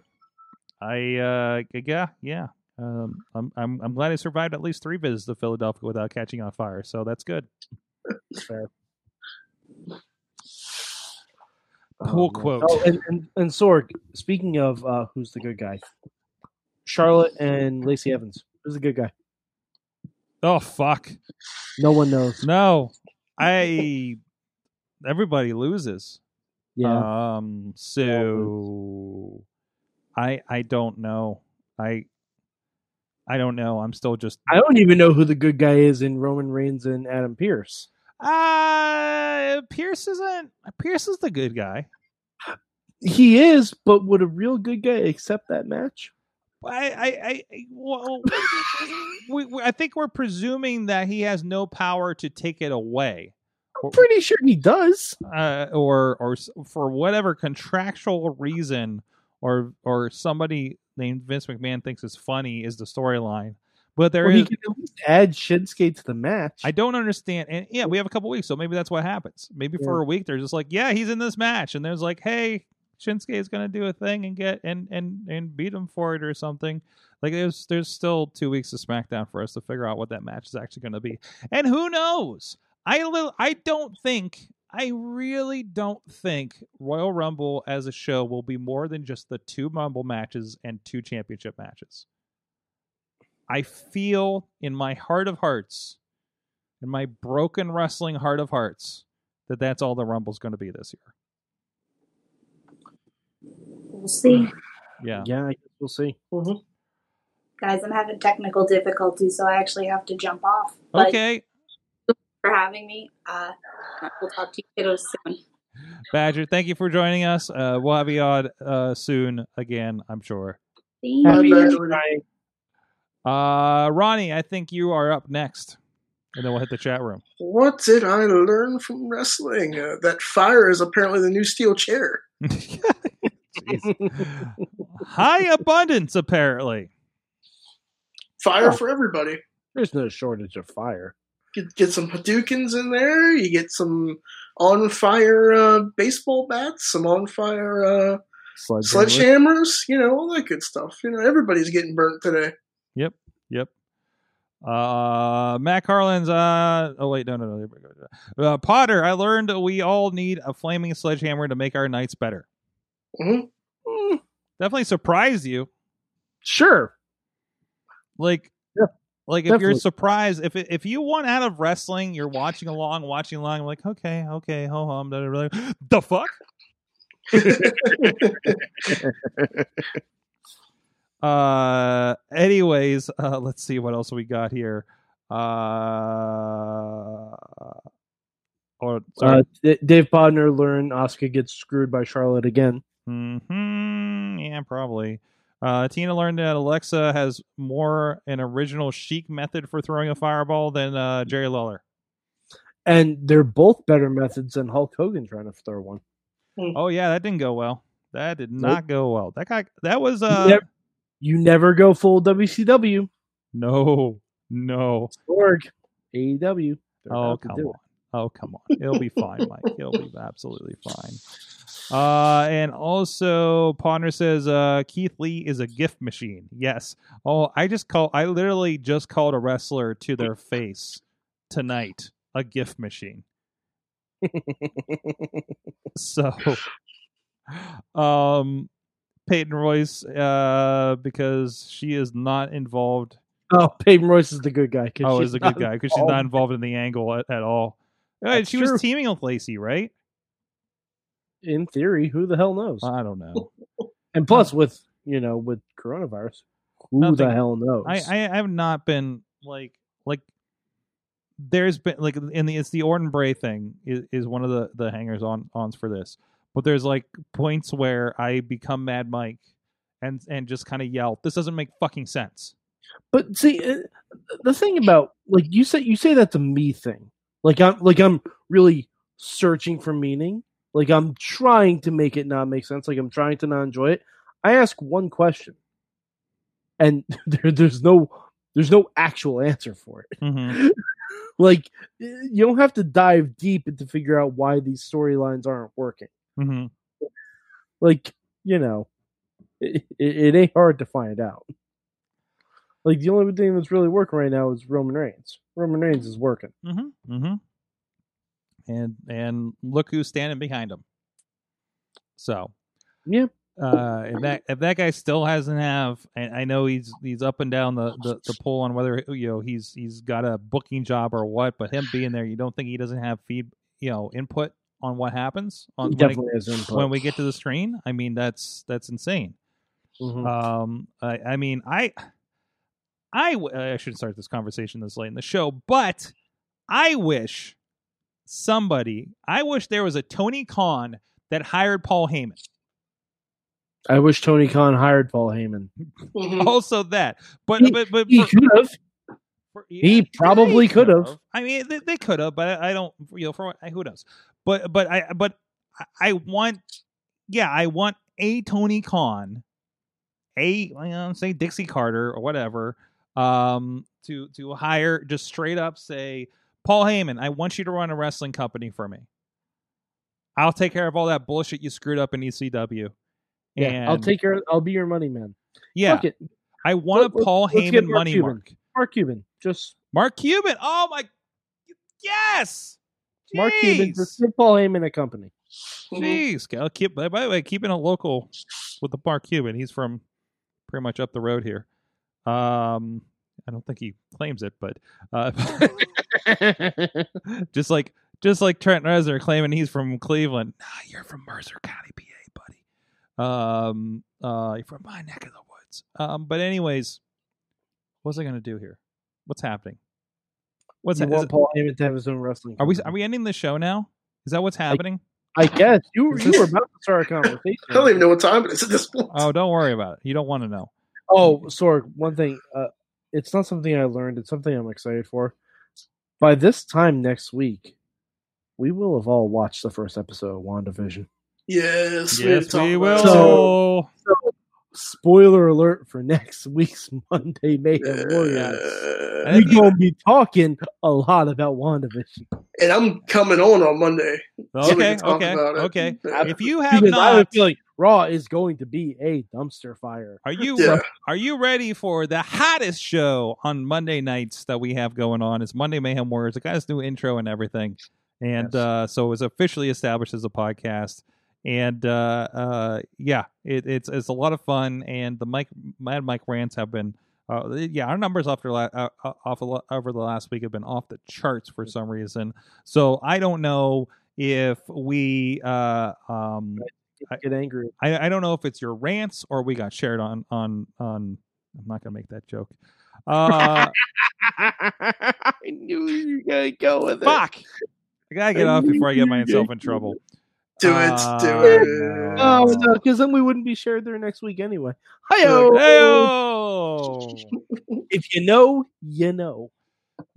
B: I uh g- yeah yeah. Um, I'm I'm I'm glad I survived at least three visits to Philadelphia without catching on fire, so that's good. Pull
C: man.
B: quote.
C: Oh, and, and, and Sorg, speaking of uh, who's the good guy, Charlotte and Lacey Evans. Who's the good guy?
B: Oh fuck.
C: No one knows.
B: No, I. Everybody loses.
C: Yeah.
B: Um. So, I I don't know. I I don't know. I'm still just.
C: I don't even know who the good guy is in Roman Reigns and Adam Pierce.
B: Uh, Pierce isn't. Pierce is the good guy.
C: He is, but would a real good guy accept that match?
B: I I I I- well, we, we, I think we're presuming that he has no power to take it away.
C: Pretty sure he does.
B: uh, or or s- for whatever contractual reason, or or somebody named Vince McMahon thinks is funny is the storyline. But there
C: Well,
B: is
C: he can at least add Shinsuke to the match.
B: I don't understand. And yeah, we have a couple weeks, so maybe that's what happens. Maybe for
C: Yeah.
B: a week they're just like, yeah, he's in this match, and there's like, hey, Shinsuke is gonna do a thing and get and and and beat him for it or something. Like there's there's still two weeks of SmackDown for us to figure out what that match is actually gonna be, and who knows? I li- I don't think I really don't think Royal Rumble as a show will be more than just the two Rumble matches and two championship matches. I feel in my heart of hearts in my broken wrestling heart of hearts that that's all the rumble's going to be this year
A: We'll see.
B: yeah
C: Yeah, I guess we'll see.
A: Guys, I'm having technical difficulties, so I actually have to jump off. But
B: okay
A: for having me. Uh, we'll talk to you kiddos soon.
B: badger thank you for joining us uh, we'll have you on uh, soon again i'm sure
A: See
D: Bye,
A: you.
D: Badgley.
B: uh, ronnie i think you are up next and then we'll hit the chat room
D: What did I learn from wrestling? Uh, that fire is apparently the new steel chair.
B: Jeez. high abundance apparently
D: Fire
C: Huh.
D: for everybody.
C: There's no shortage of fire.
D: Get, get some Hadoukens in there. You get some on fire uh, baseball bats, some on fire uh,
C: Sledgehammer.
D: sledgehammers. You know all that good stuff. You know everybody's getting burnt today.
B: Yep. Uh, Matt Carlin's. Uh, oh wait, no, no, no. Uh, Potter, I learned we all need a flaming sledgehammer to make our nights better.
D: Mhm.
C: Mm,
B: Definitely surprised you.
C: Sure.
B: Like,
C: Yeah,
B: like if you're
C: definitely.
B: surprised, if if you want out of wrestling, you're watching along, watching along. like, okay, okay, ho hum. da, da, da. The fuck. Uh, anyways, uh, let's see what else we got here. Uh, or oh, sorry.
C: Uh, D- Dave Podner learned Oscar gets screwed by Charlotte again.
B: Hmm. Yeah, probably. Uh, Tina learned that Alexa has more an original chic method for throwing a fireball than uh, Jerry Lawler.
C: And they're both better methods than Hulk Hogan trying to throw one.
B: Oh yeah, that didn't go well. That did
C: Nope.
B: not go well. That guy. That was uh.
C: Yep. You never go full WCW.
B: No. No.
C: Org. AEW. They're
B: Oh
C: about to
B: come
C: do
B: on. Oh come on. It'll be fine, Mike. It'll be absolutely fine. Uh, and also Ponder says uh, Keith Lee is a gift machine. Yes. Oh, I just call. I literally just called a wrestler to their face tonight a gift machine. So, um, Peyton Royce, uh, because she is not involved.
C: it. Oh, Peyton Royce is the good guy. 'cause
B: Oh,
C: she's
B: is a good guy because she's
C: involved.
B: not involved in the angle at, at all. Uh,
C: That's
B: she
C: true.
B: was teaming with Lacey, right?
C: In theory, who the hell knows?
B: I don't know.
C: and plus, with you know, with coronavirus, who
B: Nothing.
C: the hell knows?
B: I, I have not been like like there's been like in the it's the Orton Bray thing is, is one of the the hangers on ons for this. But there's like points where I become Mad Mike and and just kind of yell, "This doesn't make fucking sense."
C: But see, uh, the thing about like you say, you say that's a me thing. Like I'm, like I'm really searching for meaning. Like I'm trying to make it not make sense. Like I'm trying to not enjoy it. I ask one question, and there, there's no, there's no actual answer for it.
B: Mhm.
C: Like y- you don't have to dive deep to figure out
B: Mm-hmm.
C: why these storylines aren't working.
B: Mhm.
C: Like you know, it, it ain't hard to find out. Like the only thing that's really working right now is Roman Reigns. Roman Reigns is working.
B: Mm-hmm. Mm-hmm. And and look who's standing behind him. So
C: Yeah.
B: uh, if that if that guy still hasn't have, and I know he's he's up and down the, the the poll on whether you know he's he's got a booking job or what, but him being there, you don't think he doesn't have feed you know input on what happens on
C: He
B: when, it-
C: definitely has input.
B: when we get to the screen? I mean, that's that's insane.
C: Mhm.
B: Um, I, I mean, I, I, w- I shouldn't start this conversation this late in the show, but I wish somebody, I wish there was a Tony Khan that hired Paul Heyman.
C: I wish Tony Khan hired Paul Heyman.
D: Mhm.
B: Also, that, but
C: Mm-hmm. He-
B: but but
C: He
B: for-
C: could have.
B: for-
C: he probably
B: they
C: could've.
B: could've. I mean, they, they could have, but I don't. You know, for what, who knows? But but I but I- I want, yeah, I want a Tony Khan, a I don't say Dixie Carter or whatever, um, to to hire just straight up say Paul Heyman, I want you to run a wrestling company for me. I'll take care of all that bullshit you screwed up in ECW.
C: Yeah,
B: and
C: I'll take your. I'll be your money man.
B: yeah.
C: Fuck it.
B: I want
C: Let-
B: a
C: let-
B: Paul
C: let's get
B: Heyman
C: Mark
B: money
C: Cuban.
B: mark.
C: Mark Cuban. Just
B: Mark Cuban. Oh my, yes.
C: Mark Cuban.
B: Jeez.
C: Just give Paul Heyman a company.
D: Mhm.
B: Jeez, Cal, keep by the way, keeping it local with the Mark Cuban. He's from pretty much up the road here. Um, I don't think he claims it, but uh, just like just like Trent Reznor claiming he's from Cleveland. Nah, you're from Mercer County, PA, buddy. Um, uh, you're from my neck of the woods. Um, but anyways, what's I gonna do here? What's happening? What's
C: you
B: ha- is
C: want
B: it-
C: Paul Heyman to have his own wrestling.
B: are we
C: company.
B: are we ending the show now? Is that what's happening?
C: I guess you
D: Is
C: you
D: this-
C: were about to start a conversation.
D: I don't even know what time it is at this point.
B: Oh, don't worry about it. You don't want to know.
C: Oh, Sorg, one thing. Uh, it's not something I learned. It's something I'm excited for. By this time next week, we will have all watched the first episode of WandaVision.
D: Yes,
B: Yes,
D: talked
B: we
D: about
B: will.
D: it.
C: So- Spoiler alert for next week's Monday Mayhem
B: Oh,
C: Warriors.
D: Yeah.
C: We're going to be talking a lot about WandaVision.
D: and I'm coming on on Monday. so we
B: okay,
D: can talk
B: okay,
D: about it.
B: okay.
D: Yeah.
B: If you have
C: Because I have
B: not,
C: a feeling Raw is going to be a dumpster fire.
B: are you
D: Yeah.
B: are you ready for the hottest show on Monday nights that we have going on? It's Monday Mayhem Warriors. It got its new intro and everything, and
C: Yes.
B: uh, so it was officially established as a podcast. And uh, uh, yeah, it, it's it's a lot of fun. And the Mike Mad Mike rants have been. Uh, yeah, our numbers after la- uh, uh, off a lo- over the last week have been off the charts for some reason. So I don't know if we uh, um, I-
C: Get angry.
B: I, I don't know if it's your rants or we got shared on on on. I'm not gonna make that joke. Uh,
D: I knew you were gonna go with
B: fuck! I gotta get off before I get myself in trouble.
D: Do it,
B: Ah,
D: do it.
C: Oh,
B: no.
C: no, because then we wouldn't be shared there next week anyway. hi
B: Heyo!
C: If you know, you know.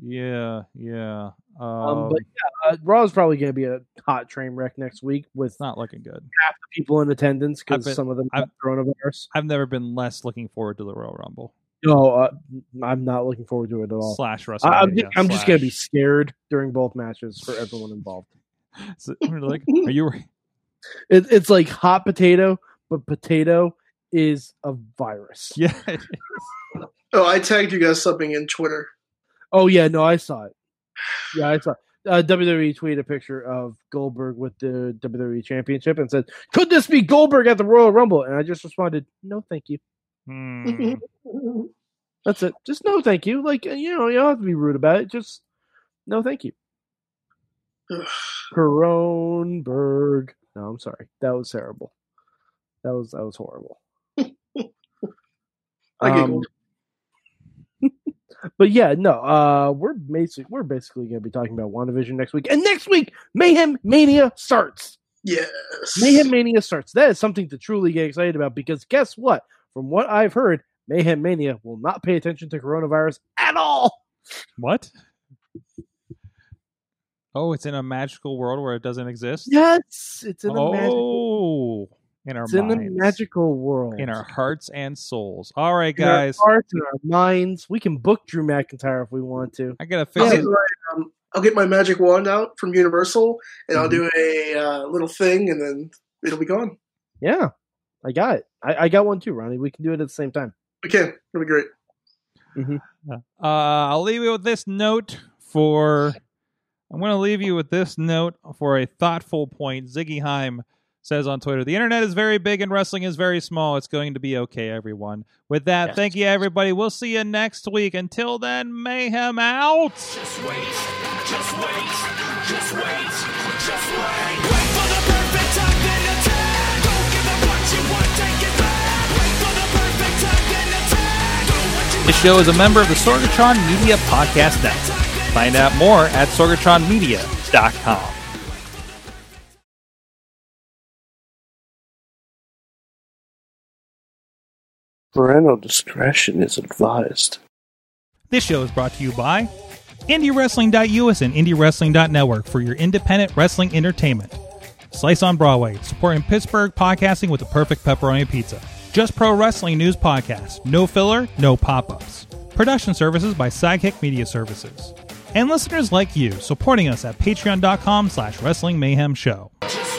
B: Yeah, yeah. Um,
C: Um, but yeah, uh, Raw is probably going to be a hot train wreck next week with
B: it's not looking good.
C: half the people in attendance
B: I've been-
C: because some of them have coronavirus.
B: I've never been less looking forward to the Royal Rumble
C: No, uh, I'm not looking forward to it at all.
B: slash WrestleMania.
C: I, I'm just, I'm just going to be
B: slash-
C: scared during both matches for everyone involved.
B: So, like, are you?
C: It, it's like hot potato, but potato is a virus.
B: Yeah. it is.
D: Oh, I tagged you guys something in Twitter.
C: Oh yeah, no, I saw it. Yeah, I saw. It. Uh, WWE tweeted a picture of Goldberg with the WWE Championship and said, "Could this be Goldberg at the Royal Rumble?" And I just responded, "No, thank you."
B: Hmm.
C: That's it. Just no, thank you. Like uh, you know, you don't have to be rude about it. Just no, thank you. Kronberg. No, I'm sorry. That was terrible. That was that was horrible.
D: I
C: Um,
D: giggled.
C: but yeah, no. Uh, we're basically we're basically gonna be talking about WandaVision next week, and next week Mayhem Mania starts.
D: yes.
C: Mayhem Mania starts. That is something to truly get excited about because guess what? From what I've heard, Mayhem Mania will not pay attention to coronavirus at all.
B: What? Oh, it's in a magical world where it doesn't exist.
C: Yes, it's in a
B: oh,
C: magical,
B: in our
C: it's in a
B: minds,
C: magical world.
B: in our hearts and souls. All right,
C: In our
B: guys,
C: hearts and our minds. We can book Drew McIntyre if we want to.
B: I gotta
D: I'll
B: fix it.
D: get, my, um, I'll get my magic wand out from
B: Mm-hmm.
D: Universal, and I'll do a uh, little thing, and then it'll be gone.
C: Yeah,
F: I got it. I, I got one too, Ronnie. We can do it at the same time.
D: Okay, that'd be great.
B: Uh, I'll leave you with this note for. I'm going to leave you with this note for a thoughtful point. Ziggy Heim says on Twitter, "The internet is very big and wrestling is very small. It's going to be okay, everyone." With that,
K: Yes.
B: thank you, everybody. We'll see you next week. Until then, mayhem out.
A: Just wait, just wait, just wait, just wait. Wait for the perfect time, then attack. Don't give up what you want, take it back. Wait for the perfect time, then attack. Do what you
B: This show is a member of the Sorgatron Media Podcast Network. Find out more at sorgatronmedia.com.
C: Parental discretion is advised.
B: This show is brought to you by IndieWrestling.us and IndieWrestling.network for your independent wrestling entertainment. Slice on Broadway, supporting Pittsburgh podcasting with the perfect pepperoni pizza. Just Pro Wrestling News Podcast. No filler, no pop ups. Production services by Sidekick Media Services. And listeners like you supporting us at patreon.com slash wrestling mayhem show.
A: Just